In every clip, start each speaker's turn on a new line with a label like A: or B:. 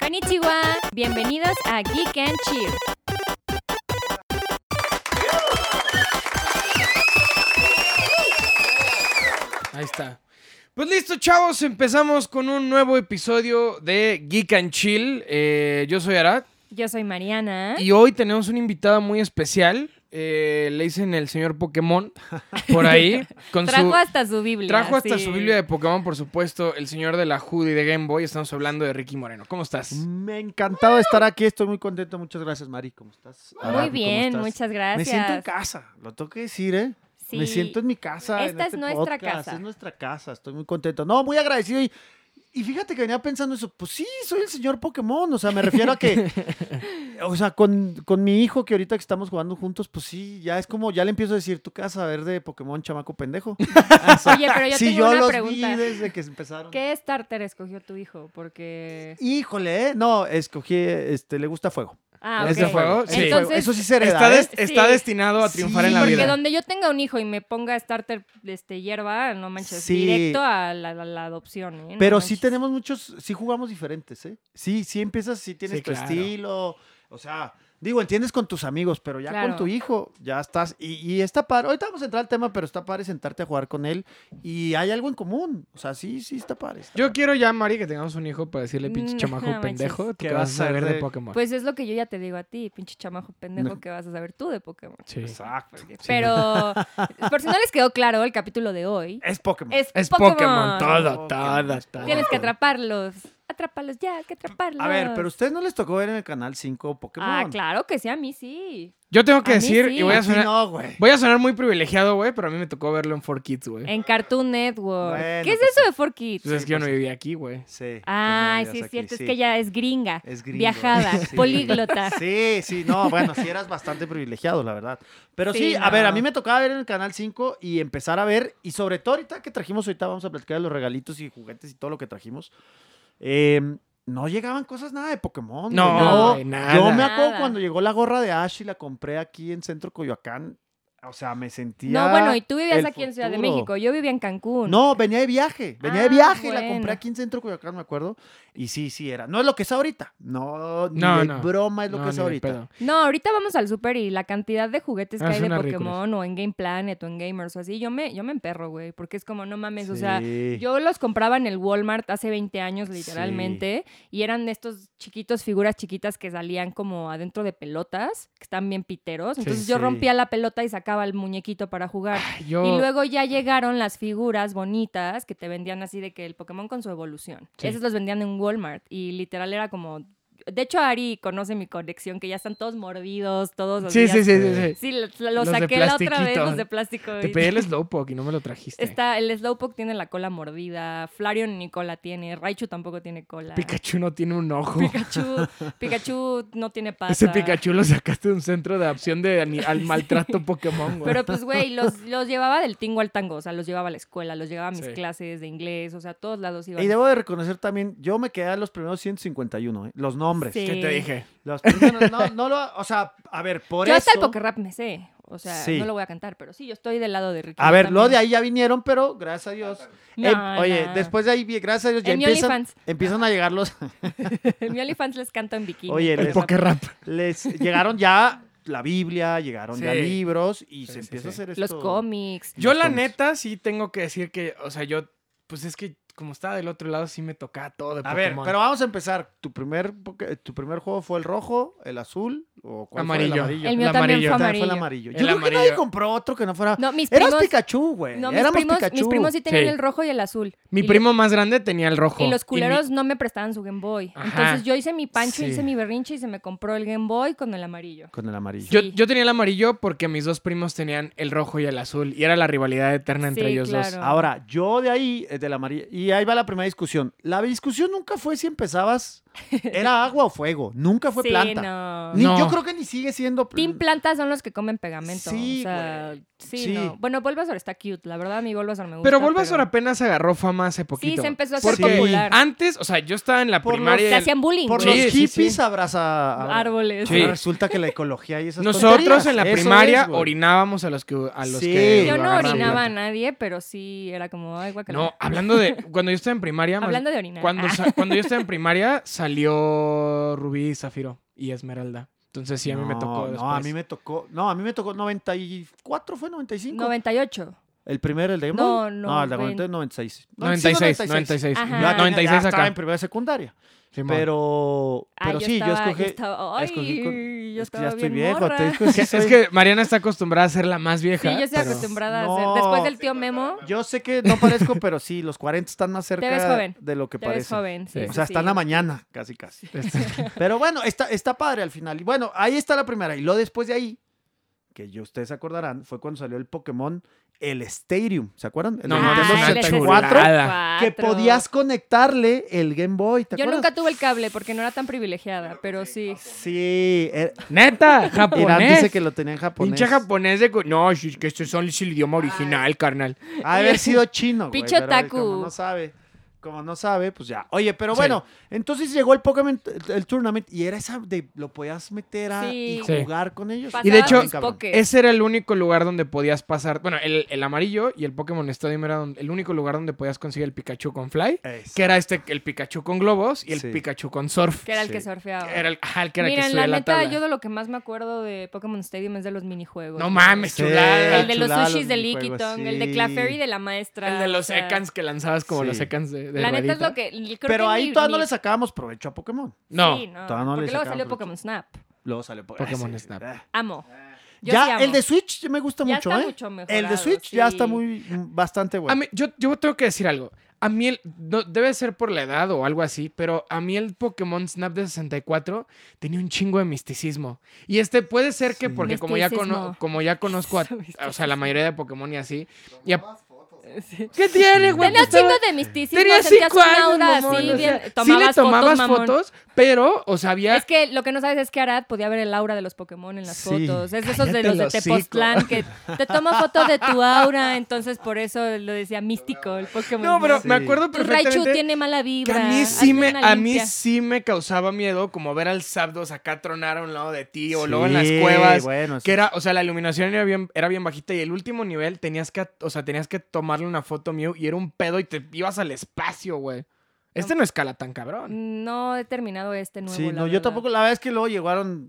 A: Konnichiwa. Bienvenidos a Geek and Chill.
B: Ahí está. Pues listo, chavos, empezamos con un nuevo episodio de Geek and Chill. Eh, yo soy Arad
A: Yo soy Mariana.
B: y hoy tenemos una invitada muy especial. Eh, le dicen el señor Pokémon por ahí. Con su-
A: Trajo hasta su Biblia.
B: trajo hasta
A: sí.
B: su Biblia de Pokémon, por supuesto, el señor de la Hoodie de Game Boy. Estamos hablando de Ricky Moreno. ¿Cómo estás?
C: Me ha encantado estar aquí, estoy muy contento. Muchas gracias, Mari. ¿Cómo estás? Aram,
A: Muy
C: ¿cómo
A: bien,
C: estás?
A: muchas gracias.
C: Me siento en casa, lo tengo que decir, ¿eh?
A: Sí.
C: Me siento en mi casa. en
A: Esta es
C: este
A: nuestra
C: podcast,
A: casa.
C: Es nuestra casa, estoy muy contento. No, muy agradecido. Y, y fíjate que venía pensando eso. Pues sí, soy el señor Pokémon. O sea, me refiero a que. o sea, con, con mi hijo que ahorita que estamos jugando juntos, pues sí, ya es como. Ya le empiezo a decir, tú casa a ver de Pokémon, chamaco pendejo.
A: Oye, pero yo
C: sí,
A: tengo
C: yo
A: una
C: los
A: pregunta.
C: vi desde que empezaron.
A: ¿Qué starter escogió tu hijo? Porque.
C: Híjole, ¿eh? No, escogí. este Le gusta fuego.
A: Ah,
B: ¿Es de
A: ok.
B: fuego?
C: Sí.
A: Entonces,
C: Eso sí se hereda,
B: Está,
C: ¿eh?
B: des- está
A: Sí.
B: destinado a
C: Sí,
B: triunfar en la
A: Porque
B: vida.
A: donde yo tenga un hijo y me ponga starter este, hierba, no manches,
C: Sí.
A: directo a la, la- la adopción. ¿eh? No
C: Pero sí
A: manches.
C: tenemos muchos, sí jugamos diferentes, ¿eh? Sí, sí empiezas, sí tienes
B: Sí,
C: tu
B: claro.
C: estilo. O sea, digo, entiendes con tus amigos, pero ya
A: Claro.
C: con tu hijo, ya estás. Y, y está padre. Ahorita vamos a entrar al tema, pero está padre sentarte a jugar con él. Y hay algo en común. O sea, sí, sí está padre. está
B: Yo
C: padre.
B: quiero ya, Mari, que tengamos un hijo para decirle pinche
A: Mm, No
B: chamaco
A: manches.
B: pendejo. ¿Tú
C: ¿Qué
B: qué vas a saber de Pokémon?
A: Pues es lo que yo ya te digo a ti, pinche chamajo pendejo, que vas a saber tú de Pokémon.
B: Sí.
C: Exacto.
A: Pero, por si no les quedó claro el capítulo de hoy,
C: Es Pokémon.
A: es,
B: Es
A: Pokémon.
B: Pokémon, todo,
C: Pokémon.
B: todo, todo.
A: Tienes que atraparlos. Atrápalos ya, hay que atraparlos.
C: A ver, pero ustedes no les tocó ver en el canal 5 Pokémon.
A: Ah, claro que sí, a mí sí.
B: Yo tengo que
A: A mí
B: decir,
A: sí.
B: y voy a
C: Sí,
B: sonar,
C: no, güey.
B: voy a sonar muy privilegiado, güey, pero a mí me tocó verlo en 4Kids, güey.
A: En Cartoon Network.
C: Bueno,
A: ¿Qué es
C: pues
A: eso
C: sí.
A: de 4 Kids?
B: Pues es que yo no vivía aquí, güey.
C: Sí.
A: Ay,
C: tú no vivías
A: sí, es
C: aquí,
A: cierto,
C: sí.
A: es que ella es gringa.
C: Es gringo.
A: Viajada,
C: Sí.
A: políglota.
C: Sí, sí, no, bueno, sí eras bastante privilegiado, la verdad. Pero sí,
A: Sí,
C: a ver, a
A: no.
C: mí me tocaba ver en el Canal 5 y empezar a ver, y sobre todo ahorita que trajimos, ahorita vamos a platicar de los regalitos y juguetes y todo lo que trajimos. Eh, no llegaban cosas nada de Pokémon.
B: No,
C: güey. Yo-
B: güey, nada.
C: Yo me acuerdo
A: Nada.
C: cuando llegó la gorra de Ash y la compré aquí en Centro Coyoacán. O sea, me sentía.
A: No, bueno, y tú vivías
C: el
A: aquí en Ciudad de
C: futuro.
A: México, yo vivía en Cancún.
C: No, venía de viaje, venía
A: Ah,
C: de viaje, la
A: bueno.
C: compré aquí en Centro Coyoacán, me acuerdo. Y sí, sí era. No es lo que es ahorita. No, ni
B: No,
C: de
B: no.
C: broma es lo
B: No,
C: que es
B: ni de
C: ahorita.
B: pedo.
A: No, ahorita vamos al súper y la cantidad de juguetes que
B: Ah,
A: hay de
B: son
A: Pokémon
B: ridículos.
A: o en Game Planet o en Gamers o así, yo me, yo me emperro, güey, porque es como, no mames, o
C: Sí.
A: sea, yo los compraba en el Walmart hace 20 años literalmente y eran de estos chiquitos, figuras chiquitas que salían como adentro de pelotas, que están bien piteros,
B: Sí,
A: entonces yo
C: sí.
A: rompía la pelota y sacaba el muñequito para jugar.
B: Yo,
A: Y luego ya llegaron las figuras bonitas que te vendían así de que el Pokémon con su evolución.
B: Sí.
A: Esos los vendían en Walmart y literal era como... De hecho, Ari conoce mi conexión, que ya están todos mordidos, todos los
B: sí,
A: días.
B: sí, sí, sí, sí.
A: Sí, lo, lo
B: Los de
A: saqué la otra vez,
B: plastiquito.
A: los de plástico.
B: Te
A: y-
B: pedí el Slowpoke y no me lo trajiste.
A: Está, el Slowpoke tiene la cola mordida, Flareon ni cola tiene, Raichu tampoco tiene cola.
B: Pikachu no tiene un ojo.
A: Pikachu, Pikachu no tiene pata.
B: Ese Pikachu lo sacaste de un centro de adopción de ani- al maltrato Pokémon, güey.
A: Pero pues, güey, los, los llevaba del tingo al tango, o sea, los llevaba a la escuela, los llevaba a mis
B: Sí.
A: clases de inglés, o sea, a todos lados iban.
C: Y debo de reconocer también, yo me quedé a los primeros 151, ¿eh? los nombres.
A: Sí.
B: ¿Qué te dije?
C: Los primeros, no, no lo, o sea, a ver, por
A: yo
C: eso.
A: hasta el poker rap me sé. O sea,
C: Sí.
A: no lo voy a cantar, pero sí, yo estoy del lado de Ricky.
C: a ver, lo
A: también.
C: de ahí ya vinieron, pero gracias a Dios.
A: No,
C: eh, oye,
A: no.
C: después de ahí, gracias a Dios, ya
A: En mi
C: empiezan,
A: OnlyFans.
C: empiezan a llegar los.
A: En mi OnlyFans les canto en bikini.
C: Oye,
A: pero
C: el
A: rap.
B: Poker Rap.
C: Les llegaron ya la Biblia, llegaron ya
B: Sí.
C: libros y
B: Sí,
C: se
B: sí,
C: empieza
B: sí.
C: a hacer esto.
A: Los cómics.
B: Yo
C: Los
B: la
C: cómics.
B: neta sí tengo que decir que, o sea, yo, pues es que como estaba del otro lado sí me tocaba todo de
C: A
B: Pokémon.
C: ver, pero vamos a empezar. Tu primer, poke- eh, tu primer juego fue el rojo, el azul o cuál fue?
B: amarillo.
C: amarillo.
A: El mío también fue
C: Fue
A: amarillo.
C: el amarillo.
B: El
C: Yo creo que nadie
B: amarillo.
C: compró otro que no fuera.
A: No, mis
C: Ah, Eras
A: primos.
C: Pikachu, güey.
A: No, mis
C: Éramos
A: primos,
C: Pikachu.
A: mis primos sí tenían
B: Sí.
A: el rojo y el azul.
B: Mi
A: Y-
B: primo más grande tenía el rojo.
A: Y los
B: mi-
A: culeros no me prestaban su Game Boy.
B: Ajá.
A: Entonces yo hice mi pancho,
B: Sí.
A: hice mi berrinche y se me compró el Game Boy con el amarillo.
C: Con el amarillo.
B: Yo,
A: Sí.
B: yo tenía el amarillo porque mis dos primos tenían el rojo y el azul. Y era la rivalidad eterna entre
A: Sí,
B: ellos
A: claro.
B: dos.
C: Ahora, yo de ahí, eh, del amarillo. Y ahí va la primera discusión. La discusión nunca fue si empezabas. ¿Era agua o fuego? Nunca fue
A: sí,
C: planta.
A: no.
C: Ni-
B: No.
C: Yo creo que ni sigue siendo. pl-
A: Team plantas son los que comen pegamento.
C: Sí,
A: o sea, sí,
C: Sí.
A: no. Bueno, Bulbasaur está cute. La verdad, a mí Bulbasaur me gusta.
B: Pero Bulbasaur apenas agarró fama hace poquito.
A: se empezó a hacer
B: Porque
A: popular.
B: Antes, o sea, yo estaba en la
C: Por los-
A: Te
B: primaria. y-
A: hacían bullying.
C: Por
A: güey.
C: los
B: Sí, sí,
C: hippies
B: sí.
C: abraza. abra-
A: Árboles.
B: Sí.
C: Ahora resulta que la ecología y esas
B: Nosotros
C: tonterías.
B: en la
C: Eso
B: primaria
C: es, güey.
B: orinábamos a los que a los
C: Sí.
B: que
A: Yo
B: lo
A: no
B: agarraban.
A: orinaba a nadie, pero sí era como, ay, guacala.
B: No, hablando de cuando yo estaba en primaria, más-
A: Hablando de orinar.
B: cuando
A: Ah,
B: sa- cuando yo estaba en primaria salió Rubí, Zafiro y Esmeralda. Entonces sí, a mí me tocó después.
C: No, a mí me tocó. No, a mí me tocó 94 fue 95.
A: 98.
C: El primero, el de Game
A: No,
C: Boy?
A: no, Ah.
C: el de Game Boy
A: vein-
C: 96.
B: 96,
C: 96.
B: 96.
A: Ajá.
B: No, 96
C: Ya estaba
B: acá.
C: en primera de secundaria.
B: Simón.
C: Pero,
A: Ah,
C: pero
A: yo
C: sí,
A: estaba-
C: yo escogí.
A: estaba, ay,
C: escogí con-
A: yo
C: es que
A: estaba
C: ya estoy
A: bien
C: viejo.
A: morra.
C: te digo que sí
B: Es
C: soy-
B: que Mariana está acostumbrada a ser la más
A: Sí,
B: vieja.
A: yo estoy
B: pero-
A: acostumbrada a
C: No.
A: hacer. Después del tío Memo,
C: Yo sé que no parezco, pero sí, los 40 están más cerca
A: ves joven.
C: de lo que
A: te ves
C: parece.
A: joven. Sí,
B: Sí.
A: sí,
C: O sea,
A: sí.
C: están a mañana, casi, casi.
B: este,
C: Pero bueno, está, está padre al final. Y bueno, ahí está la primera. Y lo después de ahí, que yo ustedes se acordarán, fue cuando salió el Pokémon El Stadium. ¿se acuerdan? El
B: No,
A: Ay,
B: mames,
C: Nintendo
B: una
A: el
C: 64,
B: chulada.
C: que
A: 64.
C: podías conectarle el Game Boy. ¿te
A: Yo
C: acuerdas?
A: nunca tuve el cable porque no era tan privilegiada, pero sí.
C: Sí, er-
B: Neta,
C: Irán dice
B: japonés.
C: que lo tenía en japonés.
B: Pinche japonés de... cu- No, sí, que este son es el idioma original, carnal.
C: Ha de haber sido chino, güey.
A: Pinche
C: pero él
A: otaku.
C: Como no sabe. Como no sabe, pues ya. Oye, pero
B: Sí.
C: bueno, entonces llegó el Pokémon el, el Tournament y era esa de lo podías meter a,
A: Sí.
C: y
B: Sí.
C: jugar con ellos.
A: Pasaba
B: Y de hecho,
A: tus
C: Cabrón.
A: pokés.
B: Ese era el único lugar donde podías pasar... Bueno, el, el amarillo y el Pokémon Stadium era donde- el único lugar donde podías conseguir el Pikachu con Fly,
C: Exacto.
B: que era este, el Pikachu con globos y el
C: Sí.
B: Pikachu con surf.
A: que era el que
C: Sí.
A: surfeaba.
B: Era el, ajá, el que era el que
A: Miren,
B: subía
A: la
B: la
A: neta,
B: tabla.
A: yo de lo que más me acuerdo de Pokémon Stadium es de los minijuegos.
B: No mames,
C: Sí.
B: chulada.
A: El de los
C: Chulada, los
A: sushis de
C: minijuegos,
A: Liquiton, el de
C: sí.
A: Clefairy de la maestra.
B: El de los
A: o sea,
B: Ekans que lanzabas como
C: Sí.
B: los Ekans de, de
A: La neta es
B: ruedita.
A: lo que. creo
C: Pero
A: que
C: ahí
A: ni-
C: todavía no
A: ni-
C: le sacábamos provecho a Pokémon.
B: No.
A: Sí, no. porque
C: Todavía no le
A: luego
C: sacaban
A: salió
C: provecho.
A: Pokémon Snap.
C: Luego salió po-
B: Pokémon
C: ese,
B: Snap.
C: eh.
A: Amo. Ah. Yo sí
C: Ya
A: amo.
C: el de Switch me gusta
A: Ya
C: mucho,
A: está
C: ¿eh?
A: mucho
C: el de
A: mejorado,
C: Switch ya
A: sí.
C: está muy mm, bastante
B: A
C: bueno.
B: mí- yo, yo tengo que decir algo. A mí, el, no, debe ser por la edad o algo así, pero a mí el Pokémon Snap de 64 tenía un chingo de misticismo. Y este puede ser que
C: Sí.
B: porque como ya, cono-
A: Misticismo.
B: como ya conozco a,
A: Misticismo.
B: o sea, la mayoría de Pokémon y así. y a-
A: Sí.
B: ¿Qué tiene, güey?
A: Tenía
B: Pues estaba-
A: chingo de misticismo.
B: tenía
A: sentías
B: cinco
A: una
B: años,
A: aura
B: mamón,
A: así,
B: o
A: bien-
B: sea, sí
A: tomabas
B: le tomabas
A: fotos, mamón.
B: pero, o sea, había...
A: Es que lo que no sabes es que Arad podía ver el aura de los Pokémon en las
C: Sí.
A: fotos. Es de esos de
C: Cállate
A: los de
C: el hocico.
A: Tepoztlán que te toma foto de tu aura, entonces por eso lo decía místico el Pokémon.
B: No, pero
C: Sí.
B: me acuerdo
A: Tu Raichu
B: perfectamente...
A: tiene mala
B: Que
A: vibra.
B: a mí, sí
A: hazle
B: me,
A: una
B: a mí
A: limpia.
B: sí me causaba miedo como ver al Zapdos acá tronar a un lado de ti o
C: Sí,
B: luego en las cuevas.
C: bueno, sí.
B: Que era, o sea, la iluminación era bien, era bien bajita y el último nivel tenías que, o sea, tenías que tomarle una foto mío y era un pedo y te ibas al espacio, güey. Este no escala tan cabrón.
A: No he terminado este nuevo.
C: Sí,
A: la
C: no, yo
A: verdad.
C: tampoco. La verdad es que luego llegaron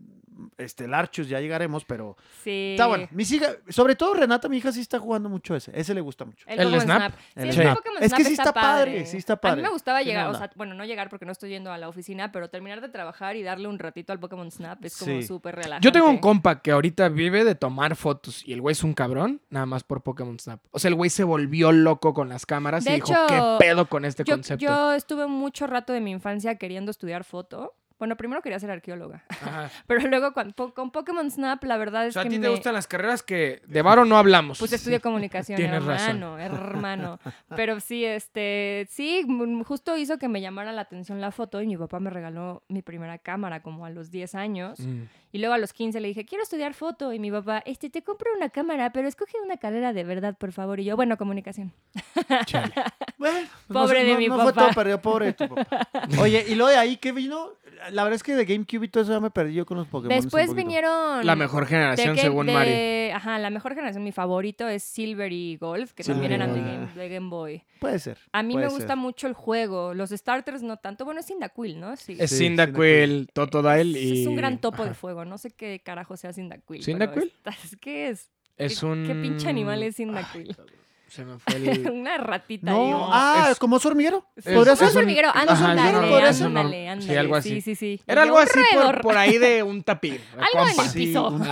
C: este, el Archus, ya llegaremos, pero
A: Sí.
C: está bueno. Mis hijas, sobre todo Renata, mi hija sí está jugando mucho ese. Ese le gusta mucho.
A: El,
B: El
A: Pokémon
B: Snap.
A: Snap. Sí,
C: El
A: el
B: Snap.
A: Pokémon
C: Es que
A: Snap
C: sí está padre, sí está
A: A mí
C: padre.
A: me gustaba
C: Tiene
A: llegar, o
C: onda.
A: sea, bueno, no llegar porque no estoy yendo a la oficina, pero terminar de trabajar y darle un ratito al Pokémon Snap es como
C: Sí.
A: súper relajante.
B: Yo tengo un compa que ahorita vive de tomar fotos y el güey es un cabrón, nada más por Pokémon Snap. O sea, el güey se volvió loco con las cámaras y
A: De
B: dijo,
A: hecho,
B: ¿qué pedo con este
A: yo,
B: concepto?
A: yo estuve mucho rato de mi infancia queriendo estudiar foto. Bueno, primero quería ser arqueóloga,
B: Ajá.
A: pero luego con, po- con Pokémon Snap la verdad
B: O
A: es
B: sea, a
A: que
B: ti
A: me
B: te gustan las carreras que de varo no hablamos.
A: pues estudié comunicación,
B: Tienes razón.
A: hermano, hermano. Pero sí, este, sí, mm, justo hizo que me llamara la atención la foto y mi papá me regaló mi primera cámara como a los 10 años.
B: Mm.
A: Y luego a los 15 le dije, quiero estudiar foto. Y mi papá, este, te compro una cámara, pero escoge una carrera de verdad, por favor. Y yo, bueno, comunicación.
B: Chale.
C: Bueno,
A: Pobre
C: no,
A: de
C: no-
A: mi
C: no
A: papá.
C: fue todo perdido, pobre de tu papá. Oye, y luego de ahí, ¿qué vino? La verdad es que de GameCube y todo eso ya me perdí yo con los Pokémon.
A: Después vinieron...
B: La mejor generación,
A: Game-
B: según Mari.
A: Ajá, la mejor generación, mi favorito es Silver y Golf, que
B: Silver
A: también
B: y
A: eran de
C: Golf.
A: Game, de Game Boy.
C: Puede ser.
A: A mí
C: puede
A: me
C: ser.
A: gusta mucho el juego, los starters no tanto. Bueno, es Cyndaquil, ¿no? Sí.
B: Es
C: Sí,
B: Cyndaquil, Totodile
A: Es-
B: y...
A: Es un gran topo de
B: Ajá.
A: fuego. No sé qué carajo sea Cyndaquil. pero
B: ¿Cyndaquil?
A: está- Es, que es?
B: Es
A: ¿Qué-
B: un...
A: ¿Qué pinche animal es Cyndaquil?
B: Se me fue el...
A: Una ratita. ahí,
C: No,
A: un-
C: ah,
B: es-
C: como es hormiguero.
A: Sí.
C: Podría
A: Un
C: ser.
A: hormiguero, Ah, ándale,
B: Ajá,
A: ándale,
B: yo no- podría ser un
A: ándale,
B: horm- sí,
A: ándale,
B: algo
A: Sí,
B: así.
A: sí, sí.
B: Era
A: Y yo,
B: algo así por,
A: roedor.
B: por ahí de un tapir. de
A: Algo en
B: compa.
A: el piso.
C: un
B: Ajá,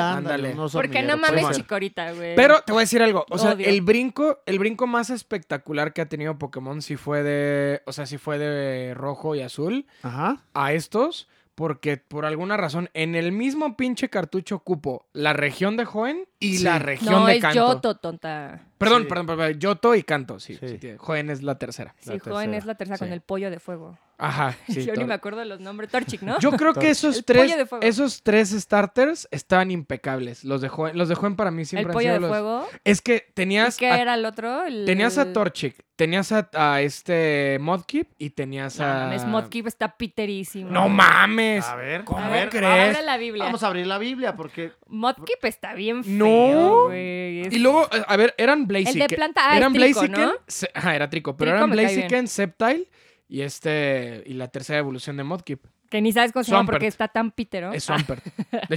B: ándale.
C: ándale. unos
A: Porque no
C: hormigueros,
A: mames,
C: puede ser.
A: chicorita, güey.
B: Pero te voy a decir algo. O sea,
A: Odio.
B: el brinco, el brinco más espectacular que ha tenido Pokémon sí fue de. O sea, sí fue de rojo y azul.
C: Ajá.
B: a estos porque por alguna razón en el mismo pinche cartucho cupo la región de Joen y
C: Sí.
B: la región
A: No,
B: de
A: es
B: Canto.
A: Yoto, tonta.
B: Perdón,
C: Sí.
B: perdón, perdón, Yoto y Canto, sí.
C: Sí.
B: sí tiene- Joen es la tercera.
A: Sí,
C: La
A: joven es
C: tercera,
A: la tercera con
B: sí.
A: el pollo de fuego.
B: Ajá. sí,
A: yo ni
B: todo.
A: me acuerdo de los nombres. Torchic, ¿no?
B: Yo creo que
A: El
B: esos
A: pollo
B: tres,
A: de fuego.
B: esos tres starters estaban impecables. Los de Joen, los de Joen para mí
A: el
B: siempre han
A: pollo
B: sido
A: de
B: los-
A: fuego.
B: Es que
A: ¿Y
B: tenías
A: qué
B: a,
A: era el otro? El-
B: tenías a Torchic, tenías a, a este Modkip y tenías
A: No,
B: a
A: mames, Mudkip está piterísimo.
B: No mames.
C: A ver.
B: ¿Cómo
A: A ver,
B: crees?
A: Abre la Biblia.
C: Vamos a abrir la Biblia porque
A: Mudkip está bien feo,
B: No.
A: güey. Es-
B: Y luego, eh, a ver, eran
A: El
B: Blaziken.
A: de planta A es
B: eran
A: trico,
B: Blaziken.
A: ¿no?
B: se- ajá, era trico. Pero
A: Trico
B: eran
A: me cae
B: Blaziken, Sceptile Y este y la tercera evolución de Mudkip
A: Que ni sabes cómo se llama porque
B: Swampert.
A: está tan pítero.
B: es Swampert. De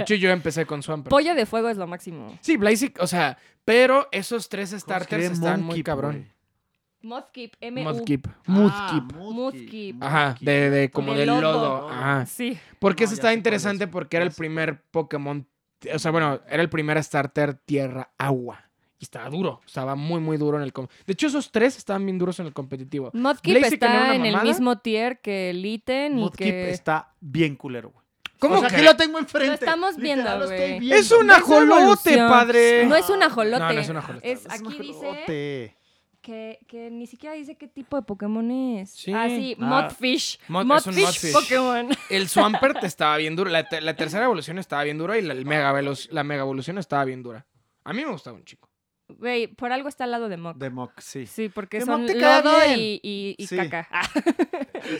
B: hecho, yo empecé con Swampert.
A: Pollo de fuego es lo máximo.
B: Sí, Blaziken, o sea, pero esos tres
C: Escribe
B: starters están muy
C: Monkey,
B: cabrón.
A: Mudkip, M. U.
B: Mudkip.
C: Ah,
B: Mudkip.
A: Mudkip.
B: Ajá, de, de- como
A: De
B: de lodo.
A: lodo.
B: Ajá.
A: Sí.
B: Porque
C: No,
B: eso
C: ya
B: está
C: sé cuál
B: interesante
C: es,
B: porque era
C: ya
B: el
C: sé.
B: primer Pokémon, o sea, bueno, era el primer starter tierra agua y estaba duro, estaba muy muy duro en el com- De hecho esos tres estaban bien duros en el competitivo.
A: Mudkip
B: Blaziken era
A: está
B: una
A: en el
B: mamada.
A: mismo tier que Litten y
C: Mudkip
A: que...
C: está bien culero, güey.
B: ¿Cómo
C: O sea,
B: que?
C: aquí lo tengo enfrente.
A: Lo estamos viendo,
C: Literal, lo estoy
A: güey.
C: viendo.
B: Es un ajolote,
A: evolución.
B: padre.
A: No es un ajolote.
B: No, no es un ajolote.
A: Es-
C: Es un
A: aquí dice
C: ajolote.
A: que, que ni siquiera dice qué tipo de Pokémon es.
B: Sí.
A: Ah, sí,
C: Ah.
A: Mudfish.
B: Mud- es un
A: Mudfish,
B: Mudfish.
A: Pokémon.
B: El Swampert estaba bien duro, la, te- la tercera evolución estaba bien dura y la, el mega velo- la mega evolución estaba bien dura. A mí me gustaba un chico.
A: Güey, por algo está al lado de Mog.
C: De Mock, sí.
A: Sí, porque
C: Que
A: son
C: Mog te cae
A: lodo
C: bien.
A: y, y- y
C: Sí.
A: caca.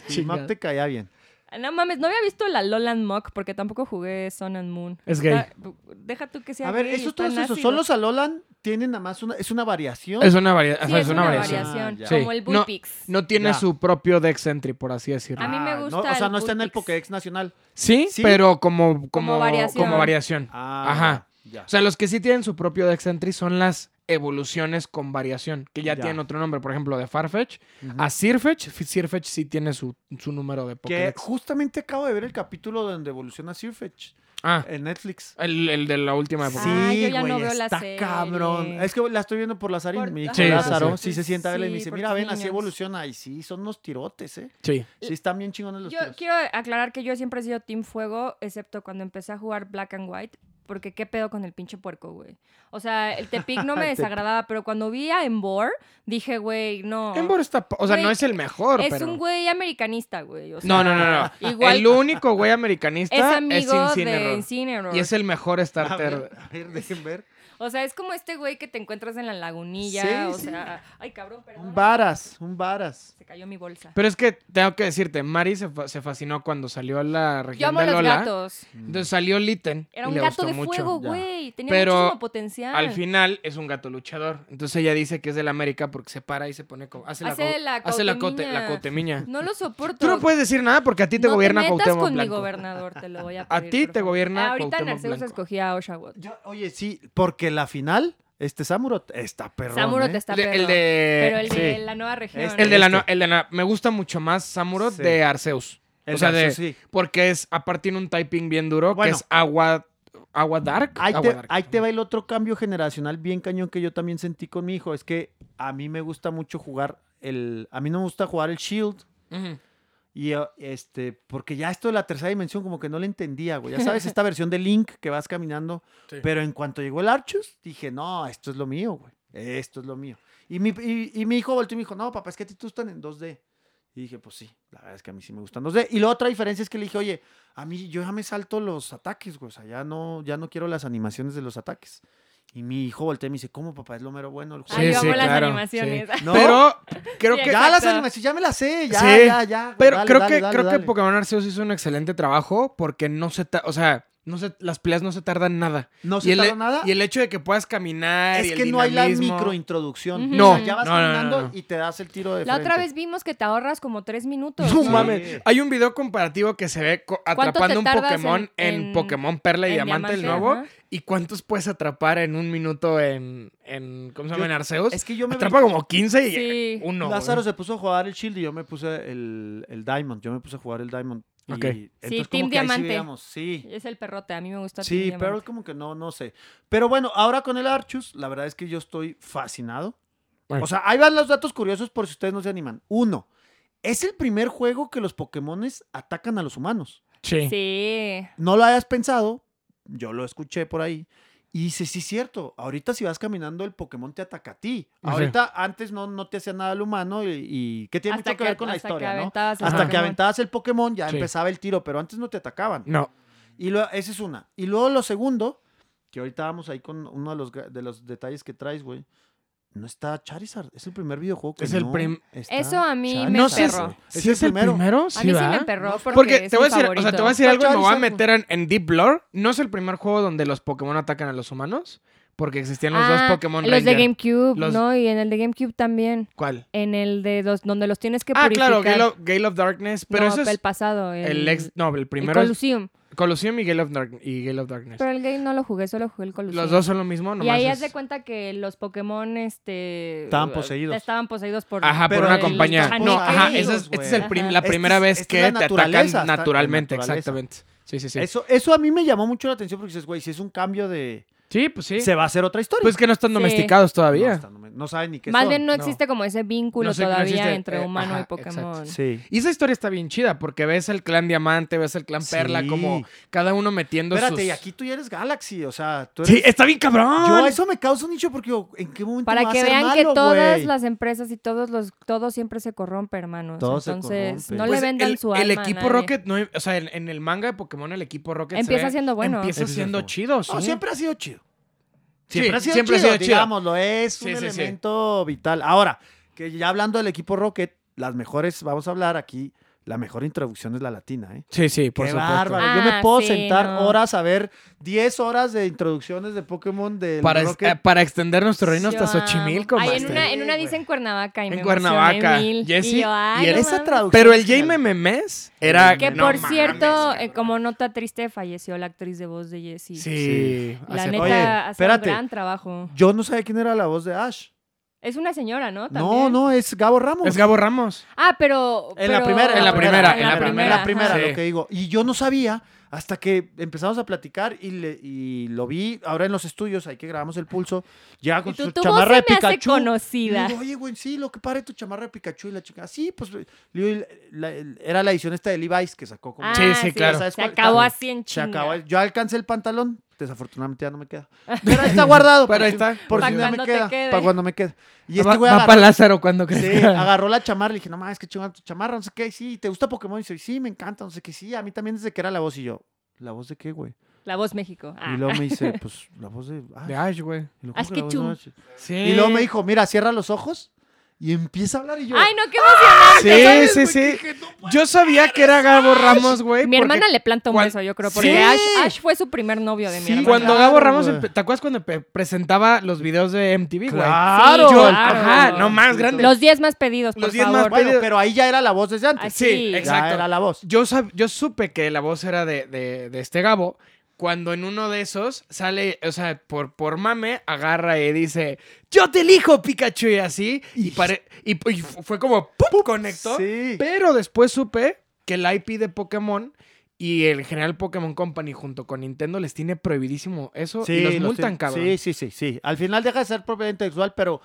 C: Sí, Mock te caía bien.
A: Ah, no mames, no había visto la Lolan Mog porque tampoco jugué Sun and Moon.
B: Es gay.
A: Está- deja tú que sea
C: A ver,
A: gay,
C: esos
A: está
C: todos esos,
A: nazi,
C: son
A: ¿no?
C: los Alolan, tienen nada más una, es una variación.
B: Es una, varia-
A: Sí,
B: ajá,
A: es una variación.
C: variación. Ah, ya.
A: Como
B: Sí.
A: el
B: No,
A: Bullpix.
B: No tiene
C: Ya.
B: su propio Dex entry, por así decirlo.
A: A mí me
C: Ah, no,
A: gusta
C: o sea,
A: el
C: no está en el
A: Vulpix.
C: Pokédex nacional.
B: Sí,
C: Sí.
B: pero como, como, como variación.
A: variación.
C: Ah,
B: Ajá.
C: Ya.
B: O sea, los que sí tienen su propio Dex entry son las evoluciones con variación, que ya,
C: Ya.
B: tienen otro nombre. Por ejemplo, de Farfetch
C: Ujú.
B: a Sirfetch. F- Sirfetch sí tiene su, su número de
C: que
B: Pokédex.
C: justamente acabo de ver el capítulo donde evoluciona Sirfetch
B: Ah,
C: en Netflix.
B: el, el de la última de
A: Sí. Ah,
B: Pokédex.
A: yo ya no
C: güey,
A: veo la
C: está
A: serie.
C: cabrón. Es que la estoy viendo por Lazarín.
A: Por-
C: Mi hijo
A: Sí, sí,
C: Lázaro,
A: sí.
C: sí, se sienta a verla y
A: Sí,
C: me dice,
A: por
C: mira,
A: tus
C: ven, así
A: niños".
C: evoluciona. Y sí, son unos tirotes, ¿eh?
B: Sí.
C: Sí, están bien chingones los
A: Yo
C: tiros.
A: quiero aclarar que yo siempre he sido Team Fuego, excepto cuando empecé a jugar Black and White, porque qué pedo con el pinche puerco, güey. O sea, el Tepic no me
C: El Tepic.
A: desagradaba, pero cuando vi a Embor, dije, güey, no.
B: Embor está... po- O sea,
A: Güey,
B: no es el mejor,
A: es
B: pero...
A: un güey americanista, güey. o sea,
B: No, no, no, no.
A: Igual
B: El único güey
A: es
B: americanista es,
A: amigo de
B: Incineroar.
A: Incineroar.
B: Y es el mejor
C: A ver,
B: starter.
C: a ver, dejen ver.
A: O sea, es como este güey que te encuentras en la lagunilla.
C: Sí,
A: o
C: sí.
A: sea, ay, cabrón,
C: Un
A: perdón.
C: varas, un varas.
A: Se cayó mi bolsa.
B: Pero es que tengo que decirte, Mari se, fa- se fascinó cuando salió la
A: Yo
B: región
A: amo
B: de
A: los
B: Lola.
A: gatos.
B: Entonces salió Litten.
A: Era
B: y
A: un
B: le
A: gato
B: gustó
A: de
B: mucho.
A: fuego,
C: Ya.
A: güey. Tenía
B: Pero,
A: muchísimo potencial.
B: Al final es un gato luchador. Entonces ella dice que es del América porque se para y se pone como. Hace la,
A: Hace
B: cau-
A: la
B: hace la, cote-
A: cautemiña.
B: la cautemiña.
A: No lo soporto.
B: Tú no puedes decir nada porque a ti te
A: no
B: gobierna
A: te metas
B: Cuauhtémoc
A: con
B: Blanco.
A: mi gobernador, te lo voy a
B: A
A: pedir.
B: ti
A: por
B: te
A: favor.
B: gobierna
A: Ahorita en
B: Cuauhtémoc
A: Arceus
B: Blanco.
A: escogía a Oshawott.
C: Yo- oye, sí, porque la final, este Samurot está perrón.
A: Samurot
C: ¿eh?
A: está
B: El de-
A: perro.
B: el de.
A: Pero el de
B: sí.
A: la nueva región.
C: Este-
B: El de la.
C: Este.
B: no- el de la- me gusta mucho más Samurot
C: Sí.
B: de Arceus.
C: El
B: o sea, de,
C: Arceus, sí.
B: porque es. Aparte tiene un typing bien duro
C: Bueno.
B: que es agua. Agua dark.
C: Ahí
B: agua
C: te,
B: dark.
C: ahí te va el otro cambio generacional bien cañón que yo también sentí con mi hijo. Es que a mí me gusta mucho jugar el... A mí no me gusta jugar el Shield.
B: Ujú.
C: Y eh, este, porque ya esto de la tercera dimensión como que no le entendía, güey. Ya sabes, esta versión de Link que vas caminando.
B: Sí.
C: Pero en cuanto llegó el Archus, dije, no, esto es lo mío, güey. Esto es lo mío. Y mi, y, y mi hijo volteó y me dijo, no, papá, es que a ti te gustan en 2D. Y dije, pues sí, la verdad es que a mí sí me gustan 2D. Y la otra diferencia es que le dije, oye, a mí yo ya me salto los ataques, güey. O sea, ya no, ya no quiero las animaciones de los ataques. Y mi hijo volteó y me dice, ¿cómo, papá? Es lo mero bueno el juego.
A: Ay,
B: Sí,
A: yo
B: sí,
A: amo las
B: claro,
A: animaciones.
C: No,
B: Pero creo
A: Sí,
B: que.
A: exacto.
C: ya las animaciones, ya me las sé, ya,
B: Sí,
C: ya, ya. güey,
B: Pero
C: dale,
B: creo
C: dale,
B: que
C: dale,
B: creo
C: dale.
B: que Pokémon Arceus hizo un excelente trabajo porque no se, ta- o sea, no se, las peleas no se tardan nada.
C: No
B: y
C: se
B: el, e-
C: tardó nada.
B: Y el hecho de que puedas caminar y
C: Es
B: el
C: que no hay la
B: dinamismo.
C: microintroducción.
A: Ujú.
B: No,
C: O sea, ya vas
B: no, no, no,
C: caminando
B: no.
C: y te das el tiro de
A: La otra
C: frente.
A: vez vimos que te ahorras como tres minutos.
B: No
C: Sí.
B: mames. Hay un video comparativo que se ve co-
A: ¿Cuánto te
B: atrapando un
A: tardas
B: Pokémon
A: en-
B: en,
A: en-
B: Pokémon Perla y
A: en
B: Diamante, el
A: Diamante,
B: nuevo.
A: ajá.
B: ¿Y cuántos puedes atrapar en un minuto en, en ¿cómo se llama?
C: Yo-
B: en Arceus?
C: Es que yo me
B: Atrapa como 15 y
A: Sí.
B: eh, uno.
C: Lázaro
B: güey.
C: se puso a jugar el Shield y yo me puse el, el Diamond. Yo me puse a jugar el Diamond. Y
B: Ok. Sí,
C: entonces
A: Team
C: como que ahí
A: Diamante.
C: Sí, veíamos, sí.
A: Es el perrote, a mí me gusta. Team
C: Sí,
A: Diamante.
C: Pearl como que no, no sé. Pero bueno, ahora con el Archus, la verdad es que yo estoy fascinado.
B: Bueno.
C: O sea, ahí van los datos curiosos por si ustedes no se animan. Uno, es el primer juego que los Pokémones atacan a los humanos.
B: Sí.
A: Sí.
C: no lo hayas pensado, yo lo escuché por ahí. Y dice, sí, cierto, ahorita si vas caminando el Pokémon te ataca a ti.
B: Ajá.
C: Ahorita antes no, no te hacía nada el humano y, y que tiene
A: Hasta
C: mucho que, ver con la
A: hasta
C: historia,
A: que
C: ¿no?
A: aventabas el
C: Hasta que
A: Pokémon.
C: aventabas el Pokémon ya
B: Sí. Mm.
C: empezaba el tiro, pero antes no te atacaban.
B: No.
C: Y lo, esa es una. Y luego lo segundo, que ahorita vamos ahí con uno de los, gra- de los detalles que traes, güey. No está Charizard, es el primer videojuego que
B: Es el
C: no
B: prim-
C: está
A: Eso a mí me
B: No sé
A: perro.
B: si si es el primero.
A: A mí sí
B: ¿verdad?
A: me perró.
C: No,
A: Porque,
B: Porque
A: es
B: te
A: mi
B: voy a decir, o sea,
A: favorito.
B: te voy a decir algo y me voy a
C: Charizard,
B: meter en, en Deep Lore. No es el primer juego donde los Pokémon atacan a los humanos, Porque existían los dos
A: Ah,
B: Pokémon
A: Los de
B: Ranger.
A: GameCube,
B: Los-
A: ¿no? Y en el de GameCube también.
B: ¿Cuál?
A: En el de los, donde los tienes que
B: Ah,
A: purificar.
B: claro, Gale of, Gale of Darkness. Pero
A: No,
B: eso es
A: el pasado. El,
B: el ex. No, el
A: el
B: primero es
A: Colosseum.
B: Colosseum y Gale of, Dark- y Gale of Darkness.
A: Pero el game no lo jugué, solo jugué el Colosseum.
B: Los dos son lo mismo,
A: Y
B: nomás.
A: ahí
B: es-
A: haz de cuenta que los Pokémon este
C: Estaban poseídos.
A: Estaban poseídos por
B: Ajá, por
C: Pero
B: una
A: el-
B: compañía.
A: los
B: No, ajá,
A: amigos,
B: ese es, este es el
A: güey.
B: prim- la
A: Ajá.
B: primera
C: Este es-
B: vez
C: esta
B: que
C: es la
B: te
C: naturaleza,
B: atacan
C: está-
B: naturalmente,
C: la naturaleza.
B: exactamente. Sí, sí, sí.
C: Eso, eso a mí me llamó mucho la atención porque dices, güey, si es un cambio de...
B: Sí, pues sí.
C: Se va a hacer otra historia.
B: Pues que no están
A: Sí.
B: domesticados
C: No,
B: todavía.
C: hasta no me- no saben ni qué
A: Más
C: son.
A: bien no
B: no.
A: existe como ese vínculo
B: No sé, no
A: todavía
B: existe,
A: entre
B: eh,
A: humano
B: ajá,
A: y Pokémon.
C: Sí.
B: Y esa historia está bien chida porque ves el clan Diamante, ves el clan
C: Sí.
B: Perla, como cada uno metiendo
C: Espérate,
B: sus...
C: y aquí tú ya eres Galaxy, o sea, tú eres...
B: Sí, está bien cabrón.
C: Yo a eso me causa un nicho porque digo, ¿en qué momento me
A: Para
C: va
A: que
C: a ser
A: vean que
C: malo,
A: todas
C: güey?
A: las empresas y todos los todos siempre se corrompen, hermanos.
C: Todo se
A: Entonces,
C: corrompe.
A: no
B: Pues
A: le vendan
B: el,
A: su alma.
B: El
A: a
B: equipo
A: nadie.
B: Rocket, no, o sea, en, en el manga de Pokémon el equipo Rocket se
A: Empieza
B: ve-
A: siendo bueno.
B: Empieza
C: Empieza
B: siendo
C: siendo
B: chido, sí.
C: No, siempre ha sido chido.
B: Sí,
C: Siempre ha sido
B: siempre ha
C: chido,
B: sido chido.
C: digámoslo, es
B: Sí,
C: un
B: sí, sí.
C: elemento vital. Ahora, que ya hablando del equipo Rocket, las mejores, vamos a hablar aquí, la mejor introducción es la latina, ¿eh?
B: Sí, sí, por
C: Qué
B: supuesto.
C: bárbaro. Yo
A: Ah,
C: me puedo
A: sí,
C: sentar
A: no.
C: horas a ver 10 horas de introducciones de Pokémon del
B: Para, es-
C: Rocket.
B: eh, para extender nuestro reino hasta
A: Yo amo.
B: Xochimilco,
A: Ay, en
B: Master.
A: una, en una
C: Sí,
A: dice en Cuernavaca y
B: En
A: me
B: Cuernavaca,
A: emocioné mil.
B: Jessy,
A: y yo, ay,
B: y
A: no
B: en-
C: esa
A: mames.
C: traducción.
B: Pero el
C: original.
B: Jaime Memes era...
A: Que
B: no
A: por
B: mames.
A: cierto, eh, como nota triste, falleció la actriz de voz de Jessie.
B: Sí.
A: La
B: hace-
A: neta
C: Oye,
A: hace un
C: espérate.
A: gran trabajo.
C: Yo no sabía quién era la voz de Ash.
A: Es una señora, ¿no? Ah,
C: No,
A: También.
C: no, es Gabo Ramos.
B: Es Gabo Ramos.
A: Ah, pero.
C: En la
A: pero-
C: primera,
B: en la primera, en la primera.
C: En la primera,
A: ajá.
B: Sí.
C: lo que digo. Y yo no sabía hasta que empezamos a platicar y, le- y lo vi ahora en los estudios, ahí que grabamos el pulso, ya
A: Y
C: con
A: tu,
C: su
A: tu voz
C: chamarra de
A: se me hace
C: Pikachu. Y le
A: conocida.
C: digo, oye, güey, sí, lo que pare tu chamarra de Pikachu y la chica. Sí, pues le digo, la- la- era la edición esta de Levi's que sacó como.
A: Ah,
B: Sí, sí, claro.
C: ¿sabes
A: Se
C: cuál?
A: acabó así en
C: Se
A: chinga.
C: acabó. Yo alcancé el pantalón. Desafortunadamente ya no me queda. Pero ahí está guardado.
B: Pero ahí
C: por si-
B: está.
C: Por
A: Pa'
C: si no me
A: cuando te
C: queda.
A: quede.
C: Para cuando me queda. Y este
B: va
C: güey
B: va
C: agarró-
B: pa' Lázaro cuando
C: Sí,
B: crezca.
C: agarró la chamarra y le dije, no mames, qué chingada tu chamarra, no sé qué, sí, ¿te gusta Pokémon? Y dice, sí, me encanta, no sé qué, sí, a mí también desde que era la voz y yo, ¿la voz de qué, güey?
A: La voz México. Ah.
C: Y luego me dice, pues, la voz de... Ash".
B: De Eh. Ash, güey.
C: Y luego, "¿Cómo que la voz
A: Ashkechum".
C: de Ash?".
B: Sí.
C: Y luego me dijo, mira, cierra los ojos y empieza a hablar y yo...
A: Ay, no, qué emocionante.
B: Sí, sí, sí. Yo sabía que era Gabo Ramos, güey.
A: Mi
B: porque
A: hermana le planta un
B: cuan-
A: beso, yo creo,
B: Sí.
A: porque Ash, Ash fue su primer novio de mi
C: Sí,
A: hermana.
B: Cuando
C: Claro,
B: Gabo Ramos,
C: güey.
B: empe- ¿te acuerdas cuando pe- presentaba los videos de MTV, güey?
C: ¡Claro!
A: Sí,
B: Yo-
A: claro.
B: Ajá, no más grande.
A: Los 10 más pedidos, por
B: Los 10 más
A: favor.
C: Bueno,
B: pedido-
C: pero ahí ya era la voz desde antes.
A: Así.
B: Sí,
A: Ya
B: exacto.
C: Ya era la voz.
B: Yo, sab- yo supe que la voz era de, de- de este Gabo. Cuando en uno de esos sale, o sea, por, por mame, agarra y dice, yo te elijo, Pikachu, y así. Y, pare- y, y fu- fue como, ¡pum! Conectó.
C: Sí.
B: Pero después supe que el IP de Pokémon y el general Pokémon Company junto con Nintendo les tiene prohibidísimo eso y los,
C: los
B: multan,
C: tiene-
B: cabrón.
C: Sí, sí, sí, sí. Al final deja de ser propiedad intelectual, pero...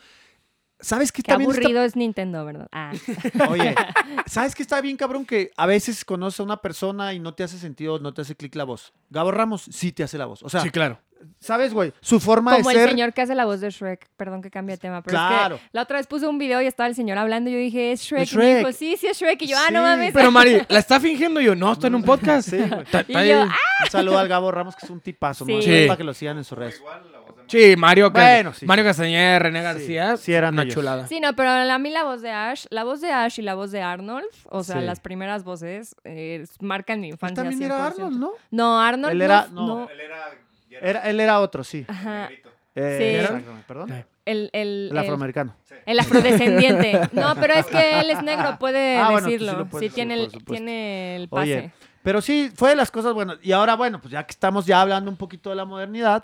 C: ¿Sabes qué
A: Qué
C: también está
A: aburrido es Nintendo, ¿verdad? Ah.
C: Oye, ¿sabes qué está bien, cabrón? Que a veces conoces a una persona y no te hace sentido, no te hace clic la voz. Gabo Ramos sí te hace la voz. O sea,
B: Sí, claro.
C: ¿sabes, güey? Su forma
A: Como
C: de
A: el
C: ser.
A: señor que hace la voz de Shrek. Perdón que cambie de tema, pero
C: Claro.
A: es que la otra vez puse un video y estaba el señor hablando y yo dije, es Shrek.
C: Es
A: Y me dijo,
C: Shrek.
A: sí, sí es Shrek. Y yo, ah, no
C: Sí,
A: mames.
B: Pero Mari, la está fingiendo y yo, no, está en un podcast.
C: Sí, güey.
B: Ta-
A: Y
B: ta-
A: yo, "Ah".
C: Un saludo al Gabo Ramos, que es un tipazo,
A: Sí.
C: ¿no?
B: Sí.
C: Para que lo sigan en sus redes.
B: Sí, Mario, Ca-
C: Bueno, sí,
B: Mario
C: sí.
B: Castañeda, René
C: Sí,
B: García.
C: sí eran
B: una
C: ellos.
B: chulada.
A: Sí, no, pero a mí la voz de Ash, la voz de Ash y la voz de Arnold, o sea,
C: Sí.
A: las primeras voces eh, marcan mi
C: Él
A: infancia.
C: Pues también era
A: 100%.
C: Arnold, ¿no?
A: No, Arnold
C: Él
A: no-
C: era-
A: no.
C: no.
D: Él era Gerard,
C: Era- él era otro, sí.
A: Ajá,
D: negrito.
C: Eh,
A: Sí.
C: exactamente, Perdón.
B: Eh,
A: el, el,
C: El
A: el,
C: afroamericano.
A: el afrodescendiente. No, pero es que él es negro, puede
C: Ah, bueno,
A: decirlo.
C: sí lo
A: sí,
C: puede decir,
A: tiene,
C: por
A: el,
C: supuesto.
A: tiene el pase.
C: Oye, pero sí, fue de las cosas buenas. Y ahora, bueno, pues ya que estamos ya hablando un poquito de la modernidad,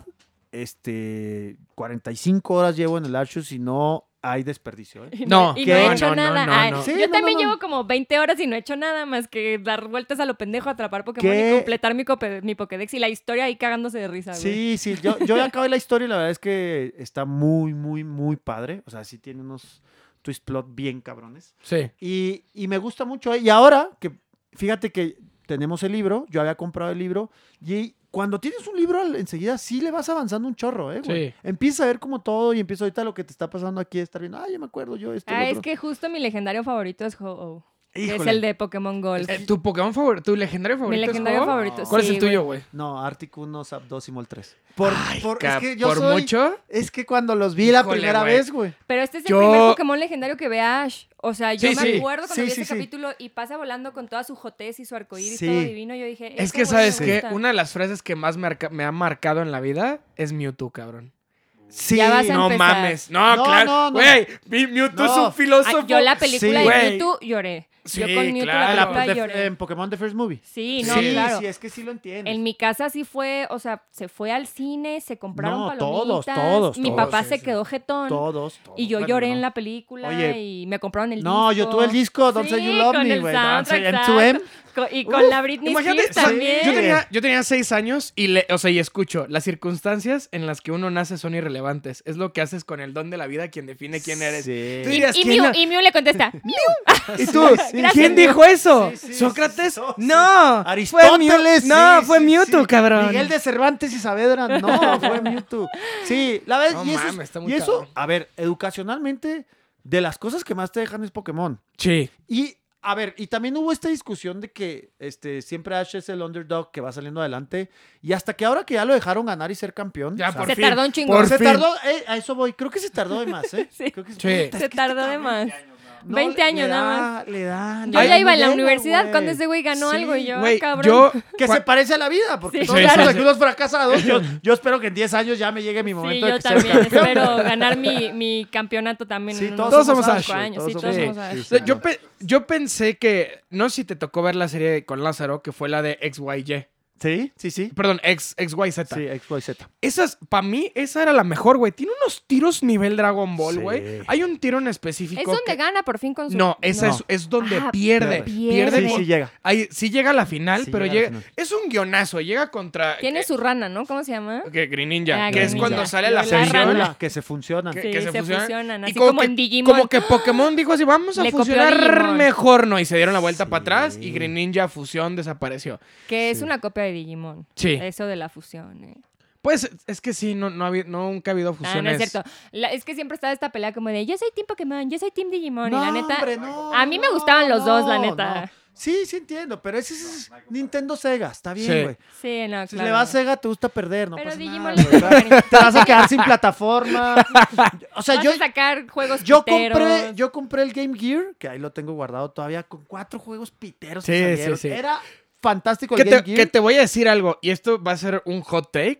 C: este, 45 horas llevo en el Archus y no hay desperdicio, ¿eh?
A: Y
B: No,
A: y
C: ¿qué?
A: no he
C: No,
A: hecho
B: no,
A: nada.
B: no,
A: Ay,
B: no.
C: Sí,
A: yo
C: no,
A: también
C: no, no.
A: llevo como 20 horas y no he hecho nada más que dar vueltas a lo pendejo, atrapar Pokémon
C: ¿Qué?
A: y completar mi, cope- mi Pokédex y la historia ahí cagándose de risa, güey.
C: Sí, sí, yo, yo ya acabé la historia y la verdad es que está muy, muy, muy padre. O sea, sí tiene unos twist plot bien cabrones.
B: Sí.
C: Y, y me gusta mucho. ¿eh? Y ahora, que fíjate que tenemos el libro, yo había comprado el libro, y cuando tienes un libro, al- enseguida sí le vas avanzando un chorro, ¿eh, güey?
B: Sí.
C: Empieza a ver como todo y empieza ahorita lo que te está pasando aquí, estar viendo, ay, ya me acuerdo yo esto. lo
A: Ah, es
C: otro".
A: que justo mi legendario favorito es Ho-Oh. que Es
C: Híjole.
A: el de Pokémon Gold.
B: Eh, ¿Tu Pokémon favorito? ¿Tu legendario
A: Mi
B: favorito? es
A: legendario
B: Ho?
A: favorito.
B: ¿Cuál
A: sí,
B: es
A: güey.
B: el tuyo, güey?
C: No, Arctic 1, Zap 2 y Mol 3. Por, por,
B: Ca-
C: es que yo
B: por
C: soy-
B: mucho.
C: Es que cuando los vi la
B: Híjole,
C: primera
B: güey.
C: vez, güey.
A: Pero este es el
B: Yo-
A: primer Pokémon legendario que ve a Ash. O sea, yo
B: Sí,
A: me
B: sí.
A: acuerdo cuando
C: Sí,
A: vi
C: sí,
A: ese
C: sí.
A: capítulo y pasa volando con toda su jotez y su arcoíris
C: Sí.
A: todo divino. Yo dije,
B: Es
A: "Este
B: que,
A: güey me
B: ¿sabes qué?
A: gusta".
B: Una de las frases que más marca- me ha marcado en la vida es Mewtwo, cabrón. Sí,
A: Ya vas a
B: no
A: empezar.
B: mames. No,
C: No, no,
B: claro.
C: no.
B: Güey, mi- Mewtwo es
C: No.
B: un filósofo.
A: Ah, yo la película
C: Sí.
B: Güey.
A: de Mewtwo lloré. yo
B: Sí,
A: con Mewtwo
B: claro.
A: la
C: Ah,
A: película
C: la- de-
A: lloré.
C: en Pokémon The First Movie.
A: Sí,
B: Sí,
A: no, claro.
C: sí, es que sí lo entiendes.
A: En mi casa sí fue, o sea, se fue al cine, se compraron
C: No, todos,
A: palomitas.
C: todos,
A: Mi
C: todos,
A: papá
B: sí,
A: se
B: sí.
A: quedó jetón.
C: Todos, todos.
A: Y yo
C: Bueno,
A: lloré
C: no.
A: en la película
C: Oye.
A: y me compraron el disco.
C: No, yo tuve el disco, Don't Say You Love
A: con
C: Me,
A: el
C: güey,
A: soundtrack,
C: Don't Say
A: exacto.
C: M2M.
A: Co- Y con la Britney
B: Imagínate,
A: Spears
B: o sea,
A: también.
B: Yo tenía, yo tenía seis años y, le, o sea, y escucho, las circunstancias en las que uno nace son irrelevantes. Es lo que haces con el don de la vida quien define quién eres.
C: Sí.
B: Tú dirías,
A: Y
B: ¿quién
A: Mew,
B: la-
A: y Mew le contesta,
B: ¿Y tú?
A: Gracias,
B: ¿Quién
A: Mew.
B: dijo eso?
C: Sí, sí,
B: ¿Sócrates?
C: sí, sí, sí.
B: No. Fue Mew-
C: Aristóteles.
B: no,
C: sí,
B: fue
C: sí,
B: Mewtwo,
C: sí.
B: cabrón.
C: Miguel de Cervantes y Saavedra, no, fue Mewtwo. Sí, la vez
B: No
C: y eso, es-
B: mames, está muy
C: y eso,
B: cabrón.
C: a ver, educacionalmente de las cosas que más te dejan es Pokémon.
B: Sí.
C: Y a ver, y también hubo esta discusión de que este siempre Ash es el underdog que va saliendo adelante y hasta que ahora que ya lo dejaron ganar y ser campeón,
B: Ya,
C: o sea,
B: por
A: Se
B: fin.
A: tardó un chingo.
B: Por
C: se
B: fin.
C: tardó, eh, a eso voy, creo que se tardó de más, ¿eh?
A: Sí.
C: Creo que es-
B: Sí.
C: puta, es
A: se
C: que
A: tardó
C: este
A: de
C: cabrón-
A: más.
C: No,
A: 20
C: le-
A: años
C: le
A: nada
C: da-
A: más.
C: le da- le
A: Yo
C: da
A: ya iba en
C: lena,
A: la universidad
C: güey.
A: cuando ese güey ganó
C: Sí,
A: algo y yo, "Ah,
B: Güey,
A: cabrón.
B: yo...
C: Que
B: cua-
C: se parece a la vida, porque
A: Sí,
C: todos
A: sí,
C: somos
B: sí.
C: algunos fracasados. Yo, yo espero que en 10 años ya me llegue mi
A: Sí,
C: momento de
A: yo
C: que sea
A: también
C: campeón.
A: espero ganar mi, mi campeonato también.
C: Sí,
A: en
C: todos
A: unos
B: somos
A: cinco
B: Ash,
A: años.
C: todos
A: Sí,
C: somos
A: todos
C: Ash.
A: somos Ash.
C: Sí,
B: O sea, yo, pe- yo pensé que... No sé si te tocó ver la serie con Lázaro, que fue la de XYY.
C: Sí, sí, sí.
B: Perdón, X, XYZ.
C: Sí, XYZ.
B: Esas, para mí, esa era la mejor, güey. Tiene unos tiros nivel Dragon Ball,
C: Sí.
B: güey. Hay un tiro en específico.
A: Es donde
B: que-
A: gana por fin con su...
B: No, esa
C: No.
B: Es, es donde
A: Ah,
B: pierde.
A: pierde.
B: Pierde.
C: Sí,
B: por-
C: sí, llega.
B: ahí, sí llega a la final,
C: Sí
B: pero
C: llega a la
B: llega.
C: final.
B: Es un guionazo. Llega contra.
A: Tiene
B: que-
A: su rana, ¿no? ¿Cómo se llama?
B: que Green Ninja.
A: Ah,
B: que
A: Green
B: es
A: Ninja.
B: cuando sale la
A: La
B: fusión.
A: rana.
C: que se funciona.
B: Que,
A: Sí,
B: que se,
A: se
B: fusionan.
A: fusionan,
B: Y
A: así como
B: que,
A: en Digimon.
B: como que Pokémon dijo así, vamos a
A: Le copió a
B: fusionar
A: Digimon.
B: mejor, ¿no? Y se dieron la vuelta para
C: Sí.
B: atrás y Green Ninja fusión desapareció.
A: Que es
C: Sí.
A: una copia de Digimon.
B: Sí.
A: Eso de la fusión. eh.
B: Pues es que sí, no, no ha habido- nunca ha habido
A: Ah,
B: fusiones.
A: no es cierto. La- es que siempre estaba esta pelea como de yo soy Team Pokémon, yo soy Team Digimon. y
C: No,
A: la neta,
C: hombre, no,
A: a mí me gustaban los dos, la
C: no,
A: neta.
C: no. Sí, sí entiendo, pero ese es Nintendo Sega, está bien,
B: Sí.
C: güey.
A: Sí, no,
C: Si
A: claro.
C: le vas a Sega, te gusta perder, no
A: Pero
C: pasa
A: Digimon
C: nada,
A: le
C: güey.
A: tiene cariño.
C: Te vas a quedar sin plataforma. O sea,
A: Vas
C: yo,
A: a sacar juegos
C: Yo
A: piteros.
C: compré, yo compré el Game Gear, que ahí lo tengo guardado todavía, con cuatro juegos piteros. que
B: Sí,
C: salieron.
B: sí, sí.
C: Era fantástico
B: que
C: el
B: te,
C: Game
B: que
C: Gear.
B: te voy a decir algo, y esto va a ser un hot take.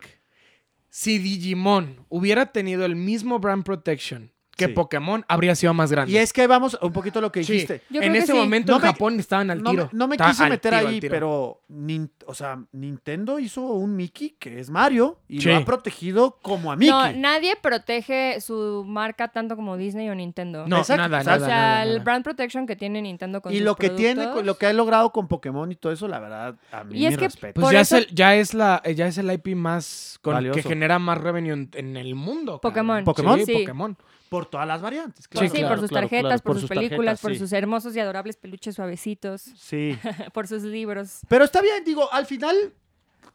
B: Si Digimon hubiera tenido el mismo brand protection que
C: Sí.
B: Pokémon, habría sido más grande.
C: Y es que ahí vamos a un poquito a lo que
B: Sí,
C: dijiste.
A: Yo
B: en
A: creo que
B: ese
A: sí.
B: momento
C: No
B: en
C: me-
B: Japón estaban al
C: No,
B: tiro.
C: me- no me
B: Estaban
C: quise
B: al
C: meter
B: tiro, al
C: ahí,
B: tiro.
C: pero nin- o sea, Nintendo hizo un Mickey que es Mario y
B: Sí.
C: lo ha protegido como a Mickey.
A: No, nadie protege su marca tanto como Disney o Nintendo.
B: No,
C: Exacto.
B: nada,
C: O
A: O
B: nada,
A: sea,
B: nada,
A: el
B: nada.
A: brand protection que tiene Nintendo con
C: y
A: sus
C: lo que tiene,
A: productos.
C: lo que ha logrado con Pokémon y todo eso, la verdad, a mí
A: Y es
C: mi
A: que-
C: respeto.
B: Pues
A: por
B: ya,
A: eso-
B: es el, ya, es la, eh, ya es el IP más con- que
C: Valioso.
B: genera más revenue en, en el mundo. cabrón.
A: Pokémon.
C: ¿Pokémon?
B: Sí,
A: Sí.
B: Pokémon.
C: por todas las variantes.
A: Por-
C: claro,
A: sí,
C: claro,
A: por sus
C: claro,
A: tarjetas,
C: claro,
A: por, sus películas,
C: tarjetas,
A: por
C: sí.
A: sus hermosos y adorables peluches suavecitos,
C: Sí.
A: por sus libros.
C: Pero está bien, digo, al final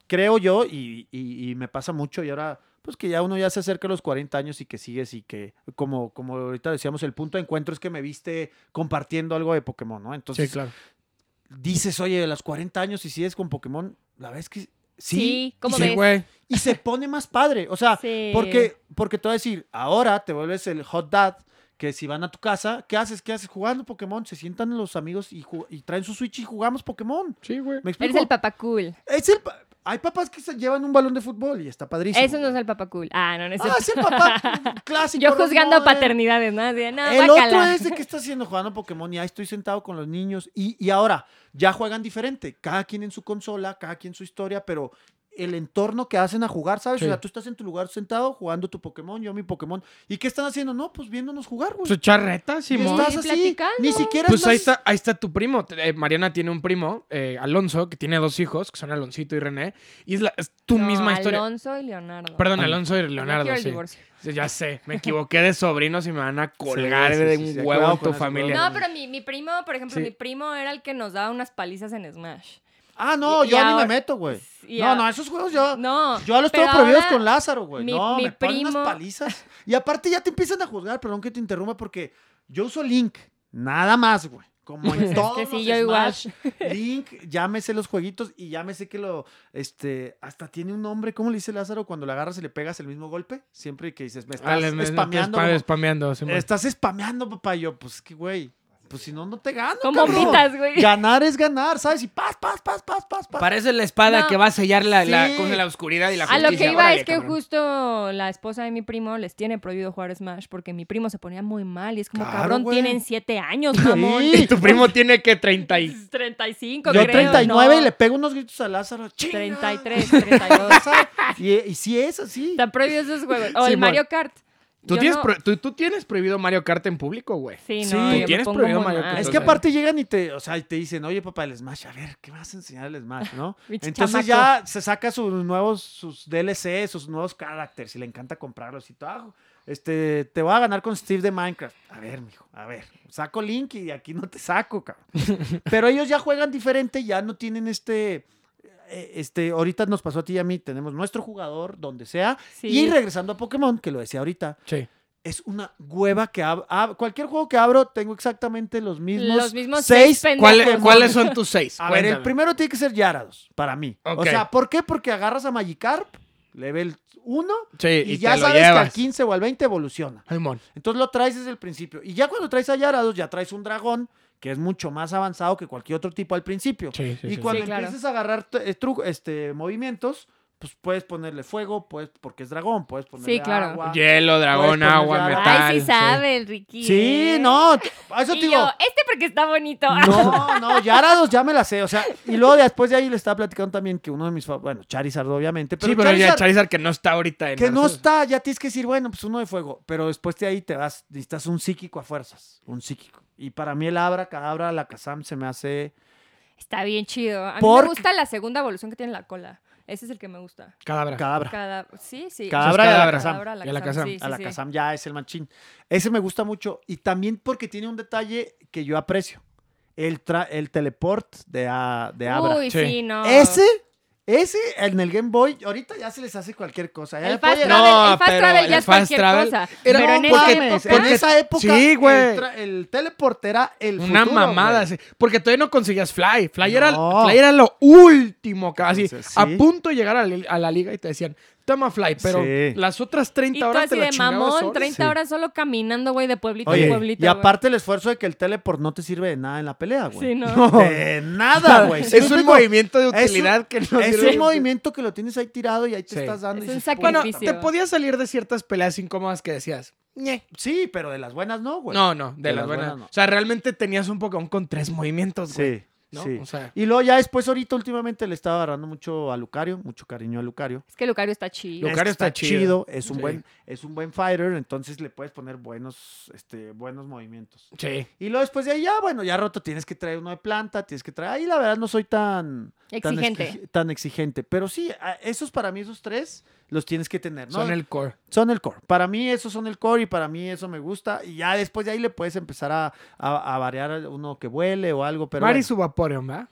C: creo yo, y, y- y me pasa mucho, y ahora, pues que ya uno ya se acerca a los 40 años y que sigues y que, como, como ahorita decíamos, el punto de encuentro es que me viste compartiendo algo de Pokémon, ¿no? Entonces
B: Sí, claro.
C: dices, oye, a los 40 años y sigues con Pokémon, la verdad es que sí.
A: Sí, ¿cómo
C: y, se-
B: Sí,
A: ves?
B: güey.
C: y se pone más padre, o sea,
A: Sí.
C: Ah, porque, porque te voy a decir, ahora te vuelves el hot dad. Que si van a tu casa, ¿qué haces? ¿Qué haces? Jugando Pokémon. Se sientan los amigos y, ju- y traen su Switch y jugamos Pokémon.
B: Sí, güey.
C: ¿Me
A: Eres
C: explico?
A: el papá cool.
C: Es el pa- hay papás que se llevan un balón de fútbol y está padrísimo.
A: Eso no es el papá cool. Ah, no, no es
C: Ah,
A: cierto.
C: es el papá clásico.
A: Yo
C: role
A: juzgando
C: model.
A: paternidades, ¿no? Así de, no,
C: ¿eh? El otro
A: guácala.
C: es de que está haciendo jugando Pokémon y ahí estoy sentado con los niños. Y, y ahora, ya juegan diferente. Cada quien en su consola, cada quien su historia, pero el entorno que hacen a jugar, ¿sabes?
B: Sí.
C: O sea, tú estás en tu lugar sentado jugando tu Pokémon, yo mi Pokémon. ¿Y qué están haciendo? No, pues viéndonos jugar, güey.
B: Su charreta,
C: Y
B: Simón.
C: estás
A: Sí,
C: así.
A: platicando.
C: Ni siquiera
B: Pues
C: es
B: ahí
C: más-
B: está, ahí está tu primo. Te- eh, Mariana tiene un primo, eh, Alonso, que tiene dos hijos, que son Aloncito y René. Y es, la, es tu
A: No,
B: misma historia.
A: Alonso y Leonardo.
C: Ah.
B: Perdón, Alonso y
A: No
B: Leonardo,
A: quiero el
B: sí.
A: divorcio.
B: Sí, Ya sé, me equivoqué de sobrinos y me van a colgar
C: Sí, sí,
B: de
C: sí,
B: un
C: sí,
B: huevo
C: cuidado
B: en
C: con
B: tu
C: eso,
B: familia.
A: No, pero mi, mi primo, por ejemplo,
B: Sí.
A: mi primo era el que nos daba unas palizas en Smash.
C: Ah, no,
A: Y- y
C: yo ni
A: ahora-
C: me meto, güey.
A: y
C: No,
A: ahora-
C: no, esos juegos yo...
A: No.
C: Yo a los
A: pero
C: tengo prohibidos
A: ahora-
C: con Lázaro, güey.
A: mi-
C: no,
A: mi
C: me ponen unas
A: primo-
C: palizas. Y aparte ya te empiezan a juzgar, perdón que te interrumpa, porque yo uso Link, nada más, güey. Como en
A: es
C: todos
A: que sí,
C: los
A: yo igual.
C: Smash, Link, llámese los jueguitos y llámese que lo, este, hasta tiene un nombre, ¿cómo le dice Lázaro? Cuando le agarras y le pegas el mismo golpe,
B: Ah,
C: siempre que dices, me estás
B: Ale, me- me-
C: Ah, spameando,
B: spam-
C: como,
B: spameando, Simón.
C: estás spameando, papá, y yo, pues, que güey. Pues si no, no te gano.
A: Con bombitas,
C: cabrón.
A: güey.
C: Ganar es ganar, ¿sabes? Y paz, paz, paz, paz, paz, paz.
B: Parece la espada
A: No.
B: que va a sellar la, la,
C: Sí.
B: con la oscuridad y la
A: A
B: justicia.
A: lo que iba
B: Órale,
A: es que
B: cabrón.
A: justo la esposa de mi primo les tiene prohibido jugar Smash porque mi primo se ponía muy mal y es como,
C: Claro,
A: cabrón,
C: güey.
A: tienen siete años,
C: Sí.
A: mamón. Pues,
B: Y tu primo tiene que 30 y...
A: 35,
C: Yo
A: creo,
C: 39
A: ¿no?
C: y le pego unos gritos a Lázaro. ¡Chinga!
A: 33, 32.
C: ¿Sabes? Y, y sí es así.
A: Están prohibidos esos juegos. O el
B: Simón.
A: Mario Kart.
B: ¿Tú
A: Yo
B: tienes,
A: no-
B: pro- tú, tú tienes prohibido Mario Kart en público, güey.
A: Sí,
C: Sí.
A: no,
C: Tú
A: yo me
B: tienes
A: pongo
B: prohibido
A: muy
B: Mario
A: mal.
B: Kart,
C: Es
B: o
C: que
B: sea.
C: aparte llegan y te, o sea, y te dicen, oye papá, el Smash, a ver, ¿qué vas a enseñar el Smash, no?
A: Pinche
C: Entonces
A: chamaco.
C: ya se saca sus nuevos, sus DLC, sus nuevos caracteres y le encanta comprarlos y todo. "Ah, Este, te voy a ganar con Steve de Minecraft. A ver, mijo, a ver. Saco Link y aquí no te saco, cabrón. Pero ellos ya juegan diferente, ya no tienen este. eh, Este, ahorita nos pasó a ti y a mí, tenemos nuestro jugador donde sea.
A: Sí.
C: Y regresando a Pokémon, que lo decía ahorita,
B: Sí.
C: es una hueva que ab- ab- cualquier juego que abro tengo exactamente los mismos,
A: Los mismos seis
B: ¿Cuál-
A: pendejos.
B: ¿Cuáles son tus seis?
C: A ver, el
B: Cuéntame.
C: primero tiene que ser Yarados, para mí. O
B: Ok.
C: sea, ¿por qué? Porque agarras a Magikarp, level 1,
B: Sí,
C: y,
B: y,
C: ya
B: te lo
C: sabes que al
B: llevas.
C: 15 o al 20 evoluciona.
B: Ay, mon.
C: Entonces lo traes desde el principio. Y ya cuando traes a Yarados, ya traes un dragón que es mucho más avanzado que cualquier otro tipo al principio.
B: Sí, sí,
C: y
B: sí,
C: cuando
A: Sí, claro.
C: empieces a agarrar t- eh, tru- este, movimientos, pues puedes ponerle fuego, puedes, porque es dragón, puedes ponerle
A: claro.
C: agua.
B: Hielo, dragón,
C: poner
B: agua,
C: ya-
B: metal.
A: Ay, sí sabe el Ricky.
C: Sí,
A: ¿eh?
C: no, t- a eso
A: Y
C: te digo.
A: yo, este porque está bonito.
C: No, no, Yarados ya me la sé, o sea, y luego después de ahí le estaba platicando también que uno de mis, fa- bueno, Charizard obviamente, pero,
B: Sí, pero ya
C: Charizard,
B: Charizard que no está ahorita en
C: que no
B: Arceus.
C: está, ya tienes que decir, bueno, pues uno de fuego, pero después de ahí te vas, necesitas un psíquico a fuerzas, un psíquico. Y para mí el Abra, Cadabra, la Kazam se me hace...
A: Está bien chido. A mí
C: Porque-
A: me gusta la segunda evolución que tiene la cola. Ese es el que me gusta.
B: Cadabra.
C: Cadabra.
A: Cada... Sí, sí.
C: Cadabra
B: y
A: Cadabra,
B: Alakazam.
A: Cadabra,
B: Y Alakazam.
A: sí, sí,
C: a la
A: sí.
C: Kazam ya es el machín. Ese me gusta mucho y también porque tiene un detalle que yo aprecio, el, tra- el teleport de, a- de Abra.
A: Uy, sí,
B: Sí.
A: no.
C: Ese, ese en el Game Boy, ahorita ya se les hace cualquier cosa. ¿eh? ya
A: El
C: le puede
A: fast
C: llegar-
A: travel, el fast travel ya es cualquier cosa. Pero
B: era-
C: no
A: en esa
B: porque-
A: época-
C: mames, en
B: porque-
C: esa época
B: Sí, güey.
C: El, tra- el teleport era el
B: Una
C: futuro,
B: mamada,
C: güey.
B: sí. Porque todavía no conseguías Fly. Fly, era,
C: No.
B: Fly era lo último, casi.
C: Entonces,
B: A
C: sí.
B: punto de llegar a la, a la liga y te decían, toma Fly, pero
C: Sí.
B: las otras
A: Y
B: 30
A: tú
B: horas
A: así
B: te las
A: de
B: chingabas
A: mamón,
B: solas.
A: 30
B: Sí.
A: horas solo caminando, güey, de pueblito
C: Oye,
A: a pueblito.
C: y
A: güey.
C: aparte el esfuerzo de que el teleport no te sirve de nada en la pelea, güey.
A: Sí, no.
C: De nada, güey. ¿Sí me
B: es un
C: explico?
B: movimiento de
C: Es un-
B: utilidad que no
C: Es
B: sirve.
C: un movimiento que lo tienes ahí tirado y ahí te
B: Sí.
C: estás dando. y
A: Es un
C: dices,
B: Bueno,
A: sacrificio.
C: "Puta
B: te podías salir de ciertas peleas incómodas que decías. "Ñe".
C: madre". Sí, pero de las buenas no, güey.
B: No, no, de, las, buenas.
C: no.
B: O sea, realmente tenías un Pokémon con tres movimientos, güey.
C: Sí,
B: ¿no?
C: sí.
B: O sea-
C: Y luego ya después, ahorita últimamente le estaba agarrando mucho a Lucario, mucho cariño a Lucario.
A: Es que Lucario está chido.
B: Lo- Lucario
C: Este
B: está chido.
C: es un
B: Sí.
C: buen es un buen fighter, entonces le puedes poner buenos este buenos movimientos.
B: Sí.
C: Y luego después de ahí ya, bueno, ya roto tienes que traer uno de planta, tienes que traer. Ahí la verdad no soy tan tan
A: Exigente.
C: exigi- tan exigente, pero sí, a- esos para mí esos tres los tienes que tener, ¿no?
B: Son el core.
C: Son el core. Para mí esos son el core y para mí eso me gusta y ya después de ahí le puedes empezar a, a- a variar uno que vuele o algo, pero
B: Mari
C: bueno.
B: su Vaporeon, ¿verdad?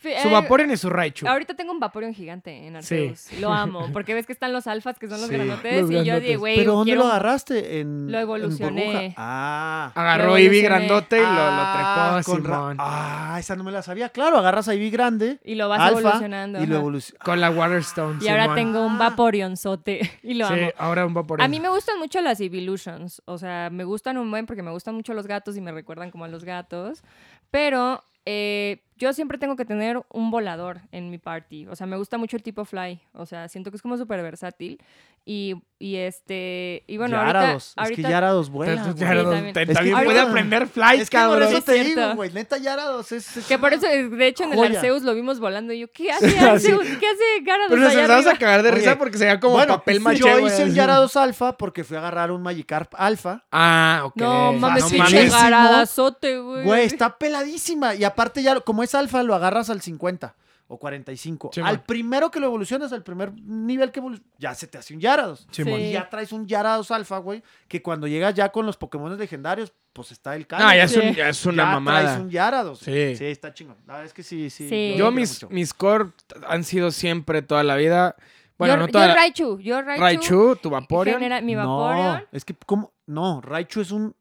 A: Fe-
B: su
A: eh,
B: Vaporeon y su Raichu.
A: Ahorita tengo un Vaporeon gigante en Arceus. Lo amo. Porque ves que están los alfas, que son los
B: Sí,
A: granotes.
B: los
A: y yo dije,
B: grandotes.
A: güey,
C: ¿Pero dónde
A: quiero...
C: lo agarraste? En,
A: Lo
C: en
A: evolucioné.
C: burbuja? Ah.
B: Agarró
A: Lo
B: Eevee
A: evolucioné.
B: grandote y lo,
C: Ah,
B: lo trepó
C: con ra-
B: Simón.
C: Ah, esa no me la sabía. Claro, agarras a Ivy grande.
A: Y lo vas
C: alfa,
A: evolucionando.
C: Y lo Ah.
A: ajá.
C: evolucionas.
B: Con la Waterstone.
A: Y ahora
B: Simón.
A: tengo un Vaporeonzote. Y lo
B: Sí,
A: amo.
B: ahora un Vaporeon.
A: A mí me gustan mucho las Evolutions. O sea, me gustan un buen porque me gustan mucho los gatos y me recuerdan como a los gatos. Pero eh, yo siempre tengo que tener un volador en mi party. O sea, me gusta mucho el tipo fly. O sea, siento que es como súper versátil. Y, y este. Y bueno, ahorita-
C: Yarados.
A: ahorita.
C: es que Yarados vuela.
B: Entonces,
C: güey.
B: Yaradon
A: Sí, también.
B: te-
C: Es que
B: también
A: ahorita-
B: puede aprender fly,
C: Es que por
B: cabrón.
C: eso
A: Sí,
C: te
A: cierto.
C: digo, güey. Neta, Yarados es... es-
A: que por eso, eh, de hecho, en
C: Joya.
A: el Arceus lo vimos volando. Y yo, ¿qué hace Arceus? ¿Qué hace Gyarados?
B: Pero nos
A: allá
B: empezamos a
A: arriba?
B: cagar de risa
C: Oye,
B: porque se veía como papel maché.
C: Yo
B: güey,
C: hice el
B: así.
C: Yarados alfa porque fui a agarrar un Magikarp alfa.
B: Ah, ok.
A: No mames,
C: No
A: pinche
C: mames.
A: garadazote, güey.
C: Güey, está peladísima. Y aparte ya, lo- como es alfa, lo agarras al 50 o 45.
B: Sí,
C: al
B: man.
C: primero que lo evolucionas, al primer nivel que evolucionas, ya se te hace un Yarados.
B: Sí,
A: Sí.
B: mon.
C: Y ya traes un Yarados alfa, güey, que cuando llegas ya con los Pokémon legendarios, pues está el cambio.
B: No, ya es,
A: Sí.
B: un- ya es una
C: Ya
B: mamada.
C: traes un Yarados.
B: Sí.
C: Sí, está chingón. La verdad es que sí, sí.
A: Sí.
C: lo
B: Yo
C: quiero
B: mis,
C: mucho.
B: mis core han sido siempre toda la vida. Bueno,
A: yo,
B: no toda
A: yo
B: la...
A: Raichu, yo Raichu.
B: Raichu, tu Vaporeon.
A: genera- mi
C: No,
A: Vaporeon.
C: es que, ¿cómo? No, Raichu es un...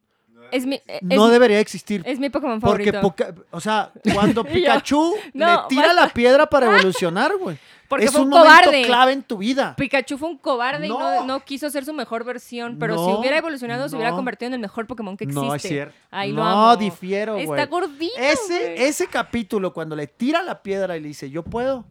A: Es mi, eh, es,
C: No debería existir.
A: es mi Pokémon
C: Porque,
A: favorito.
C: Poca- o sea, cuando Pikachu
A: No,
C: le tira la piedra para evolucionar, güey.
A: Porque
C: es
A: fue
C: un
A: un
C: momento
A: cobarde.
C: clave en tu vida.
A: Pikachu fue un cobarde y
C: No.
A: no, no quiso ser su mejor versión, pero si
C: No,
A: hubiera evolucionado se hubiera
C: no.
A: convertido en el mejor Pokémon que existe.
C: No, es cierto.
A: Ay, lo
C: no,
A: amo.
C: difiero, güey.
A: Está gordito. güey.
C: Ese, ese capítulo, cuando le tira la piedra y le dice, yo puedo.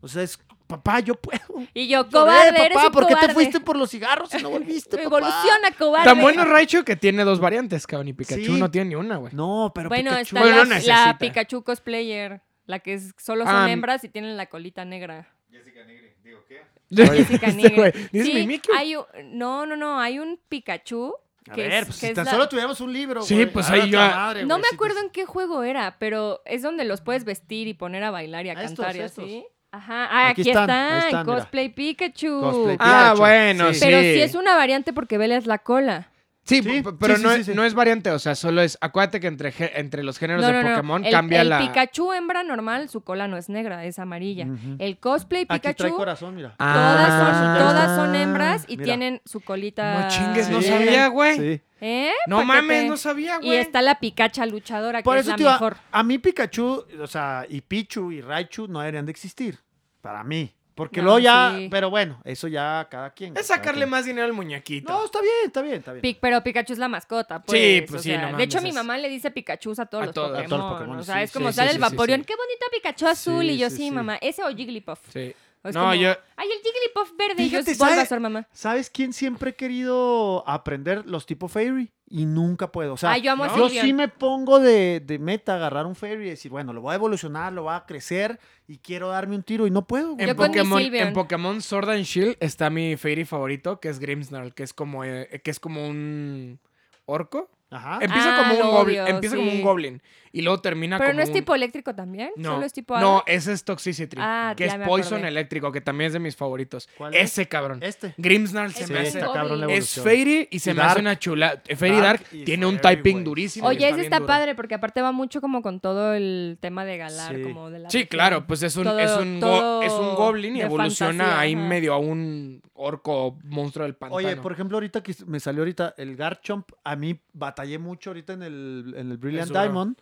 C: O sea, es, papá, yo puedo.
A: Y yo,
C: Lloré,
A: cobarde, eres
C: papá,
A: un
C: ¿por qué
A: cobarde.
C: te fuiste por los cigarros y no volviste, papá?
A: Evoluciona, cobarde.
B: Tan bueno es Raichu que tiene dos variantes, cabrón. Y Pikachu
C: Sí.
B: no tiene ni una, güey.
C: No, pero
A: Bueno,
C: Pikachu...
A: está
B: Bueno, no
A: la,
B: necesita.
A: la Pikachu cosplayer, la que es- solo son
B: Ah,
A: hembras y tienen la colita negra.
D: Jessica Negri, digo, ¿qué?
A: Jessica
B: Este
A: Nigel.
B: güey, ¿dices
A: Sí,
B: Mimikyu?
A: hay un- no, no, no, hay un Pikachu
C: A
A: que
C: ver,
A: es-
C: pues
A: que
C: si
A: es
C: tan
A: la-
C: solo tuviéramos un libro,
B: Sí,
C: güey.
B: pues
C: Ahora
B: ahí
C: la
B: ya-
C: madre,
A: No
C: güey,
A: me
C: si
A: acuerdo
C: te-
A: en qué juego era, pero es donde los puedes vestir y poner a bailar y a
C: A Ah, estos,
A: cantar y
C: estos.
A: así. Ajá, ah,
C: Aquí
A: aquí,
C: están,
A: están,
C: ahí están, mira.
A: cosplay Pikachu.
C: Cosplay Pikachu.
B: Ah, bueno,
C: Sí.
B: sí.
A: Pero sí es una variante porque Vela es la cola.
B: Sí,
C: Sí,
B: p- pero
C: sí,
B: no,
C: sí,
B: es-
C: sí, sí.
B: no es variante, o sea, solo es. Acuérdate que entre, gé- entre los géneros
A: No,
B: de
A: no, no.
B: Pokémon
A: el,
B: cambia
A: el
B: la.
A: Pikachu hembra normal, su cola no es negra, es amarilla.
C: Ujú.
A: El cosplay
C: Aquí trae
A: Pikachu,
C: corazón, mira.
A: todas,
B: Ah.
A: son, todas son hembras y
C: Mira.
A: tienen su colita.
B: No chingues, no
A: Sí.
B: sabía, güey.
C: Sí.
A: ¿Eh?
B: No
A: Paquete.
B: mames, no sabía,
A: Y
B: güey.
A: está la Picacha luchadora, que
C: Por
A: es
C: eso,
A: la
C: tío,
A: mejor.
C: a mí Pikachu, o sea, y Pichu y Raichu no deberían de existir. Para mí. Porque
A: No,
C: luego ya...
A: sí.
C: Pero bueno, eso ya cada quien.
B: Es
C: cada
B: sacarle
C: quien.
B: más dinero al muñequito.
C: No, está bien, está bien, está bien.
A: Pi- pero Pikachu es la mascota, pues.
B: Sí, pues
A: o
B: sí,
A: sea,
B: no
A: de
B: mames,
A: hecho, mi
B: es-
A: mamá le dice Pikachu a todos
B: A
A: los
B: todo- a
A: Pokémon.
C: todos los Pokémon,
A: O sea,
C: sí,
A: es como
C: sí,
A: sale
C: sí,
A: el
C: sí, sí.
A: Vaporeon. ¡Qué bonito Pikachu azul!
C: Sí,
A: y yo,
C: sí,
A: sí,
C: sí.
A: mamá. Ese o Jigglypuff.
B: Sí.
A: O es
B: No,
A: como,
B: yo.
A: Ay, el Jigglypuff verde. y yo
C: Fíjate,
A: es
C: ¿sabe?
A: Bulbasaur, mamá.
C: ¿Sabes quién siempre he querido aprender los tipo fairy? Y nunca puedo. O sea,
A: Ay, yo amo a
C: yo
A: Sylveon.
C: sí me pongo de, de meta agarrar un fairy y decir, bueno, lo voy a evolucionar, lo voy a crecer y quiero darme un tiro y no puedo. güey.
B: En
A: Yo con mi
B: Pokémon,
A: Sylveon.
B: en Pokémon Sword and Shield está mi Fairy favorito, que es Grimmsnarl, que es como, eh, que es como un orco.
C: Ajá.
B: Empieza,
A: Ah,
B: como, un
A: lo
B: goblin,
A: odio,
B: empieza como
A: sí.
B: un goblin y luego termina
A: Pero
B: como
A: no es
B: un-
A: tipo eléctrico también.
B: No,
A: Solo es tipo.
B: no,
A: hada?
B: ese es Toxicity,
A: Ah,
B: que
A: ya
B: es
A: me
B: Poison
A: acordé.
B: Eléctrico, que también es de mis favoritos.
C: ¿Cuál es?
B: Ese cabrón.
C: Este.
B: Grimmsnarl se
A: Sí,
B: me
A: está
B: hace...
A: cabrón la
B: Es
C: evolución.
B: Fairy y se
C: Y
B: me
C: Dark.
B: hace una chula... Fairy Dark,
C: Dark y
B: tiene un
C: Fairy,
B: typing
C: güey.
B: durísimo. y
A: Oye,
B: bien
A: ese está
B: duro.
A: padre porque aparte va mucho como con todo el tema de Galar,
C: Sí.
A: como de la
B: Sí,
A: región. Ah,
B: claro, pues es un,
A: Todo-
B: es un, go-
A: todo
B: es un goblin y
A: de
B: evoluciona
A: fantasía,
B: ahí
A: ajá.
B: medio a un orco monstruo del pantano.
C: Oye, por ejemplo, ahorita que me salió ahorita el Garchomp, a mí batallé mucho ahorita en el, en el Brilliant
B: Es duro.
C: Diamond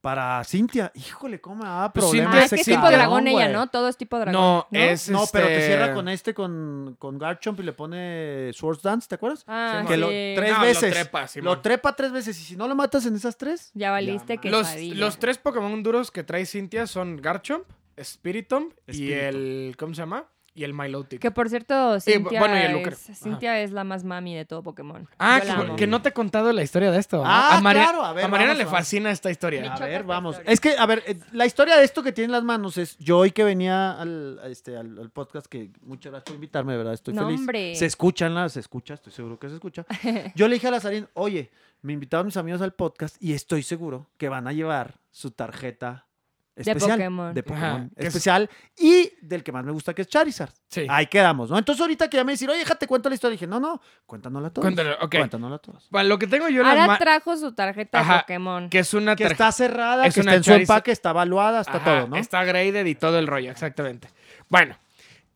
C: para Cintia. Híjole, cómo me daba
B: Pues
C: problemas
B: Cintia-
A: Ah, es
B: ese
A: que es
B: cabrón,
A: tipo dragón ella,
C: güey.
A: ¿no? Todo es tipo dragón.
B: No, es
C: No, pero te
B: este-
C: cierra con este, con, con Garchomp y le pone Swords Dance, ¿te acuerdas?
A: Ah,
C: que lo,
A: sí.
C: tres
B: No, lo
C: veces.
B: trepa, Simón.
C: Lo trepa tres veces. Y si no lo matas en esas tres.
A: Ya valiste que
B: Los, los tres Pokémon duros que trae Cintia son Garchomp, Spiritomb y
C: Spiritomb.
B: el... ¿Cómo se llama? Y el Milotic.
A: Que por cierto,
B: Sí, Eh, bu-
A: Cintia,
B: bueno, y el lucro.
A: es,
B: Ajá.
A: Cintia es la más mami de todo Pokémon.
B: Ah,
A: Yo la
B: que,
A: amo.
B: que no te he contado la historia de esto. ¿no?
C: Ah,
B: a Mari-
C: claro, a ver,
B: a Mariana
C: vamos,
B: le
C: vamos.
B: fascina esta historia.
C: A
A: choca
C: ver,
A: esta
C: vamos.
A: historia.
C: Es que, a ver, eh, la historia de esto que tiene en las manos es yo hoy que venía al, a este, al, al podcast, que muchas gracias por invitarme, de verdad, estoy
A: No,
C: feliz.
A: hombre.
C: Se escuchan las, se escucha, estoy seguro que se escucha. Yo le dije a Lazarín, oye, me invitaron mis amigos al podcast y estoy seguro que van a llevar su tarjeta especial
A: Pokémon.
C: de
B: Ajá, que es-
C: especial y del que más me gusta que es Charizard.
B: Sí.
C: Ahí quedamos, ¿no? Entonces ahorita que ya me decir, oye, déjate cuento la historia, dije, no, no, cuéntanosla todos.
B: Cuéntalo, ok.
C: Cuéntanosla todos.
B: Para lo que tengo yo en las
A: Ara
B: ma-
A: trajo su tarjeta
B: Ajá.
A: de Pokémon.
B: que es una
C: Que
B: tarjeta-
C: está cerrada,
B: Es
C: que
B: una
C: está en su
B: Charizard.
C: empaque, está evaluada, está
B: Ajá,
C: todo, ¿no?
B: Está graded y todo el rollo, exactamente. Bueno,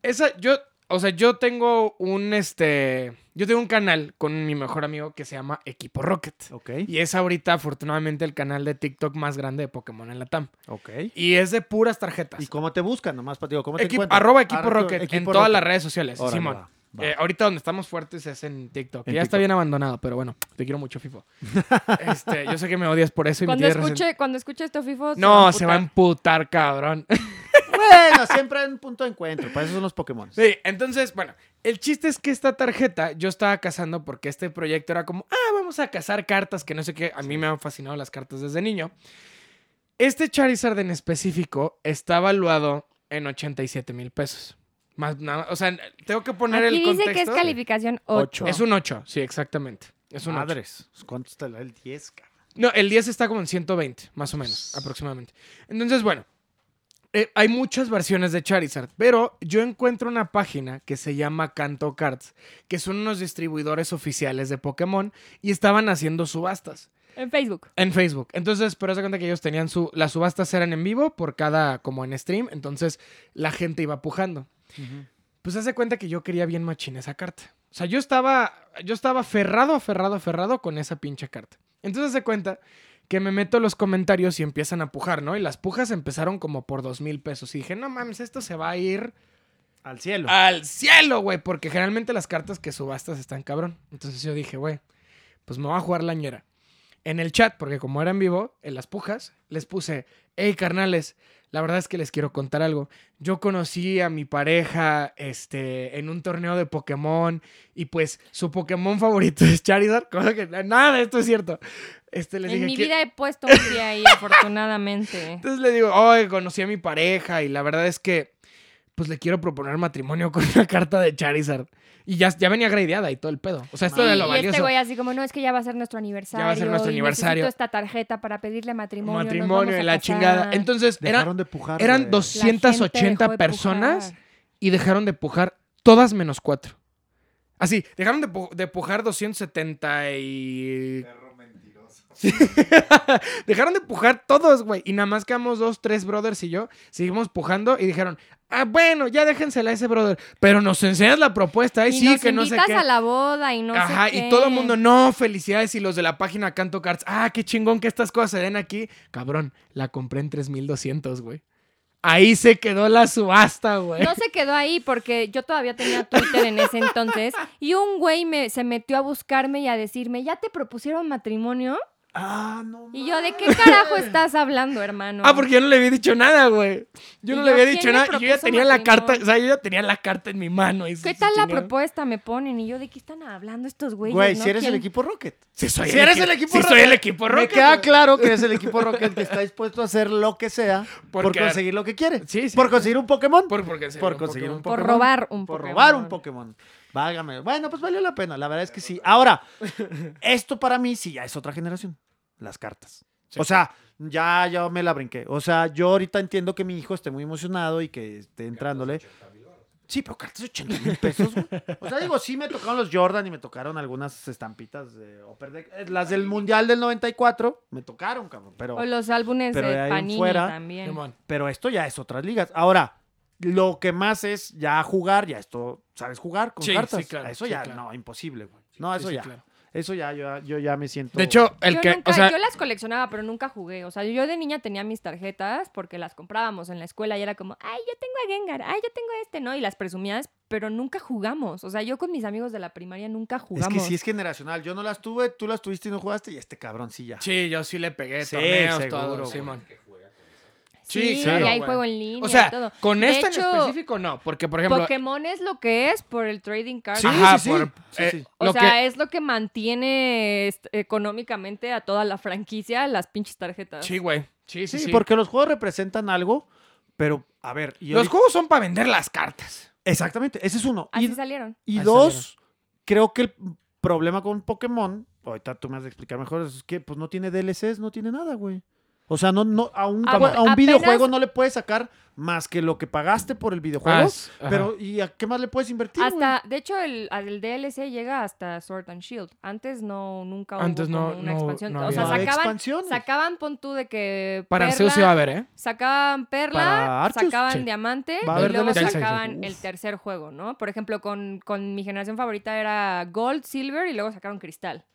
B: esa yo, o sea, yo tengo un este, yo tengo un canal con mi mejor amigo que se llama Equipo Rocket.
C: Ok,
B: Y es ahorita afortunadamente el canal de TikTok más grande de Pokémon en la TAM.
C: ok.
B: Y es de puras tarjetas.
C: ¿Y cómo te buscan? Nomás pa- digo, ¿cómo te
B: Equi-
C: encuentran?
B: arroba Equipo
C: Arroba
B: Rocket en
C: Equipo
B: todas
C: Rocket.
B: las redes sociales,
C: Órale,
B: Simón.
C: va, va.
B: Eh, ahorita donde estamos fuertes es en TikTok.
C: En
B: ya está
C: TikTok.
B: bien abandonado, pero bueno, te quiero mucho, FIFO. Este, yo sé que me odias por eso y me
A: cuando,
B: tienes
A: escuche, cuando escuche esto, FIFO.
B: resent- No, se va a
A: van
B: emputar, cabrón.
C: Bueno, siempre hay un punto de encuentro. Para eso son los Pokémon.
A: Pues.
B: Sí, entonces, bueno, el chiste es que esta tarjeta yo estaba cazando porque este proyecto era como, ah, vamos a cazar cartas, que no sé qué, a mí me han fascinado las cartas desde niño. Este Charizard en específico está valuado en 87 mil pesos. Más nada, o sea, tengo que poner
A: Aquí
B: el
A: dice
B: contexto.
A: que es calificación
C: Ocho.
A: 8.
B: Es un 8, sí, exactamente. Es un 8.
C: Madres. pues, ¿Cuánto está el 10, cabrón?
B: No, el 10 está como en 120, más o menos, aproximadamente. Entonces, bueno, eh, hay muchas versiones de Charizard, pero yo encuentro una página que se llama Canto Cards, que son unos distribuidores oficiales de Pokémon y estaban haciendo subastas
A: En Facebook.
B: en Facebook. Entonces, pero se cuenta que ellos tenían su. Las subastas eran en vivo por cada, como en stream, entonces la gente iba pujando. Pues hace cuenta que yo quería bien machín esa carta. O sea, yo estaba, yo estaba aferrado, aferrado, aferrado con esa pinche carta. Entonces se cuenta que me meto a los comentarios y empiezan a pujar, ¿no? Y las pujas empezaron como por dos mil pesos. Y dije, no mames, esto se va a ir
C: Al cielo.
B: al cielo, güey. Porque generalmente las cartas que subastas están cabrón. Entonces yo dije, güey, pues me voy a jugar la ñera. En el chat, porque como era en vivo, en las pujas, les puse, hey carnales, la verdad es que les quiero contar algo. Yo conocí a mi pareja este, en un torneo de Pokémon y pues su Pokémon favorito es Charizard, cosa que nada de esto es cierto. Este, les
A: en
B: dije,
A: mi
B: "Qui-
A: vida he puesto un pie ahí, afortunadamente.
B: entonces le digo, oye, conocí a mi pareja y la verdad es que, pues le quiero proponer matrimonio con una carta de Charizard. Y ya, ya venía gradeada y todo el pedo. O sea, esto
A: Sí,
B: era lo
A: y este
B: valioso.
A: güey así como, no, es que ya va a ser nuestro aniversario.
B: nuestro
A: y
B: aniversario.
A: necesito esta tarjeta para pedirle matrimonio. nos
B: matrimonio
A: vamos a
B: y la
A: casar".
B: chingada.
A: La
B: Entonces,
C: Dejaron
B: eran,
C: de pujar.
B: eran
C: güey.
A: gente dejó de
B: 280
A: pujar.
B: personas y dejaron de pujar todas menos cuatro. Así, dejaron de, pu- de pujar 270 y...
D: Perro mentiroso.
B: Dejaron de pujar todos, güey. Y nada más quedamos dos, tres brothers y yo. Seguimos pujando y dijeron, ah, bueno, ya déjensela a ese brother. Pero nos enseñas la propuesta. Ay,
A: Y
B: sí,
A: nos
B: que no sé
A: invitas
B: qué.
A: a la boda y no
B: Ajá,
A: sé qué.
B: y todo el mundo, no, felicidades. Y los de la página Canto Cards, ah, qué chingón que estas cosas se den aquí. Cabrón, la compré en 3200, güey. Ahí se quedó la subasta, güey.
A: No se quedó ahí porque yo todavía tenía Twitter en ese entonces y un güey me, se metió a buscarme y a decirme, ¿ya te propusieron matrimonio?
C: Ah, no.
A: Y yo, ¿de qué carajo estás hablando, hermano?
B: Ah, porque yo no le había dicho nada, güey. Yo
A: Y yo,
B: no le había
A: ¿quién
B: dicho
A: le
B: nada. y Yo ya
A: propuso
B: tenía la carta, o
A: matrimonio?
B: sea, yo ya tenía la carta en mi mano. y
A: ¿Qué
B: se-
A: tal la
B: chingaron.
A: propuesta me ponen? Y yo, ¿de qué están hablando estos güeyes?
C: Güey,
A: no?
C: si eres el
A: ¿Quién-
C: equipo Rocket.
B: Si soy
C: Si eres el equipo
B: sí
C: Rocket.
B: soy el equipo Rocket.
C: Me queda
B: güey.
C: claro que eres el equipo Rocket que está dispuesto a hacer lo que sea por,
B: Porque-
C: conseguir lo que quiere.
B: Sí, sí.
C: Por conseguir un Pokémon.
B: Por, porque se
C: Por
B: dio
C: conseguir un
A: Por
C: Pokémon.
A: robar un
C: por
A: Pokémon.
C: robar un Pokémon. Válgame. Bueno, pues valió la pena. La verdad es que sí. Ahora, esto para mí sí ya es otra generación. Las cartas.
B: Sí.
C: O sea, ya yo me la brinqué. O sea, yo ahorita entiendo que mi hijo esté muy emocionado y que esté entrándole. Sí, pero cartas de 80 mil pesos, güey. O sea, digo, sí me tocaron los Jordan y me tocaron algunas estampitas de Upper Deck. Eh, Las del Mundial del 94 me tocaron, cabrón. Pero
A: O los álbumes
C: Pero
A: de
C: de ahí en
A: Panini
C: fuera,
A: también.
B: Simón.
C: pero esto ya es otras ligas. Ahora, lo que más es ya jugar, ya esto, ¿sabes jugar con
B: Sí,
C: cartas?
B: sí, claro,
C: eso
B: sí,
C: ya,
B: claro.
C: no, imposible, güey. No,
B: Sí,
C: eso
B: sí,
C: ya.
B: claro.
C: Eso ya, yo, yo ya me siento...
B: De hecho, el
A: yo,
B: que.
A: nunca-
B: o sea,
A: yo las coleccionaba, pero nunca jugué. O sea, yo de niña tenía mis tarjetas porque las comprábamos en la escuela y era como, ay, yo tengo a Gengar, ay, yo tengo a este, ¿no? Y las presumías, pero nunca jugamos. O sea, yo con mis amigos de la primaria nunca
C: es
A: jugamos.
C: que sí es generacional. Yo no las tuve, tú las tuviste y no jugaste, y este cabrón sí ya.
B: Sí, yo sí le pegué
C: Sí,
B: torneos,
C: seguro,
B: todo,
C: güey.
B: Simón.
A: Sí,
B: Sí,
A: y
B: claro,
A: hay
B: güey.
A: juego en línea
B: O
A: y todo.
B: sea, con
A: De
B: esta
A: hecho,
B: en específico no, porque por ejemplo.
A: Pokémon es lo que es por el trading card.
C: Sí,
B: Ajá,
C: sí, sí.
B: por-
C: Sí,
B: eh,
C: sí.
A: O
B: lo
A: sea,
B: que-
A: es lo que mantiene est- económicamente a toda la franquicia las pinches tarjetas.
B: Sí, güey. Sí, sí,
C: Sí,
B: sí.
C: porque los juegos representan algo, pero, a ver... y
B: Los
C: ahorita-
B: juegos son para vender las cartas.
C: Exactamente, ese es uno.
A: Así
C: Y-
A: salieron.
C: Y
B: Ahí
C: dos, creo que el problema con Pokémon, ahorita tú me has de explicar mejor, es que pues no tiene DLCs, no tiene nada, güey. O sea, no, no, a un,
A: Ah,
C: a-
A: bueno,
C: a un
A: apenas-
C: videojuego no le puedes sacar más que lo que pagaste por el videojuego.
B: Más, Ah, ajá.
C: pero, ¿y a qué más le puedes invertir? güey?
A: Hasta, de hecho, el, el DLC llega hasta Sword and Shield. Antes no, nunca hubo
B: Antes no-
A: como una
B: no-
A: expansión.
B: no
A: o sea,
B: había.
C: No,
A: sacaban,
C: expansiones.
A: sacaban pon tú de que
B: Para
A: Perla,
B: Arceus se va a ver, ¿eh?
A: sacaban Perla,
C: Para Arceus,
A: sacaban
B: sí.
A: Diamante
C: Va a
A: y
C: haber
A: luego
B: DLC.
A: sacaban
C: Uf.
A: el tercer juego, ¿no? Por ejemplo, con, con mi generación favorita era Gold, Silver y luego sacaron Cristal.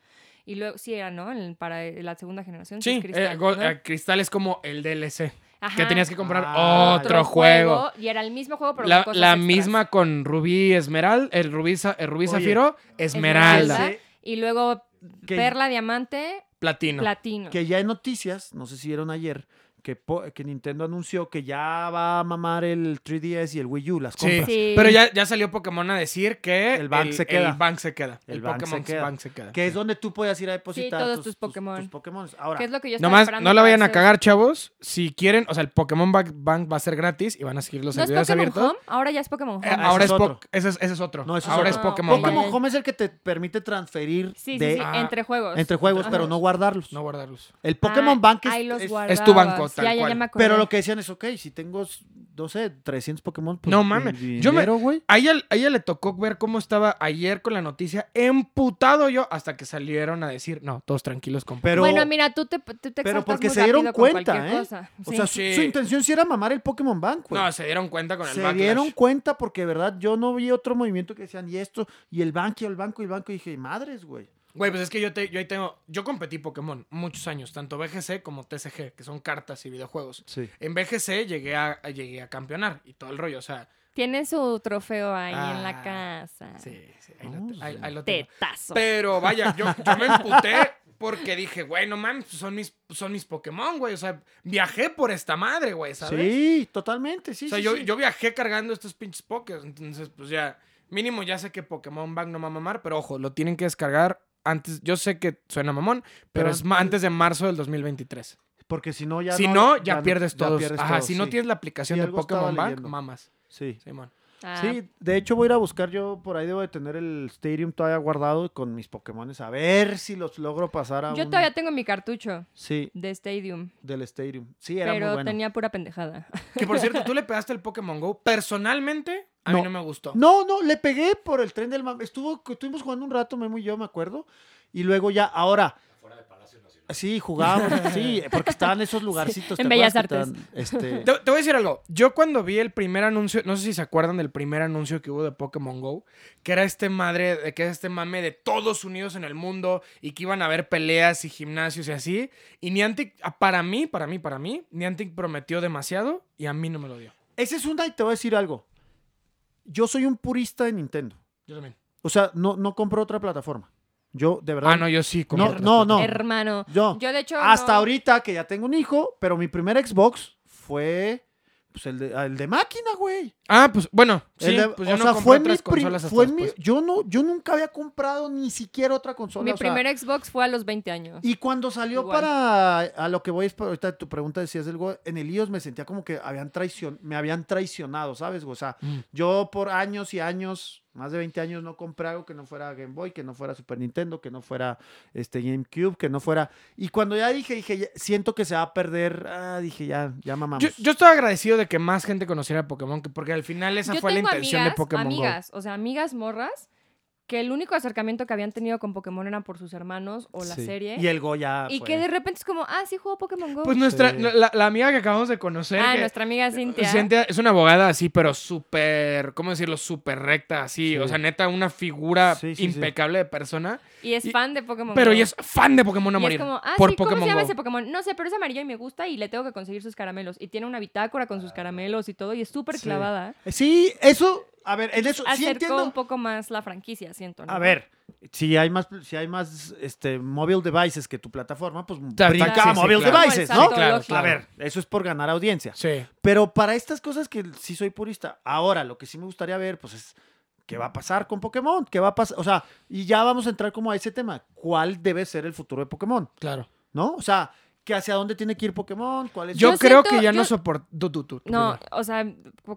A: Y luego, sí era, ¿no? El- para la segunda generación.
B: Sí,
A: es Cristal,
B: eh, Gold-
A: ¿no?
B: eh, Cristal es como el DLC.
A: Ajá.
B: Que tenías que comprar
C: Ah,
B: otro juego.
A: Y era el mismo juego, pero
B: La,
A: con cosas
B: la
A: extras.
B: misma con Rubí Esmeralda, el Rubí, Sa- el Rubí
C: Oye.
B: Zafiro, Esmeralda,
A: Esmeralda. Y luego
C: Que-
A: Perla, Diamante,
B: Platino.
A: Platino.
C: Que ya en noticias, no sé si vieron ayer, que, po- que Nintendo anunció que ya va a mamar el 3DS y el Wii U, las
B: Sí.
C: compras.
A: Sí.
B: pero ya, ya salió Pokémon a decir que
C: El bank se queda.
B: El bank se queda. El,
C: El bank se
B: Pokémon
C: queda.
B: bank se queda.
C: Que es donde tú puedes ir a depositar
A: todos tus Pokémon.
C: Pokémon. Ahora,
A: Que es lo que yo estaba
B: Nomás,
A: esperando
B: no la
A: para
B: vayan a
A: hacer.
B: cagar, chavos. Si quieren, o sea, el Pokémon Bank, Bank va a ser gratis y van a seguir los
A: ¿No es
B: servidores
A: Pokémon
B: abiertos.
A: Home? Ahora ya es Pokémon Home.
B: Eh,
C: ese
B: ahora
C: es
B: es,
C: otro.
B: Poc- ese es, ese es otro.
C: No, ese es
A: otro.
B: ahora es
A: Ah,
B: Pokémon
A: Pokémon
B: Bank.
C: Pokémon Home es el que te permite transferir
A: sí, sí,
C: de
A: sí,
B: Ah,
A: entre juegos.
C: entre juegos,
A: Ajá. Ah,
C: pero no guardarlos.
B: No guardarlos.
C: El Pokémon Bank es,
A: Ahí los
C: es-
A: guardabas.
B: tu banco, tal
A: ya, ya, ya
B: cual.
A: me acordé.
C: pero lo que decían es, ok, si tengo, no sé, 300 Pokémon. pues,
B: No
C: el
B: mames, yo me-
C: dinero, güey.
B: A ella, a ella le tocó ver cómo estaba ayer con la noticia. Emputado yo hasta que salieron a decir, no, todos tranquilos con
C: Pero,
A: Bueno, mira, tú te, tú te
C: pero
A: exaltas
C: porque
A: muy
C: se dieron
A: rápido con
C: cuenta,
A: cualquier
C: ¿eh?
A: cosa.
C: o
A: Sí.
C: sea, su,
B: Sí.
C: su intención sí era mamar el Pokémon Bank, güey.
B: No, se dieron cuenta con el
C: se
B: backlash.
C: dieron cuenta porque de verdad yo no vi otro movimiento que decían y esto y el banco y el banco y el banco y dije madres güey
B: Güey, pues es que yo, te- yo ahí tengo. Yo competí Pokémon muchos años, tanto BGC como TCG, que son cartas y videojuegos.
C: Sí.
B: En BGC llegué a, a- llegué a campeonar y todo el rollo, o sea.
A: Tiene su trofeo ahí en
B: Ah,
A: la casa.
B: Sí, sí, ahí, lo,
C: No,
B: ahí- ahí lo tengo.
A: Tetazo.
B: Pero vaya, yo, yo me emputé porque dije, güey, no mames, son mis, son mis Pokémon, güey. O sea, viajé por esta madre, güey, ¿sabes?
C: Sí, totalmente, sí.
B: O sea,
C: sí,
B: yo,
C: sí.
B: yo viajé cargando estos pinches Pokés. Entonces, pues ya, mínimo ya sé que Pokémon Bank no va a mamar, pero ojo, lo tienen que descargar antes. Yo sé que suena mamón, pero,
C: Pero
B: es ma- antes de marzo del 2023.
C: Porque si no, ya
B: si no, ya, pierdes todos. Ajá, si no
C: sí.
B: tienes la aplicación
C: Sí,
B: de
C: algo estaba
B: Pokémon Bank,
C: leyendo.
B: mamas.
C: Sí.
B: Simón.
A: Ah,
C: Sí, de hecho voy a ir a buscar yo, por ahí debo de tener el Stadium todavía guardado con mis Pokémones, a ver si los logro pasar a
A: Yo
C: un-
A: todavía tengo mi cartucho
C: Sí,
A: de Stadium,
C: del Stadium. Sí, era
A: pero
C: muy bueno.
A: tenía pura pendejada.
B: Que por cierto, tú le pegaste el Pokémon Go. Personalmente, a mí
C: No.
B: no me gustó.
C: No, no, le pegué por el tren del mame. Estuvo, estuvimos jugando un rato, Memo y yo, me acuerdo. Y luego ya, ahora. Sí, jugábamos, sí, porque estaban esos lugarcitos.
A: en
C: ¿te
A: Bellas
C: acuerdas que estaban, este
B: Te, te voy a decir algo. Yo cuando vi el primer anuncio, no sé si se acuerdan del primer anuncio que hubo de Pokémon Go, que era este madre, de- que era este mame de todos unidos en el mundo y que iban a haber peleas y gimnasios y así. Y Niantic, ah, para mí, para mí, para mí, Niantic prometió demasiado y a mí no me lo dio.
C: este, ese es una, y te voy a decir algo. Yo soy un purista de Nintendo.
B: Yo también.
C: O sea, no, no compro otra plataforma. Yo, de verdad.
B: Ah, no, yo sí. como
C: No,
B: otras
C: no, no.
A: Hermano.
C: Yo,
A: Yo, de hecho.
C: hasta
A: no-
C: ahorita que ya tengo un hijo, pero mi primer Xbox fue pues, el, de, el de máquina, güey.
B: Ah, pues bueno, sí,
C: El de-
B: pues
C: o
B: yo no
C: sea,
B: compré
C: fue en
B: otras
C: mi prim-
B: consolas hasta
C: fue en mi-
B: después.
C: yo, no, yo nunca había comprado ni siquiera otra consola.
A: Mi
C: o sea,
A: primer Xbox fue a los 20 años.
C: y cuando salió
A: Igual.
C: para a lo que voy es para- ahorita tu pregunta decías del Go, en el iOS me sentía como que habían traición, me habían traicionado, ¿sabes? güey? O sea,
B: Mm.
C: yo por años y años, más de 20 años no compré algo que no fuera Game Boy, que no fuera Super Nintendo, que no fuera este GameCube, que no fuera y cuando ya dije, dije, ya- siento que se va a perder, ah, dije, ya ya mamamos.
B: Yo, yo estaba agradecido de que más gente conociera Pokémon, que- porque al final esa
A: yo
B: fue la
A: tengo
B: intención
A: amigas,
B: de Pokémon
A: amigas, o sea, amigas morras, que el único acercamiento que habían tenido con Pokémon era por sus hermanos o la
C: Sí.
A: serie.
C: y el Go ya
A: y
C: fue.
A: que de repente es como, ah, sí juego Pokémon Go.
B: Go. Pues nuestra,
C: Sí.
B: la, la amiga que acabamos de conocer,
A: ah,
B: que-
A: nuestra amiga Cintia.
B: Cintia es una abogada así, pero súper, ¿cómo decirlo? Súper recta, así.
C: Sí.
B: O sea, neta, una figura
C: Sí, sí, sí.
B: impecable de persona.
A: Y es
B: y-
A: fan de Pokémon
B: Pero
A: Go.
B: ella es fan de Pokémon a
A: Y
B: morir.
A: es como, ah,
B: por
A: sí,
B: Pokémon
A: ¿cómo se llama
B: Go.
A: ese Pokémon? No sé, pero es amarillo y me gusta y le tengo que conseguir sus caramelos. Y tiene una bitácora
B: Ah.
A: con sus caramelos y todo y es súper
C: Sí.
A: clavada.
C: Eh, Sí, eso, a ver, en eso sí
A: Acercó
C: entiendo.
A: un poco más la franquicia, siento. ¿no?
C: A ver, si hay más, si hay más este, mobile devices que tu plataforma, pues
B: Ta- ta-
C: brinca
A: sí,
C: a
A: sí,
C: mobile
A: claro.
C: devices,
A: Como el
C: ¿no?
A: salto
B: Claro,
A: lógico.
C: A
B: claro.
C: ver, eso es por ganar audiencia.
B: Sí.
C: Pero para estas cosas que sí soy purista, ahora lo que sí me gustaría ver, pues es qué va a pasar con Pokémon, qué va a pasar, o sea, y ya vamos a entrar como a ese tema, ¿cuál debe ser el futuro de Pokémon,
B: Claro.
C: no? O sea, que hacia dónde tiene que ir Pokémon, cuál es
B: Yo,
A: Yo
B: creo
A: siento-
B: que ya no
A: yo-
B: soporto. Tú, tú, tú, tú
A: No,
B: primero.
A: o sea,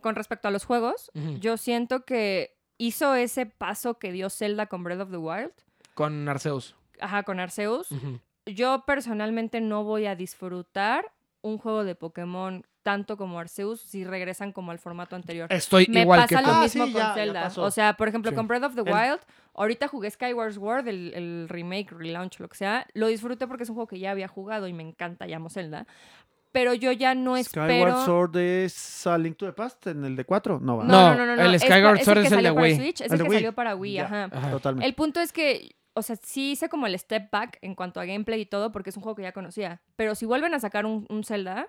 A: con respecto a los juegos,
B: Ujú.
A: yo siento que hizo ese paso que dio Zelda con Breath of the Wild,
B: Con Arceus.
A: ajá, con Arceus.
B: Ujú.
A: Yo personalmente no voy a disfrutar un juego de Pokémon tanto como Arceus si regresan como al formato anterior.
B: Estoy
A: Me
B: Eh, igual que
A: pasa
B: tú.
A: lo
C: Ah,
A: mismo
C: sí,
A: con
C: ya- ya
A: Zelda.
C: pasó.
A: O sea, por ejemplo,
B: Sí.
A: con Breath of the
B: El-
A: Wild, ahorita jugué Skyward Sword, el, el remake, relaunch, lo que sea. Lo disfruté porque es un juego que ya había jugado y me encanta, llamo Zelda. Pero yo ya no espero...
C: Skyward Sword es a Link to the Past en el de 4, no va.
B: No, el
A: es
B: Skyward
A: pa-
B: Sword
A: que
B: es el
A: salió
B: de
A: para
B: Wii.
A: Switch, es
C: El
A: el
C: de
A: que
C: Wii.
A: salió para Wii,
C: Ya.
A: ajá.
B: Ajá.
C: Totalmente.
A: El punto es que, o sea, sí hice como el step back en cuanto a gameplay y todo, porque es un juego que ya conocía. Pero si vuelven a sacar un, un Zelda,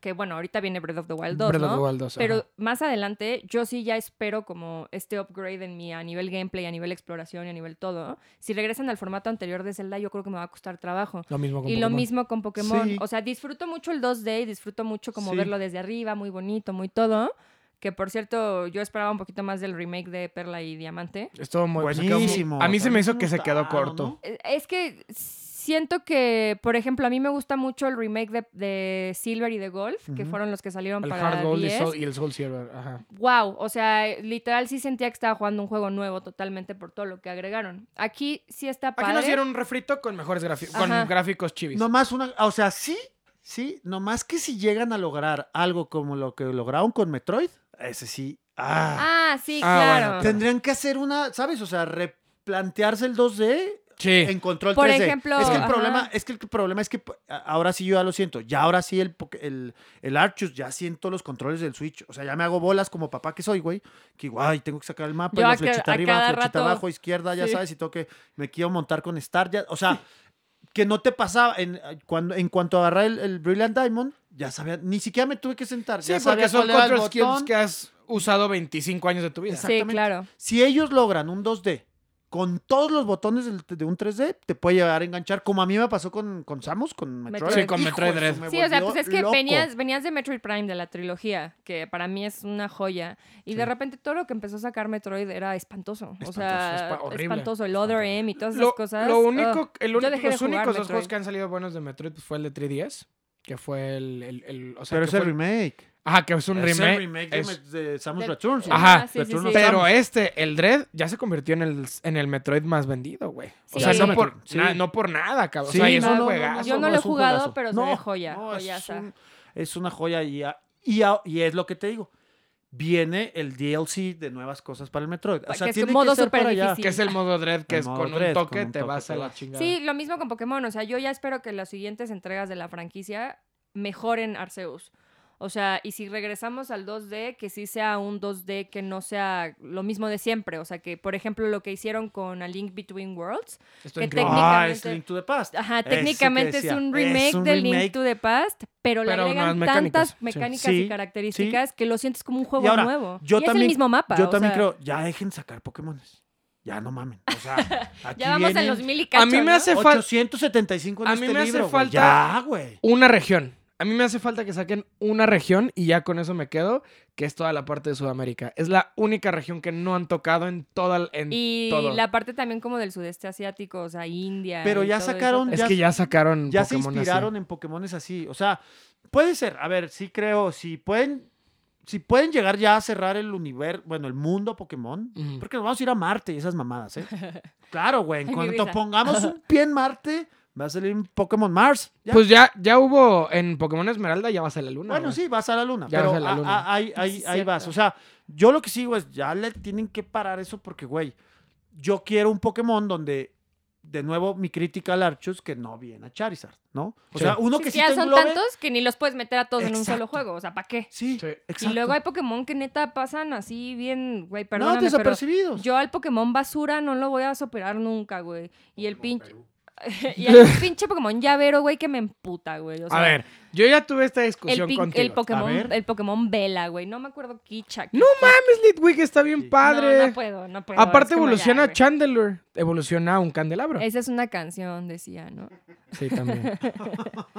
A: que bueno, ahorita viene Breath of the Wild 2,
B: Breath of
A: ¿no?
B: the Wild 2,
A: Pero
B: ajá.
A: más adelante, yo sí ya espero como este upgrade en mí a nivel gameplay, a nivel exploración y a nivel todo. Si regresan al formato anterior de Zelda, yo creo que me va a costar trabajo.
B: Lo mismo con
A: Y lo
B: Pokémon.
A: mismo con Pokémon.
C: Sí.
A: O sea, disfruto mucho el 2D y disfruto mucho como
C: Sí.
A: verlo desde arriba, muy bonito, muy todo. Que por cierto, yo esperaba un poquito más del remake de Perla y Diamante.
B: Estuvo muy se quedó muy-
C: Buenísimo.
B: A mí se me hizo
C: También
B: que se quedó
C: gustaron,
B: corto.
C: ¿no?
A: Eh, Es que siento que, por ejemplo, a mí me gusta mucho el remake de, de Silver y de Golf, que
C: Ujú.
A: fueron los que salieron
B: El
A: para
B: Hard Gold y,
A: 10.
B: Soul- y el Soul Silver. Ajá.
A: Wow, o sea, literal sí sentía que estaba jugando un juego nuevo totalmente por todo lo que agregaron. Aquí sí está
B: Aquí
A: padre.
B: nos dieron un refrito con mejores gráficos. Con
A: Ajá.
B: gráficos chivis.
C: Nomás una, o sea, sí, sí, nomás que si llegan a lograr algo como lo que lograron con Metroid, ese sí, ah,
A: Ah, sí,
B: Ah, bueno,
A: claro.
B: claro.
C: tendrían que hacer una, ¿sabes? O sea, replantearse el 2D,
B: Sí.
C: encontró el
A: Por
C: 3D.
A: ejemplo,
C: es que el
A: ajá.
C: problema es que el problema es que p- a- ahora sí yo ya lo siento. Ya ahora sí el Poké- el, el Archus ya siento los controles del Switch, o sea, ya me hago bolas como papá que soy, güey, que guay, tengo que sacar el mapa,
A: Yo
C: y
A: a
C: la
A: que-
C: flechita
A: a
C: arriba,
A: cada
C: flechita
A: rato-
C: abajo, izquierda, ya
A: Sí.
C: sabes, y tengo que me quiero montar con Star ya, o sea, que no te pasaba en cuando en cuanto agarré el, el Brilliant Diamond, ya sabía, ni siquiera me tuve que sentar,
B: Sí,
C: ya sabía
B: porque son
C: cuál era el
B: control skills
C: botón.
B: que has usado 25 años de tu vida.
C: Exacto.
A: Sí,
C: exactamente.
A: claro.
C: Si ellos logran un 2D con todos los botones del- de un 3D, te puede llegar a enganchar, como a mí me pasó con, con Samus, con Metroid.
A: Metroid. Sí,
B: con
C: Hijo,
B: Metroid
C: eso
B: Dread.
C: me
A: Sí, o sea,
C: volvió
A: pues es que
C: loco.
A: venías, venías de Metroid Prime, de la trilogía, que para mí es una joya. Y de repente todo lo que empezó a sacar Metroid era espantoso. o sea,
B: Espantoso, espa- horrible.
A: espantoso. El Other M y todas esas
B: Lo,
A: cosas.
B: lo único,
A: ugh.
B: el
A: Yo
B: único-
A: dejé de
B: los
A: jugar
B: únicos dos
A: Metroid.
B: juegos que han salido buenos de Metroid pues, fue el de 3DS, que fue el... el- el- o sea,
C: Pero
B: que
C: es el
B: fue-
C: remake.
B: Ajá, que es un
C: Es el
B: remake.
C: de,
B: es-
C: Met- de Samus
A: Del-
C: Returns.
B: Ajá.
A: sí, sí,
C: Return
A: sí.
C: of
B: Pero
C: Samus.
B: este, el Dread, ya se convirtió en el, en el Metroid más vendido, güey. O
A: Sí.
B: sea, no
A: Sí.
B: por,
C: Sí.
B: na- no por nada, cabrón.
C: Sí,
B: o sea, y es
A: no,
B: un
A: no, no,
B: juegazo.
A: Yo no lo he
C: es un
A: jugado,
C: juegazo.
A: pero se ve joya,
C: no, es
A: joyaza.
C: un- es una joya y, a- y, a- y es lo que te digo. Viene el DLC de nuevas cosas para el Metroid. O
A: Pa-
C: sea,
A: que es
C: tiene
A: un modo
C: que ser para
A: superdifícil.
C: allá.
B: Que es el modo Dread, que
C: El
B: es
C: modo
B: con un,
C: Dread,
B: toque,
C: con un
B: te
C: toque,
B: vas a
C: te
B: la
C: vas.
B: chingada.
A: Sí, lo mismo con Pokémon. O sea, yo ya espero que las siguientes entregas de la franquicia mejoren Arceus. O sea, y si regresamos al 2D, que sí sea un 2D que no sea lo mismo de siempre. O sea, que por ejemplo lo que hicieron con A Link Between Worlds,
B: Esto
A: que
B: es increíble.
A: técnica-
C: Ah, es
A: técnicamente-
C: Link to the Past.
A: ajá,
C: Ese que
A: técnicamente es
C: decía,
A: un remake
C: es un
A: de Link
C: remake.
A: to the Past, pero, le
B: Pero
A: agregan
B: nuevas
A: tantas
B: mecánicas, sí.
A: mecánicas
C: Sí,
A: y características que lo sientes como un juego
C: Y ahora,
A: nuevo. y
C: yo
A: es el
C: también-
A: mismo mapa.
C: Yo
A: o
C: también
A: sea,
C: creo, ya dejen sacar Pokémones. Ya no mamen. O sea, aquí
A: Ya vamos
C: vienen
A: en los mil y cacho,
B: A mí me
A: ¿no?
B: hace falta
C: 875 en
B: A mí
C: este
B: me hace
C: libro, güey.
B: falta-
C: Ya, güey.
B: una región. A mí me hace falta que saquen una región y ya con eso me quedo, que es toda la parte de Sudamérica. Es la única región que no han tocado en toda el- en
A: Y
B: todo.
A: la parte también como del sudeste asiático, o sea, India.
C: Pero
A: y
C: ya
A: todo eso
C: sacaron-
A: también.
B: Es
C: ya-
B: que ya sacaron
C: Ya
B: Pokémon
C: se
B: así.
C: inspiraron en Pokémones así. O sea, puede ser. A ver, sí creo, si pueden, si pueden llegar ya a cerrar el universo, bueno, el mundo Pokémon,
B: Ujú.
C: porque nos vamos a ir a Marte y esas mamadas, ¿eh? claro, güey. En
A: Ay, mi
C: cuanto
A: risa.
C: pongamos un pie en Marte, va a salir un Pokémon Mars. Ya.
B: Pues ya, ya hubo en Pokémon Esmeralda, ya vas a la luna.
C: Bueno,
B: güey.
C: sí, vas a la luna.
B: Ya
C: pero
B: vas a la
C: a-
B: luna.
C: a- ahí, ahí,
A: es
C: ahí vas.
A: cierto.
C: O sea, yo lo que sigo es, ya le tienen que parar eso porque, güey, yo quiero un Pokémon donde, de nuevo, mi crítica al Archus, que no viene a Charizard, ¿no? O
B: Sí.
C: sea, uno
A: Sí,
C: que sí,
A: ya
C: te
A: son
C: englobe-
A: tantos que ni los puedes meter a todos en un solo
C: Exacto.
A: juego. O sea, ¿para qué?
C: Sí,
B: Sí.
C: exacto.
A: Y luego hay Pokémon que neta pasan así bien, güey,
C: no,
A: perdóname, pero
C: desapercibidos.
A: yo al Pokémon basura no lo voy a superar nunca, güey. Y el pinche... y el pinche Pokémon llavero, güey, que me emputa, güey. O sea,
B: a ver, yo ya tuve esta
A: El,
B: discusión
A: pin- el
B: contigo.
A: Pokémon,
C: ver.
A: el Pokémon Vela, güey. No me acuerdo Kicha.
B: No mames, Litwick está bien
C: Sí.
B: padre.
A: No, no puedo, no puedo. es
B: Aparte
A: como ya,
B: evoluciona
A: güey.
B: Chandelure, evoluciona un candelabro.
A: Esa es una canción, decía, ¿no?
B: Sí, también.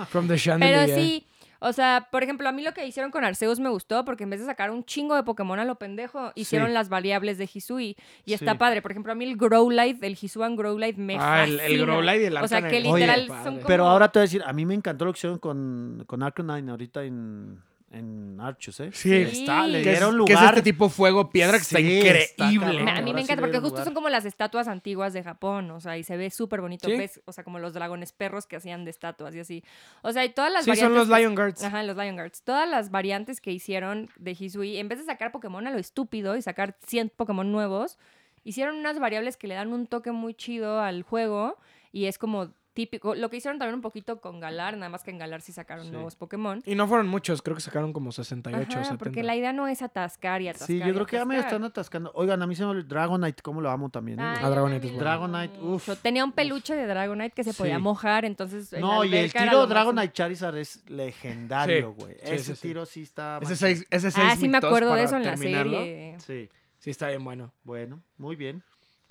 B: From the Chandelier.
A: Pero sí, o sea, por ejemplo, a mí lo que hicieron con Arceus me gustó porque en vez de sacar un chingo de Pokémon a lo pendejo, hicieron las variables de Hisui y está
C: Sí.
A: padre. Por ejemplo, a mí el Growlithe, el Hisuan Growlithe me
B: Ah, el- el
A: fascina.
B: Growlithe y el
A: O sea,
B: Arcanine.
A: que
C: Oye,
A: literal
B: padre.
A: son como...
C: Pero ahora te voy a decir, a mí me encantó lo que hicieron con, con Arcanine ahorita en, en Archus, ¿eh?
B: Sí.
C: Está, le
A: Que
B: es,
C: dieron
B: que es
C: lugar.
B: este tipo fuego piedra que está
C: Sí,
B: increíble.
C: está cabrón.
A: A mí
C: Ahora
A: me
C: sí
A: encanta
C: le
A: porque
C: dieron
A: justo
C: lugar.
A: son como las estatuas antiguas de Japón, o sea, y se ve súper bonito,
B: Sí.
A: ves, o sea, como los dragones perros que hacían de estatuas y así. O sea, y todas las
B: Sí, son
A: variantes
B: los
A: que-
B: Lion Guards.
A: Ajá, los Lion Guards. Todas las variantes que hicieron de Hisui, en vez de sacar Pokémon a lo estúpido y sacar 100 Pokémon nuevos, hicieron unas variables que le dan un toque muy chido al juego y es como típico. Lo que hicieron también un poquito con Galar, nada más que en Galar sí sacaron
C: Sí.
A: nuevos Pokémon.
B: Y no fueron muchos, creo que sacaron como 68 o
A: Ajá,
B: 70.
A: porque la idea no es atascar y atascar.
C: Sí,
A: y
C: yo creo que ya me
A: atascar.
C: están atascando. Oigan, a mí se me olvidó Dragonite, cómo lo amo también. ¿eh?
A: Ay,
B: A Dragonite
A: yo
B: es
A: también
B: bueno.
A: lo amo
C: Dragonite,
A: mucho.
C: uf.
A: Tenía un peluche de Dragonite que se podía
C: Sí.
A: mojar, entonces. en
C: No,
A: la
C: y el
A: alberca era
C: tiro
A: lo máximo.
C: Dragonite Charizard es legendario,
B: Sí,
C: güey.
B: sí,
C: Ese
B: sí, sí.
C: tiro sí está.
B: Ese
C: mal-
B: seis, ese seis
A: Ah, sí me
B: mitos
A: acuerdo de
B: para
A: eso en la
B: terminarlo.
A: serie.
C: Sí,
B: Sí, está bien bueno.
C: bueno, muy bien.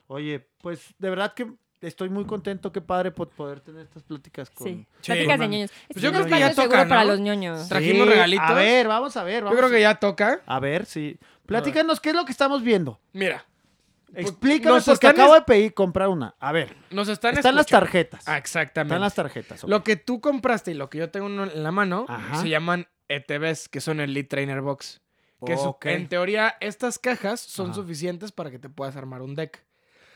C: Oye, pues de verdad que estoy muy contento, qué padre por poder tener estas pláticas con.
A: Sí.
B: Sí.
A: Pláticas de
B: Mami.
A: ñoños.
B: Pues
A: Es
B: yo
A: un
B: creo que ya
A: espacio seguro
B: toca, ¿no?
A: para los ñoños.
B: Trajimos
C: Sí,
B: regalitos.
C: A ver, vamos a ver.
B: Yo
C: Vamos
B: creo
C: a
B: que
C: ver.
B: ya toca.
C: A ver, sí. Platícanos qué es lo que estamos viendo.
B: Mira,
C: Explícanos,
B: nos
C: porque
B: están
C: acabo
B: es-
C: de pedir comprar una. A ver,
B: nos están
C: están, las
B: escuchando.
C: tarjetas.
B: Ah, exactamente.
C: están las tarjetas. ok.
B: Lo que tú compraste y lo que yo tengo uno en la mano
C: Ajá.
B: se llaman ETBs, que son Elite Trainer Box. Que su-
C: Ok,
B: en teoría estas cajas son
C: Ajá.
B: suficientes para que te puedas armar un deck.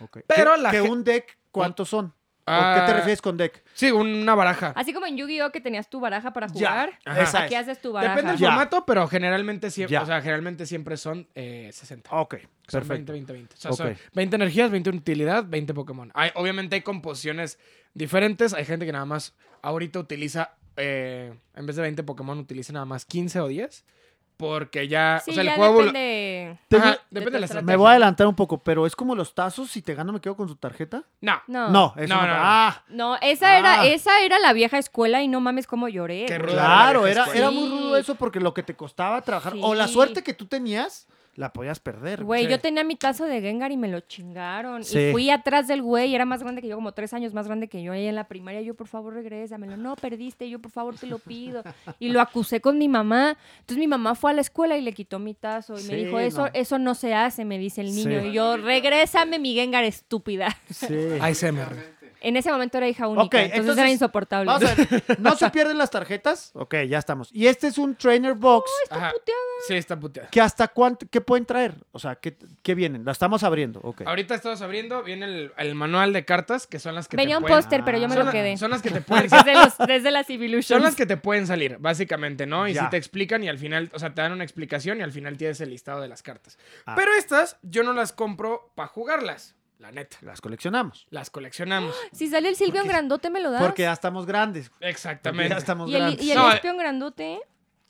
C: ok.
B: pero
C: Que-
B: la
C: que
B: gen-
C: un deck, ¿cuántos son? ¿O qué
B: Ah,
C: te refieres con deck?
B: Sí, una baraja.
A: Así como en Yu-Gi-Oh! que tenías tu baraja para
C: Ya.
A: jugar.
B: Ajá.
C: Esa
A: Aquí
C: es.
A: haces tu baraja.
B: Depende del
C: Ya.
B: formato, pero generalmente siempre,
C: Ya.
B: o sea, generalmente siempre son eh, 60.
C: Ok,
B: Son 20,
C: perfecto.
B: 20, 20. O sea, son
C: Ok.
B: 20 energías, 20 utilidad, 20 Pokémon. Hay- obviamente hay composiciones diferentes. Hay gente que nada más ahorita utiliza, eh, en vez de 20 Pokémon, utiliza nada más 15 o 10. Porque ya,
A: Sí,
B: o sea, el
A: ya
B: juego... evolu-
A: depende.
C: Te-
B: Ajá,
C: de
B: depende de la
A: tu
B: estrategia.
C: Me voy a adelantar un poco, pero es como los tazos, si te gano me quedo con su tarjeta.
B: No,
A: No.
C: No, eso
B: No,
C: no.
B: no, no.
C: Ah,
A: No, esa, era,
C: Ah.
A: esa era la vieja escuela y no mames cómo lloré.
B: Qué
A: güey.
B: ruda
C: claro,
B: la vieja
C: era,
B: escuela.
C: era muy rudo eso porque lo que te costaba trabajar o la
A: Sí.
C: suerte que tú tenías, la podías perder.
A: Güey,
B: Sí.
A: yo tenía mi tazo de Gengar y me lo chingaron.
C: Sí.
A: Y fui atrás del güey, y era más grande que yo, como tres años más grande que yo. Ahí en la primaria, yo, por favor, regrésamelo. No, perdiste, yo, por favor, te lo pido. Y lo acusé con mi mamá. Entonces mi mamá fue a la escuela y le quitó mi tazo. Y
C: Sí,
A: me dijo, eso
C: no.
A: no. eso no se hace, me dice el niño.
C: Sí.
A: Y yo, regrésame mi Gengar estúpida.
C: Sí.
B: ASMR.
A: En ese momento era hija única,
C: Ok,
A: entonces,
C: entonces,
A: era insoportable.
C: Vamos a ver, ¿no se pierden las tarjetas? Ok, ya estamos. Y este es un trainer box
B: Ajá.
A: puteada.
B: Sí, está puteada.
C: que hasta cuánto, ¿qué pueden traer? O sea, ¿qué, qué vienen? La estamos abriendo, ok.
B: Ahorita estamos abriendo, viene el, el manual de cartas, que son las que
A: Venía un
B: te pueden-
A: póster, pero yo me
B: son
A: lo
B: la-
A: quedé.
B: Son las que te pueden
A: Desde, los- desde las Evolutions.
B: Son las que te pueden salir, básicamente, ¿no? Y
C: Ya.
B: si te explican y al final, o sea, te dan una explicación y al final tienes el listado de las cartas.
C: Ah.
B: Pero estas yo no las compro para jugarlas, la neta.
C: Las coleccionamos.
B: Las coleccionamos.
A: Si sale el Silvio grandote, me lo das.
C: Porque ya estamos grandes. Porque
B: Exactamente.
C: ya estamos
A: Y el,
C: grandes.
A: y el
B: No, eh,
A: espión grandote.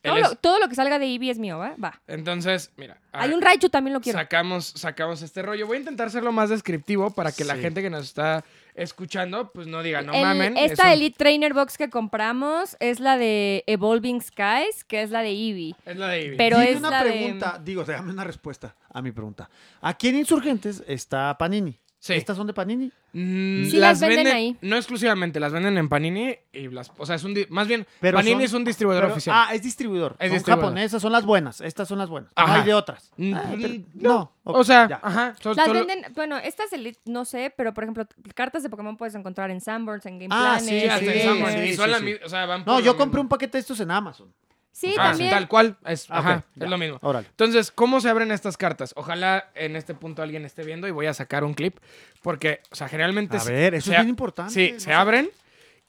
B: Él
A: Todo, lo,
B: es-
A: todo lo que salga de Eevee es mío, ¿va? Va.
B: Entonces, mira. a
A: Hay
B: ver,
A: un Raichu también lo quiero.
B: sacamos, sacamos este rollo. Voy a intentar serlo más descriptivo para que la
C: Sí.
B: gente que nos está escuchando, pues no diga, no
A: El-
B: mamen.
A: esta
B: es un-
A: Elite Trainer Box que compramos es la de Evolving Skies, que es la de Eevee.
B: es la de Ivy.
A: pero
C: Dime
A: es
C: una
A: la de-
C: pregunta, digo, déjame una respuesta a mi pregunta. Aquí en Insurgentes está Panini.
B: Sí.
C: ¿Estas son de Panini?
B: Mm,
A: Sí las venden ahí.
B: No exclusivamente, las venden en Panini y las. O sea, es un. di- Más bien,
C: Pero
B: Panini
C: son-
B: es un distribuidor
C: Pero-
B: oficial.
C: Ah, es distribuidor.
B: Es
C: son
B: distribuidor.
C: japonesas, son las buenas. Estas son las buenas.
B: Ajá.
C: No hay de otras.
B: Mm,
C: Ah, pero-
B: mm,
C: no. ok,
B: o sea,
C: ya.
B: ajá. so-
A: Las
B: solo-
A: venden, bueno, estas Elite no sé, pero por ejemplo, cartas de Pokémon puedes encontrar en Sanborns, en Game
C: Ah,
A: Planet. este,
B: Sí, hasta
A: en
B: en
C: Sí,
B: Sanborns,
A: Gamer.
B: y
C: sí,
B: son
C: sí,
B: la
C: sí.
B: mi- o sea, van por
C: No,
B: lo
C: yo compré
B: mismo.
C: un paquete de estos en Amazon.
A: Sí,
B: Ah,
A: también.
B: Tal cual. Es,
C: Ah,
B: ajá,
C: ok, ya.
B: es lo mismo.
C: Órale.
B: Entonces, ¿cómo se abren estas cartas? Ojalá en este punto alguien esté viendo y voy a sacar un clip. Porque, o sea, generalmente.
C: A
B: se-
C: ver, eso
B: se
C: es
B: a-
C: bien importante.
B: Sí,
C: no
B: se
C: sé.
B: abren.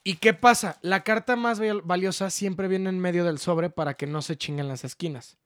B: ¿Y qué pasa? La carta más val- valiosa siempre viene en medio del sobre para que no se chinguen las esquinas.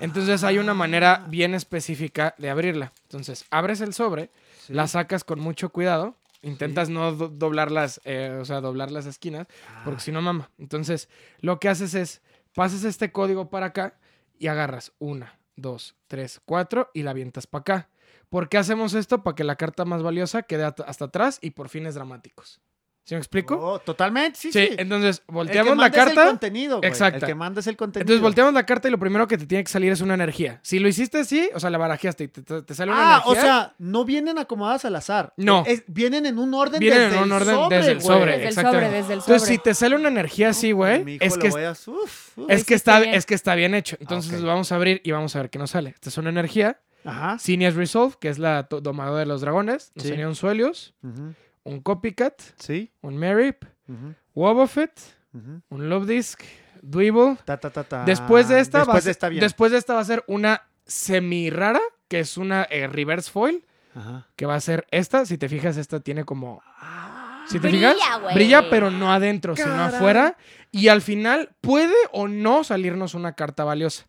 B: Entonces hay una
C: Ah.
B: manera bien específica de abrirla. Entonces, abres el sobre,
C: Sí.
B: la sacas con mucho cuidado, intentas no do- doblar las, eh, o sea, doblar las esquinas, porque
C: Ah.
B: si no mama. Entonces, lo que haces es, pasas este código para acá y agarras una, dos, tres, cuatro y la avientas para acá. ¿Por qué hacemos esto? Para que la carta más valiosa quede at- hasta atrás y por fines dramáticos. ¿Sí me explico?
C: Oh, totalmente, sí,
B: sí,
C: sí.
B: entonces
C: El que
B: volteamos la
C: manda es el
B: carta.
C: contenido, güey.
B: Exacto.
C: El que manda es el contenido.
B: Entonces volteamos la carta y lo primero que te tiene que salir es una energía. Si lo hiciste así, o sea, la barajeaste y te, te- te sale una
C: Ah,
B: energía.
C: o sea, no vienen acomodadas al azar.
B: No.
C: Es- vienen en un orden
B: Vienen
C: desde
B: en un
C: el
B: orden
C: sobre,
B: desde el
C: güey.
B: sobre.
A: Desde el
B: exactamente.
A: sobre, desde el sobre.
B: Entonces, si te sale una energía así, güey,
C: Mijo,
B: es
C: lo
B: que,
C: voy a- uf, uf.
B: es, que
A: Ahí sí está
B: está,
A: bien.
B: es que está bien hecho. Entonces,
C: ok.
B: vamos a abrir y vamos a ver qué nos sale. Esta es una energía.
C: Ajá.
B: Sinias Resolve, que es la to- domadora de los dragones. Nos
C: Sí.
B: tenía un Suelius,
C: Ujú.
B: un Copycat,
C: Sí.
B: un Merip,
C: Ujú.
B: Wobbuffet,
C: Ujú.
B: un Love Disc, Dweeble.
C: Ta, ta, ta, ta.
B: Después de esta, va a
C: Ah, Después
B: ser-
C: de esta bien.
B: después de esta va a ser una semi rara, que es una eh, reverse foil,
C: Ajá.
B: que va a ser esta. Si te fijas, esta tiene como
C: Ah,
B: Si te
A: Brilla,
B: fijas,
A: güey.
B: brilla, pero no adentro, sino
C: Caray.
B: afuera. Y al final puede o no salirnos una carta valiosa.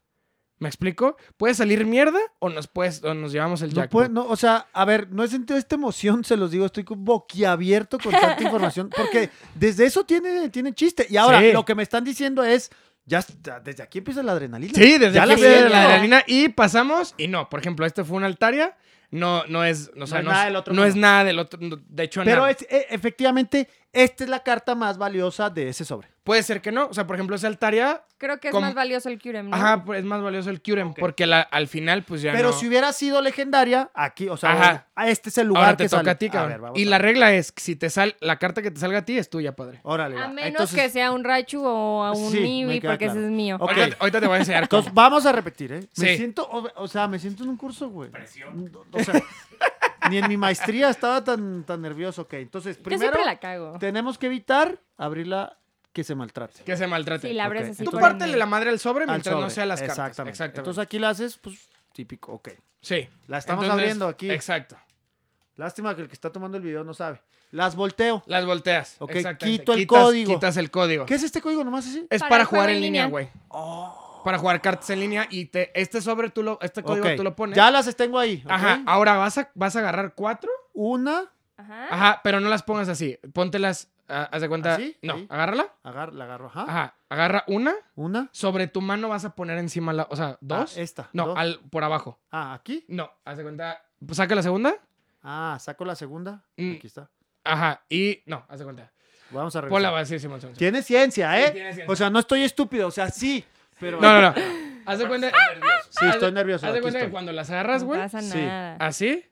B: ¿Me explico? Puede salir mierda o nos, puedes, o nos llevamos el
C: No
B: jackpot.
C: puede- no, o sea, a ver, no he sentido esta emoción, se los digo, estoy con- boquiabierto con tanta información, porque desde eso tiene, tiene chiste. Y ahora,
B: Sí.
C: lo que me están diciendo es, ya está, desde aquí empieza la adrenalina.
B: Sí, desde
C: Ya
B: aquí
C: la
B: empieza
C: siento.
B: la adrenalina y pasamos y no. Por ejemplo, este fue una altaria. No, no es, o sea,
C: es
B: no,
C: nada
B: es-
C: del otro
B: no
C: mundo.
B: es nada del otro. no- de hecho,
C: Pero
B: nada.
C: es, e- efectivamente, esta es la carta más valiosa de ese sobre.
B: Puede ser que no. O sea, por ejemplo, esa altaria,
A: Creo que es
B: Con-
A: más valioso el Curem, ¿no?
B: ajá, pues, es más valioso el Curem.
C: Ok.
B: Porque la- al final, pues ya
C: Pero
B: no.
C: si hubiera sido legendaria, aquí, o sea,
B: Ajá.
C: a este es el lugar
B: Ahora te
C: que
B: toca
C: sale.
B: a ti,
C: A
B: cabrón.
C: ver, vamos
B: y
C: a
B: la
C: ver.
B: regla es: que si te sal, la carta que te salga a ti es tuya, padre.
C: Órale,
A: A
C: va.
A: menos
C: Entonces-
A: que sea un Raichu o a un
C: Sí, me
A: Eevee,
C: queda
A: porque
C: claro.
A: ese es mío.
C: Ok.
B: Ahorita, ahorita te voy a enseñar cómo.
C: Entonces, vamos a repetir, ¿eh?
B: Sí.
C: Me siento, o, o sea, me siento en un curso, güey. O- O sea, ni en mi maestría estaba tan, tan nervioso, ok. Entonces,
A: Yo
C: primero,
A: siempre la cago.
C: tenemos que evitar abrirla que se maltrate.
B: Que se maltrate.
A: Sí, la abres
C: Ok.
A: así
B: Tú
A: por
B: pártele
A: en
B: la madre al sobre
C: Al
B: mientras no
C: sobre.
B: sea las cartas.
C: Exactamente.
B: Exactamente.
C: Entonces, aquí la haces, pues, típico, ok.
B: sí.
C: la estamos abriendo aquí.
B: Exacto.
C: Lástima que el que está tomando el video no sabe. Las volteo.
B: Las volteas.
C: Ok,
B: exactamente.
C: quito el
B: Quitas-
C: código.
B: Quitas el código.
C: ¿Qué es este código nomás así?
B: Es
A: Para
B: para,
A: el juego
B: jugar
A: en
B: en línea,
A: línea.
B: güey. Para jugar cartas en línea y te, este sobre tú lo, este código
C: Oh. Ok,
B: tú lo pones.
C: Ya las tengo ahí. ok.
B: Ajá, ahora vas a, vas a agarrar cuatro.
C: Una,
A: Ajá.
B: Ajá, pero no las pongas así. Póntelas, ah, haz de cuenta.
C: ¿Así?
B: No,
C: Ahí.
B: agárrala.
C: agar- la agarro. Ajá.
B: Ajá, agarra una.
C: Una.
B: Sobre tu mano vas a poner encima la, o sea, dos.
C: Ah, esta.
B: no,
C: dos.
B: al, por abajo.
C: Ah, aquí.
B: No, haz de cuenta. Saca la segunda.
C: Ah, saco la segunda.
B: Mm.
C: Aquí está.
B: Ajá, y no, haz de cuenta.
C: Vamos a regresar.
B: Ponla así, Simón. Simón, Simón.
C: Tiene ciencia, ¿eh?
B: Sí, tiene ciencia.
C: O sea, no estoy estúpido, o sea, sí. Pero...
B: No, no, no. Haz de cuenta.
C: ah, Sí,
B: haz de-
C: estoy nervioso.
B: Haz de
C: aquí
B: cuenta que
C: estoy.
B: cuando las agarras,
A: no
B: güey,
A: pasa
C: sí.
A: nada.
B: así,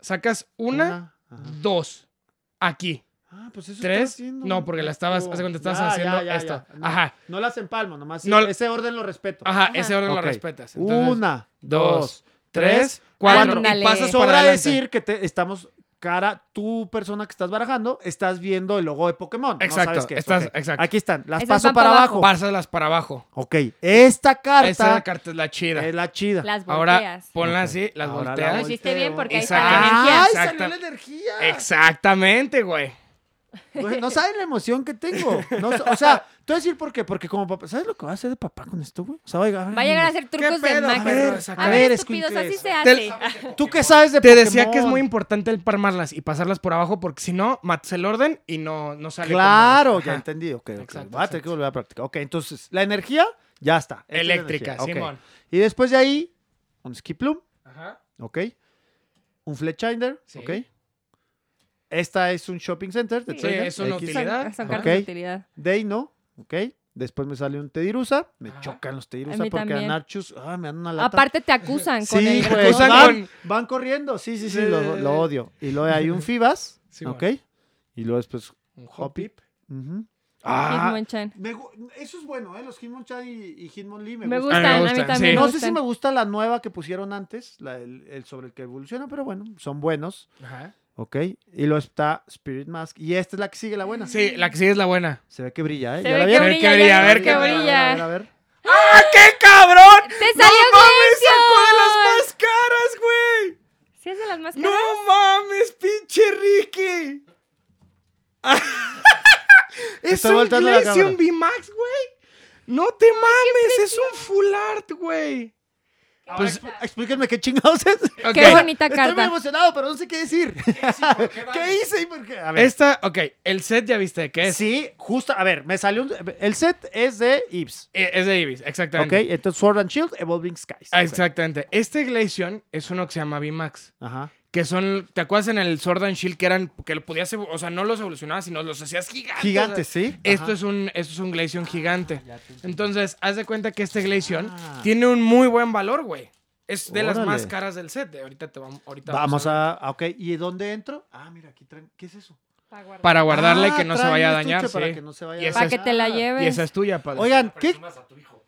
B: sacas una,
C: Ajá.
B: dos, aquí.
C: Ah, pues eso estaba
B: Tres.
C: haciendo,
B: No, porque la estabas, haz de cuenta, estabas
C: Ya, ya,
B: haciendo
C: ya,
B: esto.
C: ya. No,
B: Ajá,
C: No las empalmo, nomás.
B: No-
C: Ese orden lo respeto.
B: ajá,
A: Ajá.
B: ese orden
C: Ok.
B: lo respetas. Entonces,
C: Una,
B: dos,
C: dos,
B: tres, cuatro.
A: Ándale.
B: Y pasas por
C: Sobra
B: adelante.
C: decir que te, estamos cara, tú persona que estás barajando, estás viendo el logo de Pokémon. No
B: Exacto,
C: sabes qué es,
B: estás-
C: ok.
B: exacto.
C: Aquí están, las
A: Esas
C: paso
A: van
C: para
A: para
C: abajo.
B: Pásalas para abajo.
C: Ok, esta carta
B: Esa carta es la chida.
C: es la chida.
A: Las
B: Ahora
A: volteas.
B: ponla
C: Ok.
B: así, las
C: Ahora la
A: Lo
B: volteas.
C: volteo.
A: hiciste bien porque ahí está
B: Exacto.
A: la energía.
C: ¡Ay,
B: Exacto. Eh.
C: salió la energía!
B: Exactamente, güey.
C: Este Güey, no saben la emoción que tengo. No, o sea, te voy a decir por qué. Porque como papá, ¿sabes lo que va a hacer de papá con esto, güey? O sea, oiga,
A: Va a llegar a hacer trucos de
B: pedo? A
A: magia.
B: ver,
A: bro.
B: saca-
A: a
C: a
A: ver,
C: ver,
A: estúpidos, así
C: escuincles.
A: se hace.
B: Del-
C: ¿Tú qué sabes de
B: Te decía que es
C: Pokémon?
B: muy importante el palmarlas y pasarlas por abajo porque si no, matas el orden y no, no sale. como-
C: Claro, ya
B: Ajá.
C: entendí. Ok, ok.
B: Exacto,
C: Voy a tener
B: exacto.
C: que volver a practicar. Ok, entonces, la energía, ya está. Esta es la
B: Eléctrica,
C: energía, ok.
B: Simón.
C: Y después de ahí, un Skiploom,
B: Ajá.
C: ok. Un Fletchinder,
B: Sí.
C: ok. Esta es un shopping center de
A: Sí,
C: Trainer,
B: es una
C: X.
B: utilidad.
A: Son, son cartas
C: Ok.
A: de utilidad.
C: Deino, ok. Después me sale un Tedirusa. Me
B: Ajá.
C: chocan los
A: A
C: Tedirusa
A: mí
C: porque
A: también.
C: Anarchus, ah, me dan una lata.
A: Aparte te acusan con
C: Sí,
A: el...
C: güey.
B: Usan
C: Van,
B: con-
C: van corriendo. Sí, sí, sí,
B: Sí,
C: lo,
B: sí,
C: lo
B: sí.
C: odio. Y luego hay un Fibas,
B: Sí,
C: ok.
B: bueno.
C: Y luego después...
B: Un
C: Hopip. ujú.
B: Ah,
A: Hitmonchan.
C: Me gu- eso es bueno, ¿eh? Los Hitmonchan y, y Hitmonlee me,
A: Me
C: gustan.
A: gustan,
B: A
A: a
B: mí
A: mí,
B: me gustan,
A: también.
B: sí.
A: me
C: No sé si
A: gustan.
C: me gusta la nueva que pusieron antes, la- el, el sobre el que evoluciona, pero bueno, son buenos.
B: Ajá.
C: Ok. Y luego está Spirit Mask. Y esta es la que sigue, la buena.
B: Sí, la que sigue es la buena.
C: Se ve que brilla, ¿eh?
A: Se
C: ¿Ya
A: ve
C: la
A: que
C: vieron?
B: ver,
A: brilla,
B: que
A: ya
B: brilla, a
A: ves
B: ver,
A: que
B: que
C: A ver, a ver, a
A: brilla.
C: ver.
B: ¡Ah, qué cabrón!
A: ¡Te salió
B: ¡No mames,
A: Grecia!
B: sacó de las más caras, güey!
A: Sí, es de las más
B: ¡No
A: caras.
B: mames, pinche Ricky! es
C: Está
B: un
C: volteando la
B: Glaceon
C: cámara.
B: VMAX, güey. No te mames, es un full art, güey. Pues,
C: Explíquenme qué chingados es.
B: ok.
A: Qué bonita
C: Estoy muy
A: carta.
C: emocionado, pero no sé qué decir. ¿Qué hice y por qué? A ver.
B: Esta, ok, el set ya viste que es.
C: Sí, justo. A ver, me salió un. El set es de Ibs.
B: eh, Es de Ibis,
C: Ok,
B: exactamente.
C: entonces Sword and Shield, Evolving Skies.
B: Ah, Exactamente. Este Glaceon es uno que se llama VMAX.
C: Ajá.
B: Que son, ¿te acuerdas en el Sword and Shield que eran, que lo podías, evo- o sea, no los evolucionabas, sino los hacías gigantes?
C: Gigantes, sí.
B: Esto
C: Ajá.
B: es, un, esto es un Glaceon gigante. Entonces, haz de cuenta que este Glaceon
C: Ah.
B: tiene un muy buen valor, güey. Es de las
C: Órale.
B: más caras del set. de Ahorita te vamos, ahorita
C: Vamos a. ah, Ok, ¿y dónde entro? Ah, mira, aquí traen. ¿Qué es eso? Ah,
B: ver. Para guardarla
C: guardarle
B: y que no se vaya a dañar,
C: Para
B: sí.
C: que no se vaya
B: Y
C: a
B: esa
A: Para
B: es-
A: que te la
C: dañar. Ah.
A: lleves.
B: Y esa es tuya, padre.
C: Oigan, ¿qué,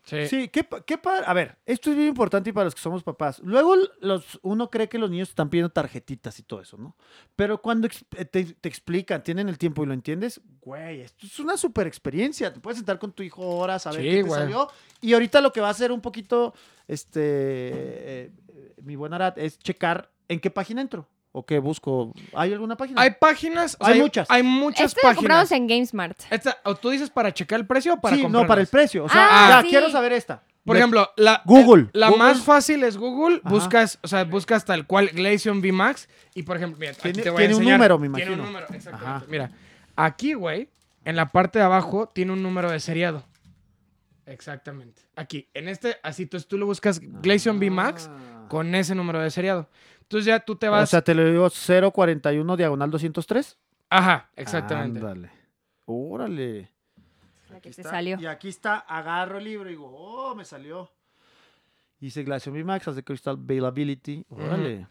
B: Sí.
C: sí, qué, pa- qué padre. A ver, esto es bien importante y para los que somos papás. Luego los, uno cree que los niños están pidiendo tarjetitas y todo eso, ¿no? Pero cuando ex- eh, te, te explican, tienen el tiempo y lo entiendes, güey, esto es una super experiencia. Te puedes sentar con tu hijo horas a ver
B: Sí,
C: qué te
B: güey.
C: salió. Y ahorita lo que va a hacer un poquito, este, eh, eh, mi buen Arad, es checar en qué página entro o qué busco. ¿Hay alguna página?
B: Hay páginas. o sea,
C: Hay muchas.
B: Hay muchas
A: Este lo
B: páginas.
A: compramos en GameSmart.
B: Esta- ¿o ¿Tú dices para checar el precio o para
C: sí,
B: comprar?
C: no, para el precio. O sea,
A: Ah,
C: ya,
A: sí.
C: quiero saber esta.
B: Por
C: De-
B: ejemplo, la,
C: Google.
B: la
C: Google.
B: más fácil es Google.
C: Ajá.
B: Buscas, o sea, buscas tal cual Glaceon VMAX. Y por ejemplo, mira, aquí
C: Tiene-
B: te voy a
C: tiene un
B: enseñar.
C: número, me
B: Tiene un
C: imagino.
B: número, exactamente.
C: Ajá.
B: Mira, aquí, güey, en la parte de abajo tiene un número de seriado. Exactamente. Aquí, en este, así tú, tú lo buscas Glaceon VMAX
C: Ah.
B: con ese número de seriado. Entonces ya tú te vas.
C: O sea, te lo digo 041 diagonal 203.
B: ajá, exactamente.
C: Ándale. Órale.
A: La que te salió.
C: Y aquí está, agarro el libro y digo, oh, me salió. Dice Glacium Max, hace Crystal Availability. Órale.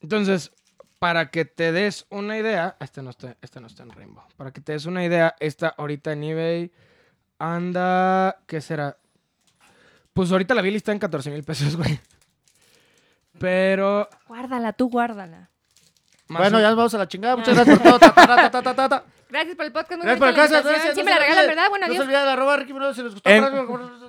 B: Entonces, para que te des una idea, este no está, este no está en Rainbow. Para que te des una idea, esta ahorita en eBay anda, ¿qué será? Pues ahorita la Billy está en 14 mil pesos, güey. Pero...
A: Guárdala, tú guárdala.
B: más
C: Bueno,
B: o-
C: ya nos vamos a la chingada. Muchas gracias por todo. Ta, ta, ra, ta, ta, ta, ta.
A: Gracias por el podcast. Ah. muy bonita la
C: Gracias por el caso.
A: invitación.
C: gracias.
A: Sí
C: No
A: me
C: se
A: la regalan,
C: olviden-
A: ¿verdad? Bueno,
C: No se
A: adiós.
C: olviden de arroba Ricky Mendoza si les gustó.
B: En,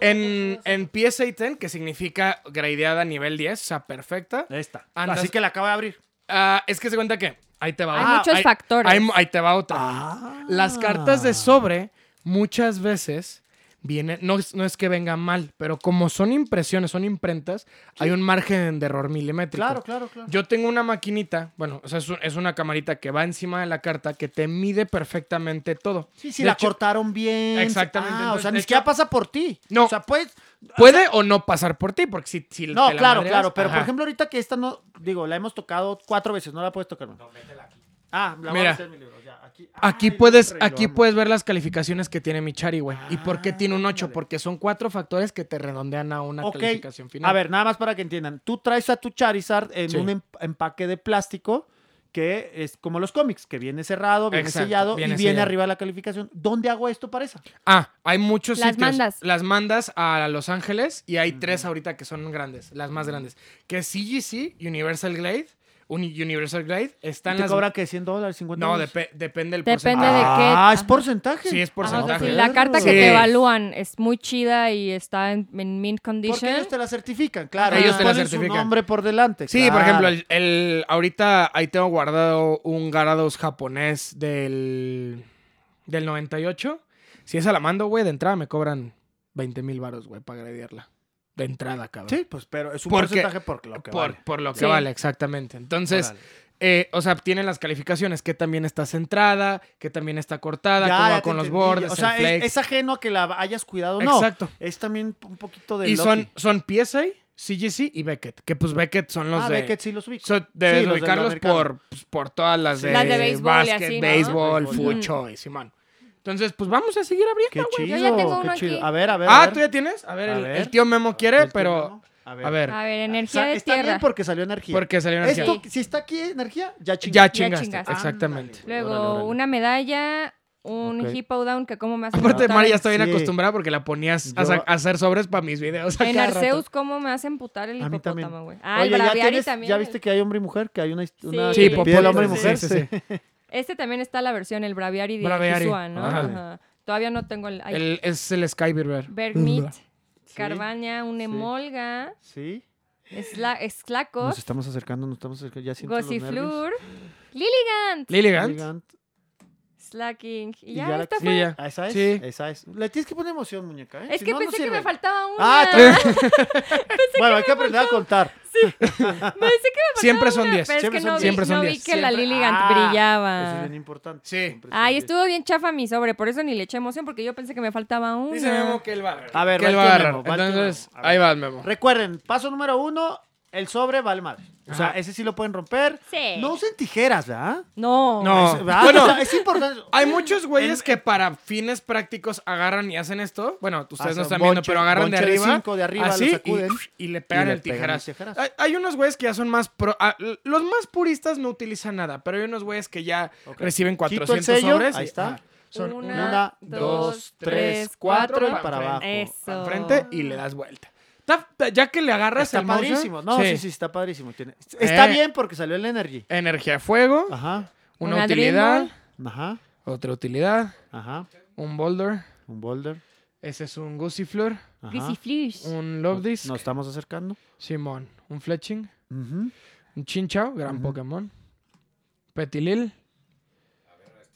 B: en, en PSA 10, que significa gradeada nivel 10, o sea, perfecta.
C: Esta.
B: Andas-
C: Así que la acabo de abrir.
B: Ah, es que se cuenta que. Ahí te va
A: Hay
B: otra.
A: muchos
B: Ahí-
A: factores.
B: ahí- ahí te va otra.
C: Ah.
B: Las cartas de sobre muchas veces vienen, no, es- no es que vengan mal, pero como son impresiones, son imprentas, hay un margen de error milimétrico.
C: Claro, claro, claro.
B: Yo tengo una maquinita, bueno, o sea, es, un- es una camarita que va encima de la carta que te mide perfectamente todo.
C: sí, si
B: De
C: la
B: hecho,
C: cortaron bien.
B: Exactamente,
C: Ah, o
B: entonces,
C: sea,
B: de
C: ni
B: hecho-
C: siquiera pasa por ti.
B: No.
C: O sea, puedes.
B: Puede o no pasar por ti, porque si, si
C: No,
B: te la
C: claro,
B: madreas,
C: claro. Pero por
B: ajá.
C: ejemplo, ahorita que esta no. Digo, la hemos tocado cuatro veces, no la puedes tocar. No, métela aquí. Ah, la voy
B: Mira.
C: a meter en mi libro. ya, aquí
B: Aquí
C: Ay,
B: puedes,
C: lo amo.
B: aquí puedes ver las calificaciones que tiene mi Chari, güey. ¿Y por qué tiene un 8?
C: Ah, ándale.
B: Porque son cuatro factores que te redondean a una
C: Ok,
B: calificación final.
C: A ver, nada más para que entiendan. Tú traes a tu Charizard en
B: Sí.
C: un em- empaque de plástico que es como los cómics, que viene cerrado, viene
B: Exacto,
C: sellado
B: viene
C: y viene
B: sellado.
C: arriba la calificación. ¿Dónde hago esto para esa?
B: Ah, hay muchos
A: Las
B: sitios.
A: mandas.
B: Las mandas a Los Ángeles y hay tres ahorita que son grandes, las más grandes. Que es CGC, Universal Glade, Uni- Universal Glade, están
C: ¿Te
B: las...
C: cobra que 100 dólares, 50
B: No,
C: dólares?
B: depe- depende del
A: Depende
B: porcentaje.
A: de qué-
C: Ah, es
A: Ajá.
C: porcentaje.
A: Ah,
B: Sí, es
A: o sea,
B: porcentaje.
A: si la carta que
B: Sí.
A: te evalúan es muy chida y está en, en mint
C: Porque
A: condition,
C: ellos te la certifican, claro.
A: Ellos
C: Ellos
A: te
C: te
A: la
B: certifican.
C: su nombre por delante.
B: Sí, por ejemplo, el, el- ahorita ahí tengo guardado un Garados japonés del, del 98. Si esa la mando, güey, de entrada me cobran 20 mil baros, güey, para agredirla. De entrada, cabrón.
C: Sí, pues, pero es un
B: Porque-
C: porcentaje por lo que
B: por,
C: vale.
B: por lo que
A: Sí.
B: vale, exactamente. Entonces,
C: Órale.
B: eh, o sea, tienen las calificaciones, que también está centrada, que también está cortada,
C: Ya,
B: cómo
C: ya
B: va
C: te
B: con los
C: entendí, ya.
B: bordes,
C: O sea,
B: el
C: es,
B: flex.
C: es ajeno a que la hayas cuidado. No,
B: Exacto.
C: es también un poquito de
B: Y
C: Loki.
B: son, son PSA, CGC y Beckett, que pues Beckett son los
C: Ah,
B: de...
C: Beckett sí los ubico.
B: son-
C: Sí,
B: debes
C: los de
B: ubicarlos
C: americano.
B: por, pues, por todas las
C: Sí.
B: de,
A: Las de béisbol y
B: básquet,
A: así, ¿no?
B: béisbol,
C: Béisbol.
B: fucho y Simón. Entonces, pues vamos a seguir abriendo.
C: Qué chido,
A: Yo ya tengo
C: qué
A: uno
C: chido.
A: aquí.
C: A ver, a ver. a
B: ah,
C: ver.
B: ¿tú ya tienes? A ver,
C: A
B: el,
C: ver.
B: el tío Memo quiere,
C: El tío
B: pero...
C: Memo. A ver.
B: A ver,
A: a ver,
C: Ah, O sea,
A: energía de
C: está bien
A: tierra.
C: porque salió energía.
B: porque salió energía.
C: Esto, si está aquí energía, ya chingue.
B: Ya chingaste,
A: chingaste.
B: exactamente.
C: Ándale,
A: Luego,
C: Órale, órale.
A: una medalla, un
C: Ok.
A: hippo down que como me hacen
B: Aparte,
A: putar
B: Mari ya
A: en-
B: está bien
C: Sí.
B: acostumbrada porque la ponías a,
C: Yo-
B: sa- a hacer sobres para mis videos. a
A: En
B: cada rato.
A: Arceus, ¿cómo me hacen putar el
C: A mí también.
A: hipopótamo, güey? Ah, el
C: Oye, ya,
A: Braviary
C: tienes-
A: también.
C: ya viste que hay hombre y mujer, que hay una, una
A: Sí,
C: que
A: popó-
C: pide el hombre y
A: sí,
C: mujer.
B: sí,
C: Sí,
B: sí,
A: Este también está la versión, el Braviary de
B: Braviary.
A: Hisuá, ¿no?
B: Órale.
A: Ajá. Todavía no tengo el... ay,
B: El- es el Skybeaver.
A: Vermit,
C: Sí.
A: Carbaña, un
C: Sí.
A: Emolga,
C: Sí.
A: Sla-
C: Nos
A: Slacos,
C: estamos acercando, nos estamos acercando. Ya siento los nervios.
A: Gossiflur, Lilligant,
B: Lilligant.
C: Gigant.
A: Slacking. Y
C: Y
A: ya,
C: Galaxy.
A: esta
B: Sí,
A: fue.
B: ya.
C: Ah, ¿Esa es?
B: Sí.
C: Esa es. Le tienes que poner emoción, muñeca. ¿eh?
B: Ah,
A: Es
C: Si
A: que
C: no, no
A: pensé que
C: sirve.
A: me faltaba una.
C: Ah, está bien. bueno, hay que aprender a contar.
A: Pensé que
B: Siempre son
A: una,
B: 10.
A: Pero
B: Siempre
A: es que
B: son
A: no, vi,
B: 10. Siempre son
A: no vi
B: 10.
A: que la
C: Siempre-
A: Lilligant
C: Ah, Eso es
A: brillaba.
C: bien importante.
B: Sí.
C: Siempre es
A: Ay,
C: bien.
A: estuvo bien chafa mi sobre, por eso ni le eché emoción, porque yo pensé que me faltaba una.
B: Dice Memo que él va a agarrar.
C: A ver,
B: que
C: va
B: él
C: el
B: va a
C: tío
B: agarrar.
C: Memo, va el tío
B: Entonces,
C: Memo. A ver.
B: ahí va el Memo.
C: Recuerden, paso número uno, el sobre vale madre. O sea,
B: Ajá.
C: ese sí lo pueden romper.
A: Sí.
C: No usen tijeras, ¿verdad?
A: No.
B: No.
C: Es, ¿verdad?
B: Bueno.
C: O sea, es importante.
B: Hay muchos güeyes
C: En-
B: que para fines prácticos agarran y hacen esto. Bueno, ustedes no
C: Hacen
B: están viendo,
C: bonche-
B: pero agarran de
C: bonche de
B: arriba.
C: cinco, de arriba, lo
B: así, y-
C: sacuden.
B: y, le pegan
C: Y le
B: el
C: pegan
B: tijeras.
C: el tijeras.
B: Hay, hay unos güeyes que ya son más pro- ah, l- los más puristas no utilizan nada, pero hay unos güeyes que ya
C: Ok.
B: reciben
C: Quito el
B: 400
C: sello,
B: sobres.
C: ahí
B: y-
C: está.
B: ah, son
A: Una,
B: una,
C: Una,
A: dos,
C: dos,
A: tres,
C: tres,
A: cuatro, para
C: cuatro y para abajo.
A: Eso.
B: al frente y le das vuelta. Está- está- ya que le agarras
C: Está
B: el mouse,
C: padrísimo. No, sí. sí, está padrísimo. Tiene- Está
B: Eh.
C: bien porque salió el energy.
B: Energía de fuego,
C: Ajá,
B: una,
A: Una
B: utilidad,
A: Dream
C: ajá,
B: otra utilidad,
C: ajá.
B: un boulder,
C: Un boulder.
B: ese es un Gusiflor,
C: Ajá.
A: Grisiflush.
B: un Love Disc,
C: Nos estamos acercando.
B: Simón, un Fletching,
C: Ujú.
B: un Chinchao, gran Pokémon, Petilil.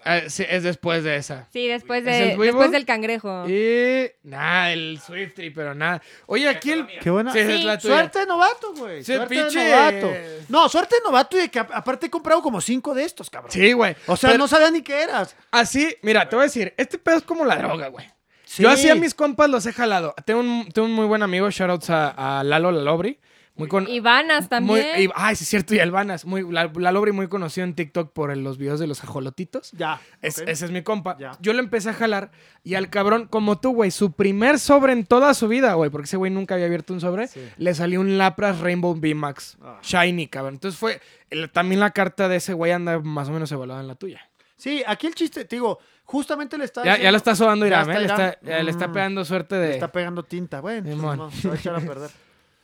B: Eh, sí, es después de esa.
A: Sí, después,
B: ¿Es el
A: de,
B: Weevil?
A: después del cangrejo.
B: Y nada, el Swiftry, pero nada. Oye, aquí el.
C: Qué buena.
B: Sí, esa es
A: Sí.
B: la tuya.
C: Suerte de novato, güey.
B: Sí,
C: suerte
B: pinche-
C: de novato. No, suerte de novato y de que a- aparte he comprado como cinco de estos, cabrón.
B: Sí, güey.
C: O sea,
B: Pero
C: no sabía ni qué eras.
B: Así, mira, te voy a decir, este pedo es como la droga, güey.
C: Sí.
B: Yo así a mis compas los he jalado. Tengo un, tengo un muy buen amigo, shoutouts a, a Lalo Lalobri. Muy con,
A: Y Vanas
B: muy-
A: también.
B: y- ay, sí, es cierto, y Albanas. Muy, la- Lalobri muy conocido en TikTok por el- los videos de los ajolotitos.
C: Ya.
B: Es-
C: ok.
B: Ese es mi compa.
C: Ya.
B: Yo lo empecé a jalar y al cabrón, como tú, güey, su primer sobre en toda su vida, güey, porque ese güey nunca había abierto un sobre,
C: Sí.
B: le salió un Lapras Rainbow VMAX.
C: Ah.
B: Shiny, cabrón. Entonces fue. el- también la carta de ese güey anda más o menos evaluada en la tuya.
C: Sí, aquí el chiste, te digo, justamente le está.
B: Ya, ya
C: diciendo-
B: la está sobando
C: Ya
B: Irán, ¿eh? Le
C: Irán.
B: está, eh, le está
C: Mm,
B: pegando suerte
C: le
B: de.
C: está pegando tinta. Bueno, pues,
B: Simón.
C: no, se va a echar a perder.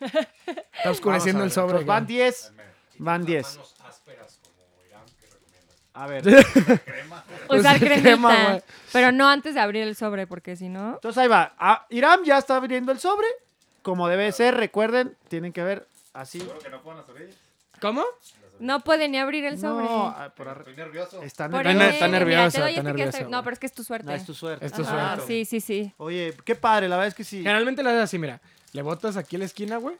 B: Está oscureciendo el
C: Vamos a ver.
B: sobre.
C: Entonces, Van
B: cabrón.
C: 10. Van 10. A ver.
A: Usar
B: Usar
A: cremita.
B: crema, güey.
A: pero no antes de abrir el sobre, porque si no.
C: Entonces ahí va. Ah, Iram ya está abriendo el sobre. Como debe ser, recuerden, tienen que ver así.
B: ¿Cómo?
A: No puede ni abrir el sobre.
C: No, ah, por arri-
D: Estoy nervioso.
C: Está
A: Por
B: Está
A: eso,
B: ne- está
C: nervioso.
A: mira, te doy
B: nerviosa,
A: este
B: está
A: que
B: nerviosa,
A: te-
B: güey.
A: No, pero es que es tu suerte.
C: Ah, es tu suerte.
B: Es tu
A: Ajá,
B: suerte.
A: Sí, sí, sí.
C: Oye, qué padre, la verdad es que sí.
B: Generalmente la haces así, mira. Le botas aquí en la esquina, güey,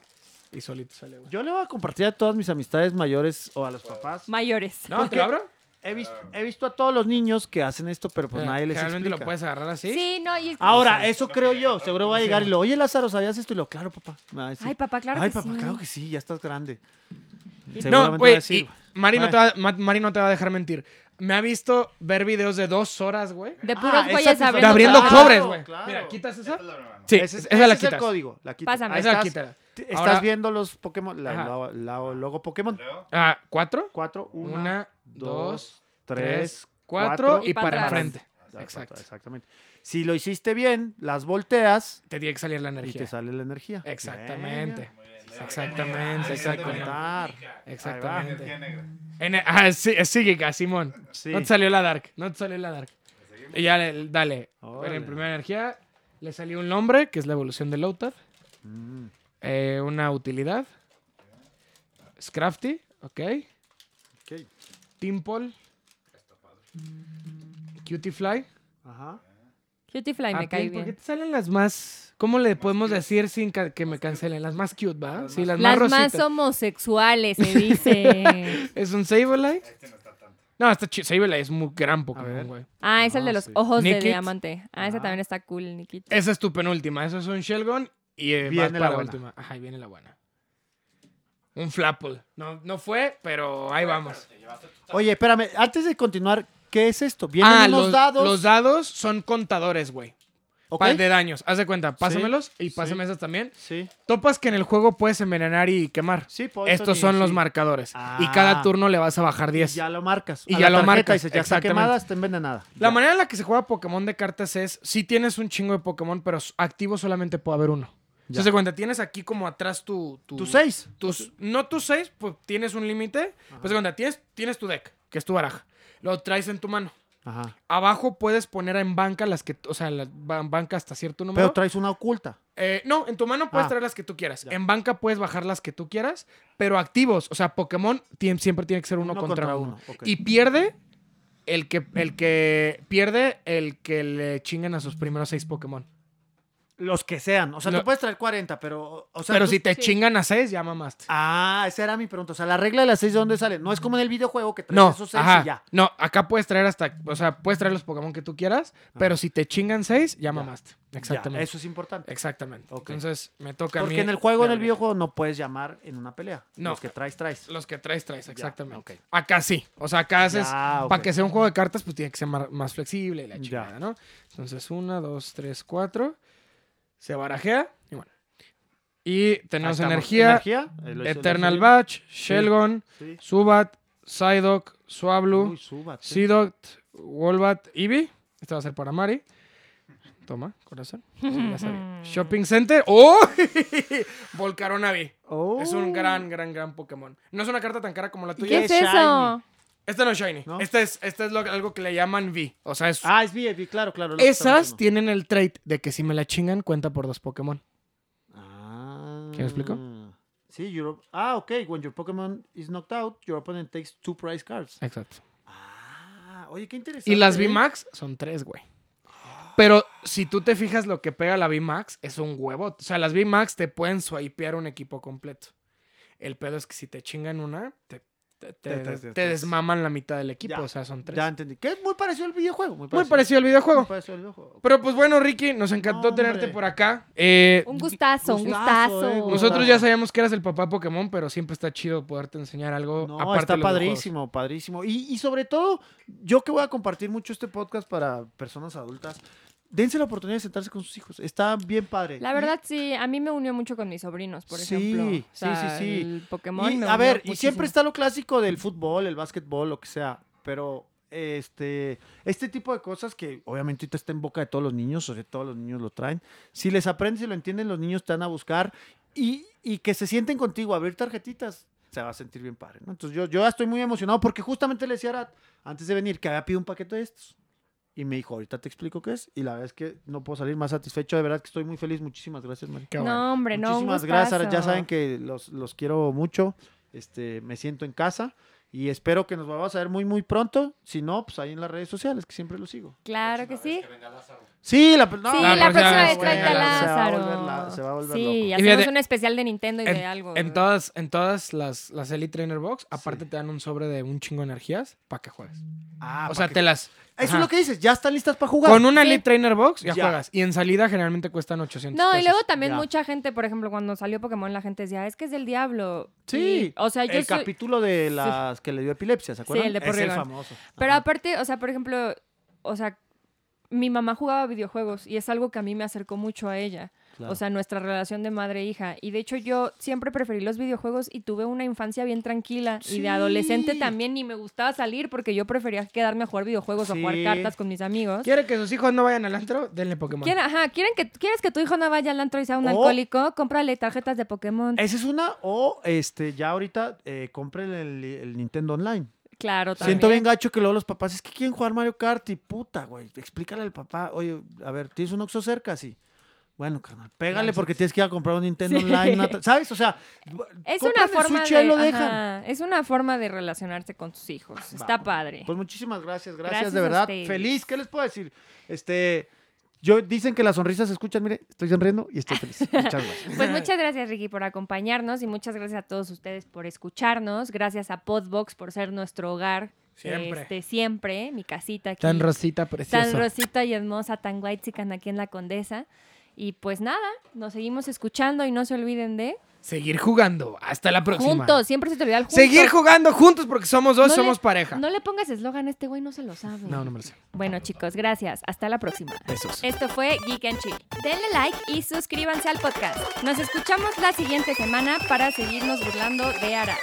B: y solito sale, güey.
C: Yo le voy a compartir a todas mis amistades mayores o a los papás.
D: Ah.
A: Mayores.
B: ¿No? ¿Te lo abro?
C: He visto, he visto a todos los niños que hacen esto, pero pues
B: Eh,
C: nadie les
B: Generalmente
C: explica.
B: lo puedes agarrar así.
A: ¿Sí? no, y es que-
C: Ahora, eso creo yo. Seguro va a llegar y lo, oye, Lázaro, ¿sabías esto? Y lo, claro, papá. Ay, sí.
A: Ay, papá, claro
C: Ay,
A: que
C: papá,
A: sí.
C: claro que sí, ya estás grande.
B: No,
C: Seguramente Ah. va a
B: güey,
C: decir,
B: y Mari no,
C: Ay.
B: te va, Ma- Mari no te va a dejar mentir. Me ha visto ver videos de dos horas, güey.
A: De
C: Ah,
A: puros
C: esa
A: güeyes
C: te-
B: De
A: abriendo.
B: abriendo
A: cajas.
C: claro,
B: cobres, güey.
C: claro.
B: Mira, ¿quitas
D: Esa
B: esa?
D: es la nueva.
B: Sí,
C: ese, es-
B: esa la
C: ese es el
B: quitas.
C: código. La quitas.
A: Pásame.
C: Ahí
B: Esa la
C: estás,
B: quitas.
C: t-
B: Ahora-
C: estás viendo los Pokémon, la,
B: Ajá.
C: la- la- logo Pokémon.
D: Creo.
B: Ah, ¿cuatro?
C: Cuatro, una,
B: Una, dos,
C: dos, tres,
B: cuatro,
C: cuatro,
B: y
A: y para
B: para
A: atrás.
B: enfrente.
C: Ah,
B: Exacto.
C: Exactamente. Si lo hiciste bien, las volteas
B: Te tiene que salir la
C: y
B: energía.
C: te sale la energía.
B: Exactamente.
C: Venga.
D: Muy bien.
B: Exactamente,
D: Ahí está la
B: exactamente.
C: Contar.
D: Energía
B: Exactamente.
D: negra.
B: En el- ah, sí, es psíquica, Simón.
C: Sí.
B: No te salió la dark. No te salió la dark. Y ya, le- dale.
C: Órale.
B: En primera energía le salió un nombre, que es la evolución de Lotad.
C: Mm.
B: Eh, una utilidad. Scrafty, ok.
C: Ok.
B: Timpol. Cutie Fly.
C: Ajá.
A: Cutie Fly me
B: Ah,
A: cae
B: Tim, ¿Por qué
A: bien.
B: te salen las más... ¿Cómo le podemos decir sin ca- que me cancelen? Las más cute, ¿va? Sí, las,
A: Las
B: más
A: más
B: rositas.
A: homosexuales, se dice.
B: Es un Sableye.
D: Este no está tanto.
B: No, está chido. Sableye es muy gran
C: ver.
B: Pokémon, güey.
A: Ah, es el
C: Ah,
A: de los
C: sí.
A: ojos de
B: Nikit.
A: diamante. Ah, esa
C: Ah.
A: también está cool, Nikita.
B: Esa es tu penúltima. Eso es un Shelgon y eh, vas
C: Viene la
B: para la
C: buena.
B: última. Ajá, y viene la buena. Un Flapple. No, no fue, pero ahí vamos.
C: Oye, espérame, antes de continuar, ¿qué es esto? Vienen
B: ah,
C: unos
B: los
C: dados.
B: Los dados son contadores, güey.
C: ¿ok?
B: Pa- De daños. Haz de cuenta, pásamelos y
C: sí.
B: pásame esos también.
C: Sí,
B: Topas que en el juego puedes envenenar y quemar.
C: sí, Poison
B: Estos
C: y-
B: son los
C: sí.
B: marcadores. Y
C: Ah.
B: cada turno le vas a bajar 10.
C: Ya lo marcas.
B: Y
C: a
B: ya
C: la
B: lo
C: tarjeta
B: marcas,
C: dices, ya está
B: exactamente.
C: quemada, está envenenada.
B: La
C: Ya.
B: manera en la que se juega Pokémon de cartas es, si tienes un chingo de Pokémon, pero s- activo solamente puede haber uno.
C: Ya.
B: Entonces, de cuenta, tienes aquí como atrás tu... tu-
C: Tus seis.
B: Tus, no tus seis, pues tienes un límite. Pues de cuenta, tienes, tienes tu deck, que es tu baraja. Lo traes en tu mano.
C: Ajá.
B: Abajo puedes poner en banca las que... O sea, la ba- banca hasta cierto número.
C: Pero traes una oculta.
B: Eh, no, en tu mano puedes
C: Ah.
B: traer las que tú quieras.
C: Ya.
B: En banca puedes bajar las que tú quieras, pero activos. O sea, Pokémon tiem- siempre tiene que ser uno,
C: Uno
B: contra,
C: contra
B: uno.
C: uno, ok.
B: Y pierde el que, el que pierde el que le chingan a sus primeros seis Pokémon.
C: Los que sean. O sea,
B: No.
C: tú puedes traer 40, pero. O sea,
B: pero
C: tú-
B: si te
A: sí.
B: chingan a seis, ya mamaste.
C: Ah, esa era mi pregunta. O sea, la regla de las seis, ¿de dónde sale? No es como en el videojuego que traes
B: Mm. no,
C: esos seis y
B: ajá.
C: ya.
B: No, acá puedes traer hasta, o sea, puedes traer los Pokémon que tú quieras, pero si te chingan seis, ya, mamaste. Exactamente.
C: Ah. Ya, eso es importante.
B: Exactamente.
C: Ok.
B: Entonces, me toca a mí.
C: Porque en el juego, en el
B: darle.
C: videojuego, no puedes llamar en una pelea.
B: No.
C: Los que traes, traes.
B: Los que traes, traes, exactamente.
C: ok.
B: Acá sí. O sea, acá haces.
C: Ya, Ah, ok.
B: Para que sea un juego de cartas, pues tiene que ser mar- más, flexible y la
C: Ya.
B: chingada, ¿no? Entonces, una, dos, tres, cuatro. Se barajea. Y bueno. Y
C: Ahí
B: tenemos
C: estamos.
B: energía,
C: Energía. eh, lo hice- lo
B: Eternal
C: hice bien.
B: Batch, Shelgon,
C: Sí.
B: Subat, Psyduck, Suablu,
C: Uy, súbate.
B: Seedot, Wolbat, Eevee. Este va a ser para Mari. Toma, corazón. Sí, ya sabía. Shopping Center. ¡Oh! Volcaronavi.
C: Oh.
B: Es un gran, gran, gran Pokémon. No es una carta tan cara como la tuya.
A: ¿Qué
C: Oye,
A: es
C: es
A: eso?
B: Esta Este no es Shiny.
C: ¿No?
B: Esta es, esta es lo- algo que le llaman V. O sea, es.
C: Ah, es VIP, claro, claro. lo que
B: Esas
C: estamos viendo.
B: tienen el trait de que si me la chingan, cuenta por dos Pokémon.
C: Ah.
B: ¿Sí me explico?
C: Sí, your- ah, ok. When your Pokémon is knocked out, your opponent takes two prize cards.
B: Exacto.
C: Ah, oye, qué interesante.
B: Y las
C: ¿eh?
B: V-Max son tres, güey. Pero si tú te fijas, lo que pega la V-Max es un huevo. O sea, las V-Max te pueden swipear un equipo completo. El pedo es que si te chingan una, te, te, te-
C: Te- te- te-
B: te desmaman la mitad del equipo.
C: Ya.
B: O sea, son tres.
C: Ya entendí. Que es muy parecido al videojuego. Muy
B: Muy
C: parecido,
B: parecido al videojuego.
C: Muy parecido al videojuego.
B: Pero pues bueno, Ricky, nos encantó
C: Hombre.
B: tenerte por acá. Eh,
A: Un gustazo, un
C: Gustazo, eh,
A: gustazo.
C: gustazo.
B: Nosotros ya sabíamos que eras el papá Pokémon, pero siempre está chido poderte enseñar algo.
C: No,
B: aparte
C: está
B: de los videojuegos.
C: padrísimo, padrísimo. Y, y sobre todo, yo que voy a compartir mucho este podcast para personas adultas, dense la oportunidad de sentarse con sus hijos. Está bien padre.
A: La
C: Y-
A: verdad, sí, a mí me unió mucho con mis sobrinos, por
C: Sí,
A: ejemplo.
C: sí,
A: O sea,
C: sí, sí.
A: El Pokémon.
C: Y,
A: me
C: a
A: unió
C: ver, y
A: muchísimo.
C: siempre está lo clásico del fútbol, el básquetbol, lo que sea, pero este, este tipo de cosas que obviamente ahorita está en boca de todos los niños, sobre todo los niños lo traen, si les aprendes y lo entienden, los niños te van a buscar y, y que se sienten contigo, abrir tarjetitas, se va a sentir bien padre, ¿no? Entonces yo, yo ya estoy muy emocionado porque justamente le decía a Arat, antes de venir que había pedido un paquete de estos. Y me dijo, ahorita te explico qué es. Y la verdad es que no puedo salir más satisfecho. De verdad que estoy muy feliz. Muchísimas gracias, María.
B: Qué bueno.
A: No, hombre, no. un
C: Muchísimas gracias.
A: gustazo.
C: Ya saben que los, los quiero mucho. Este, me siento en casa y espero que nos volvamos a ver muy, muy pronto. Si no, pues ahí en las redes sociales, que siempre lo sigo.
A: Claro que sí.
C: Sí, la, no,
A: sí,
B: la
A: la,
B: próxima
A: próxima
B: vez
A: vez
B: traiga
A: trata a
B: Lázaro.
A: Lázaro.
C: Se va a volver, la- se va a volver
A: sí,
C: loco.
B: Y
A: hacemos
B: fíjate,
A: un especial de Nintendo y
B: En,
A: de algo.
B: en
A: ¿no?
B: todas, en todas las, las Elite Trainer Box, aparte te dan un sobre de un chingo de energías para que juegues.
C: Ah,
B: o
C: pa'
B: sea,
C: que-
B: te las.
C: Eso
B: ajá.
C: es lo que dices, ya están listas para jugar.
B: Con una
A: Sí.
B: Elite Trainer Box ya,
C: Ya.
B: juegas. Y en salida generalmente cuestan 800
A: No, y
B: pesos.
A: luego también
C: Ya.
A: mucha gente, por ejemplo, cuando salió Pokémon, la gente decía, es que es del diablo.
C: Sí,
A: Y, o sea, yo
C: el
A: soy-
C: capítulo de las que le dio epilepsia, ¿se acuerdan?
A: el de
C: Ese es
A: Porrigón.
C: famoso.
A: Pero
C: Ajá.
A: aparte, o sea, por ejemplo, o sea, mi mamá jugaba videojuegos y es algo que a mí me acercó mucho a ella.
C: Claro.
A: O sea, nuestra relación de madre-hija. Y de hecho yo siempre preferí los videojuegos y tuve una infancia bien tranquila. Y
C: Sí.
A: de adolescente también ni me gustaba salir porque yo prefería quedarme a jugar videojuegos o
C: Sí.
A: jugar cartas con mis amigos.
B: ¿Quiere que sus hijos no vayan al antro? Denle Pokémon.
A: ¿Quieren, ajá, ¿quieren que, ¿Quieres que tu hijo no vaya al antro y sea un
C: O-
A: alcohólico? Cómprale tarjetas de Pokémon.
C: Esa es una, o este, ya ahorita eh, compren el, el Nintendo Online.
A: Claro, también.
C: Siento bien gacho que luego los papás, es que quieren jugar Mario Kart y puta, güey. Explícale al papá, oye, a ver, ¿tienes un Oxxo cerca? Sí. Bueno, carnal, pégale porque tienes que ir a comprar un Nintendo
A: Sí.
C: Online, una ta- ¿sabes? O sea,
A: Es
C: compran
A: una
C: el
A: forma
C: Switch y ahí
A: de,
C: lo dejan.
A: ajá, es una forma de relacionarse con tus hijos. Está padre.
C: Pues muchísimas gracias, gracias,
A: Gracias
C: de
A: a
C: verdad.
A: ustedes.
C: Feliz, ¿qué les puedo decir? Este, yo dicen que las sonrisas se escuchan, mire, estoy sonriendo y estoy feliz. Muchas gracias.
A: Pues muchas gracias, Ricky, por acompañarnos y muchas gracias a todos ustedes por escucharnos. Gracias a Podbox por ser nuestro hogar.
B: Siempre.
A: Este, siempre, mi casita aquí.
B: Tan rosita,
A: tan
B: preciosa.
A: rosita y hermosa, tan guaychican aquí en La Condesa. Y pues nada, nos seguimos escuchando y no se olviden de...
B: Seguir jugando. Hasta la próxima.
A: Juntos, siempre se te olvida el juntos.
B: Seguir jugando juntos porque somos dos,
A: No le-
B: somos pareja.
A: No le pongas eslogan a este güey, no se lo sabe.
B: no, no me lo sé.
A: Bueno, chicos, gracias. Hasta la próxima.
B: Besos.
A: Esto fue Geek and Chill. Denle like y suscríbanse al podcast. Nos escuchamos la siguiente semana para seguirnos burlando de Ara.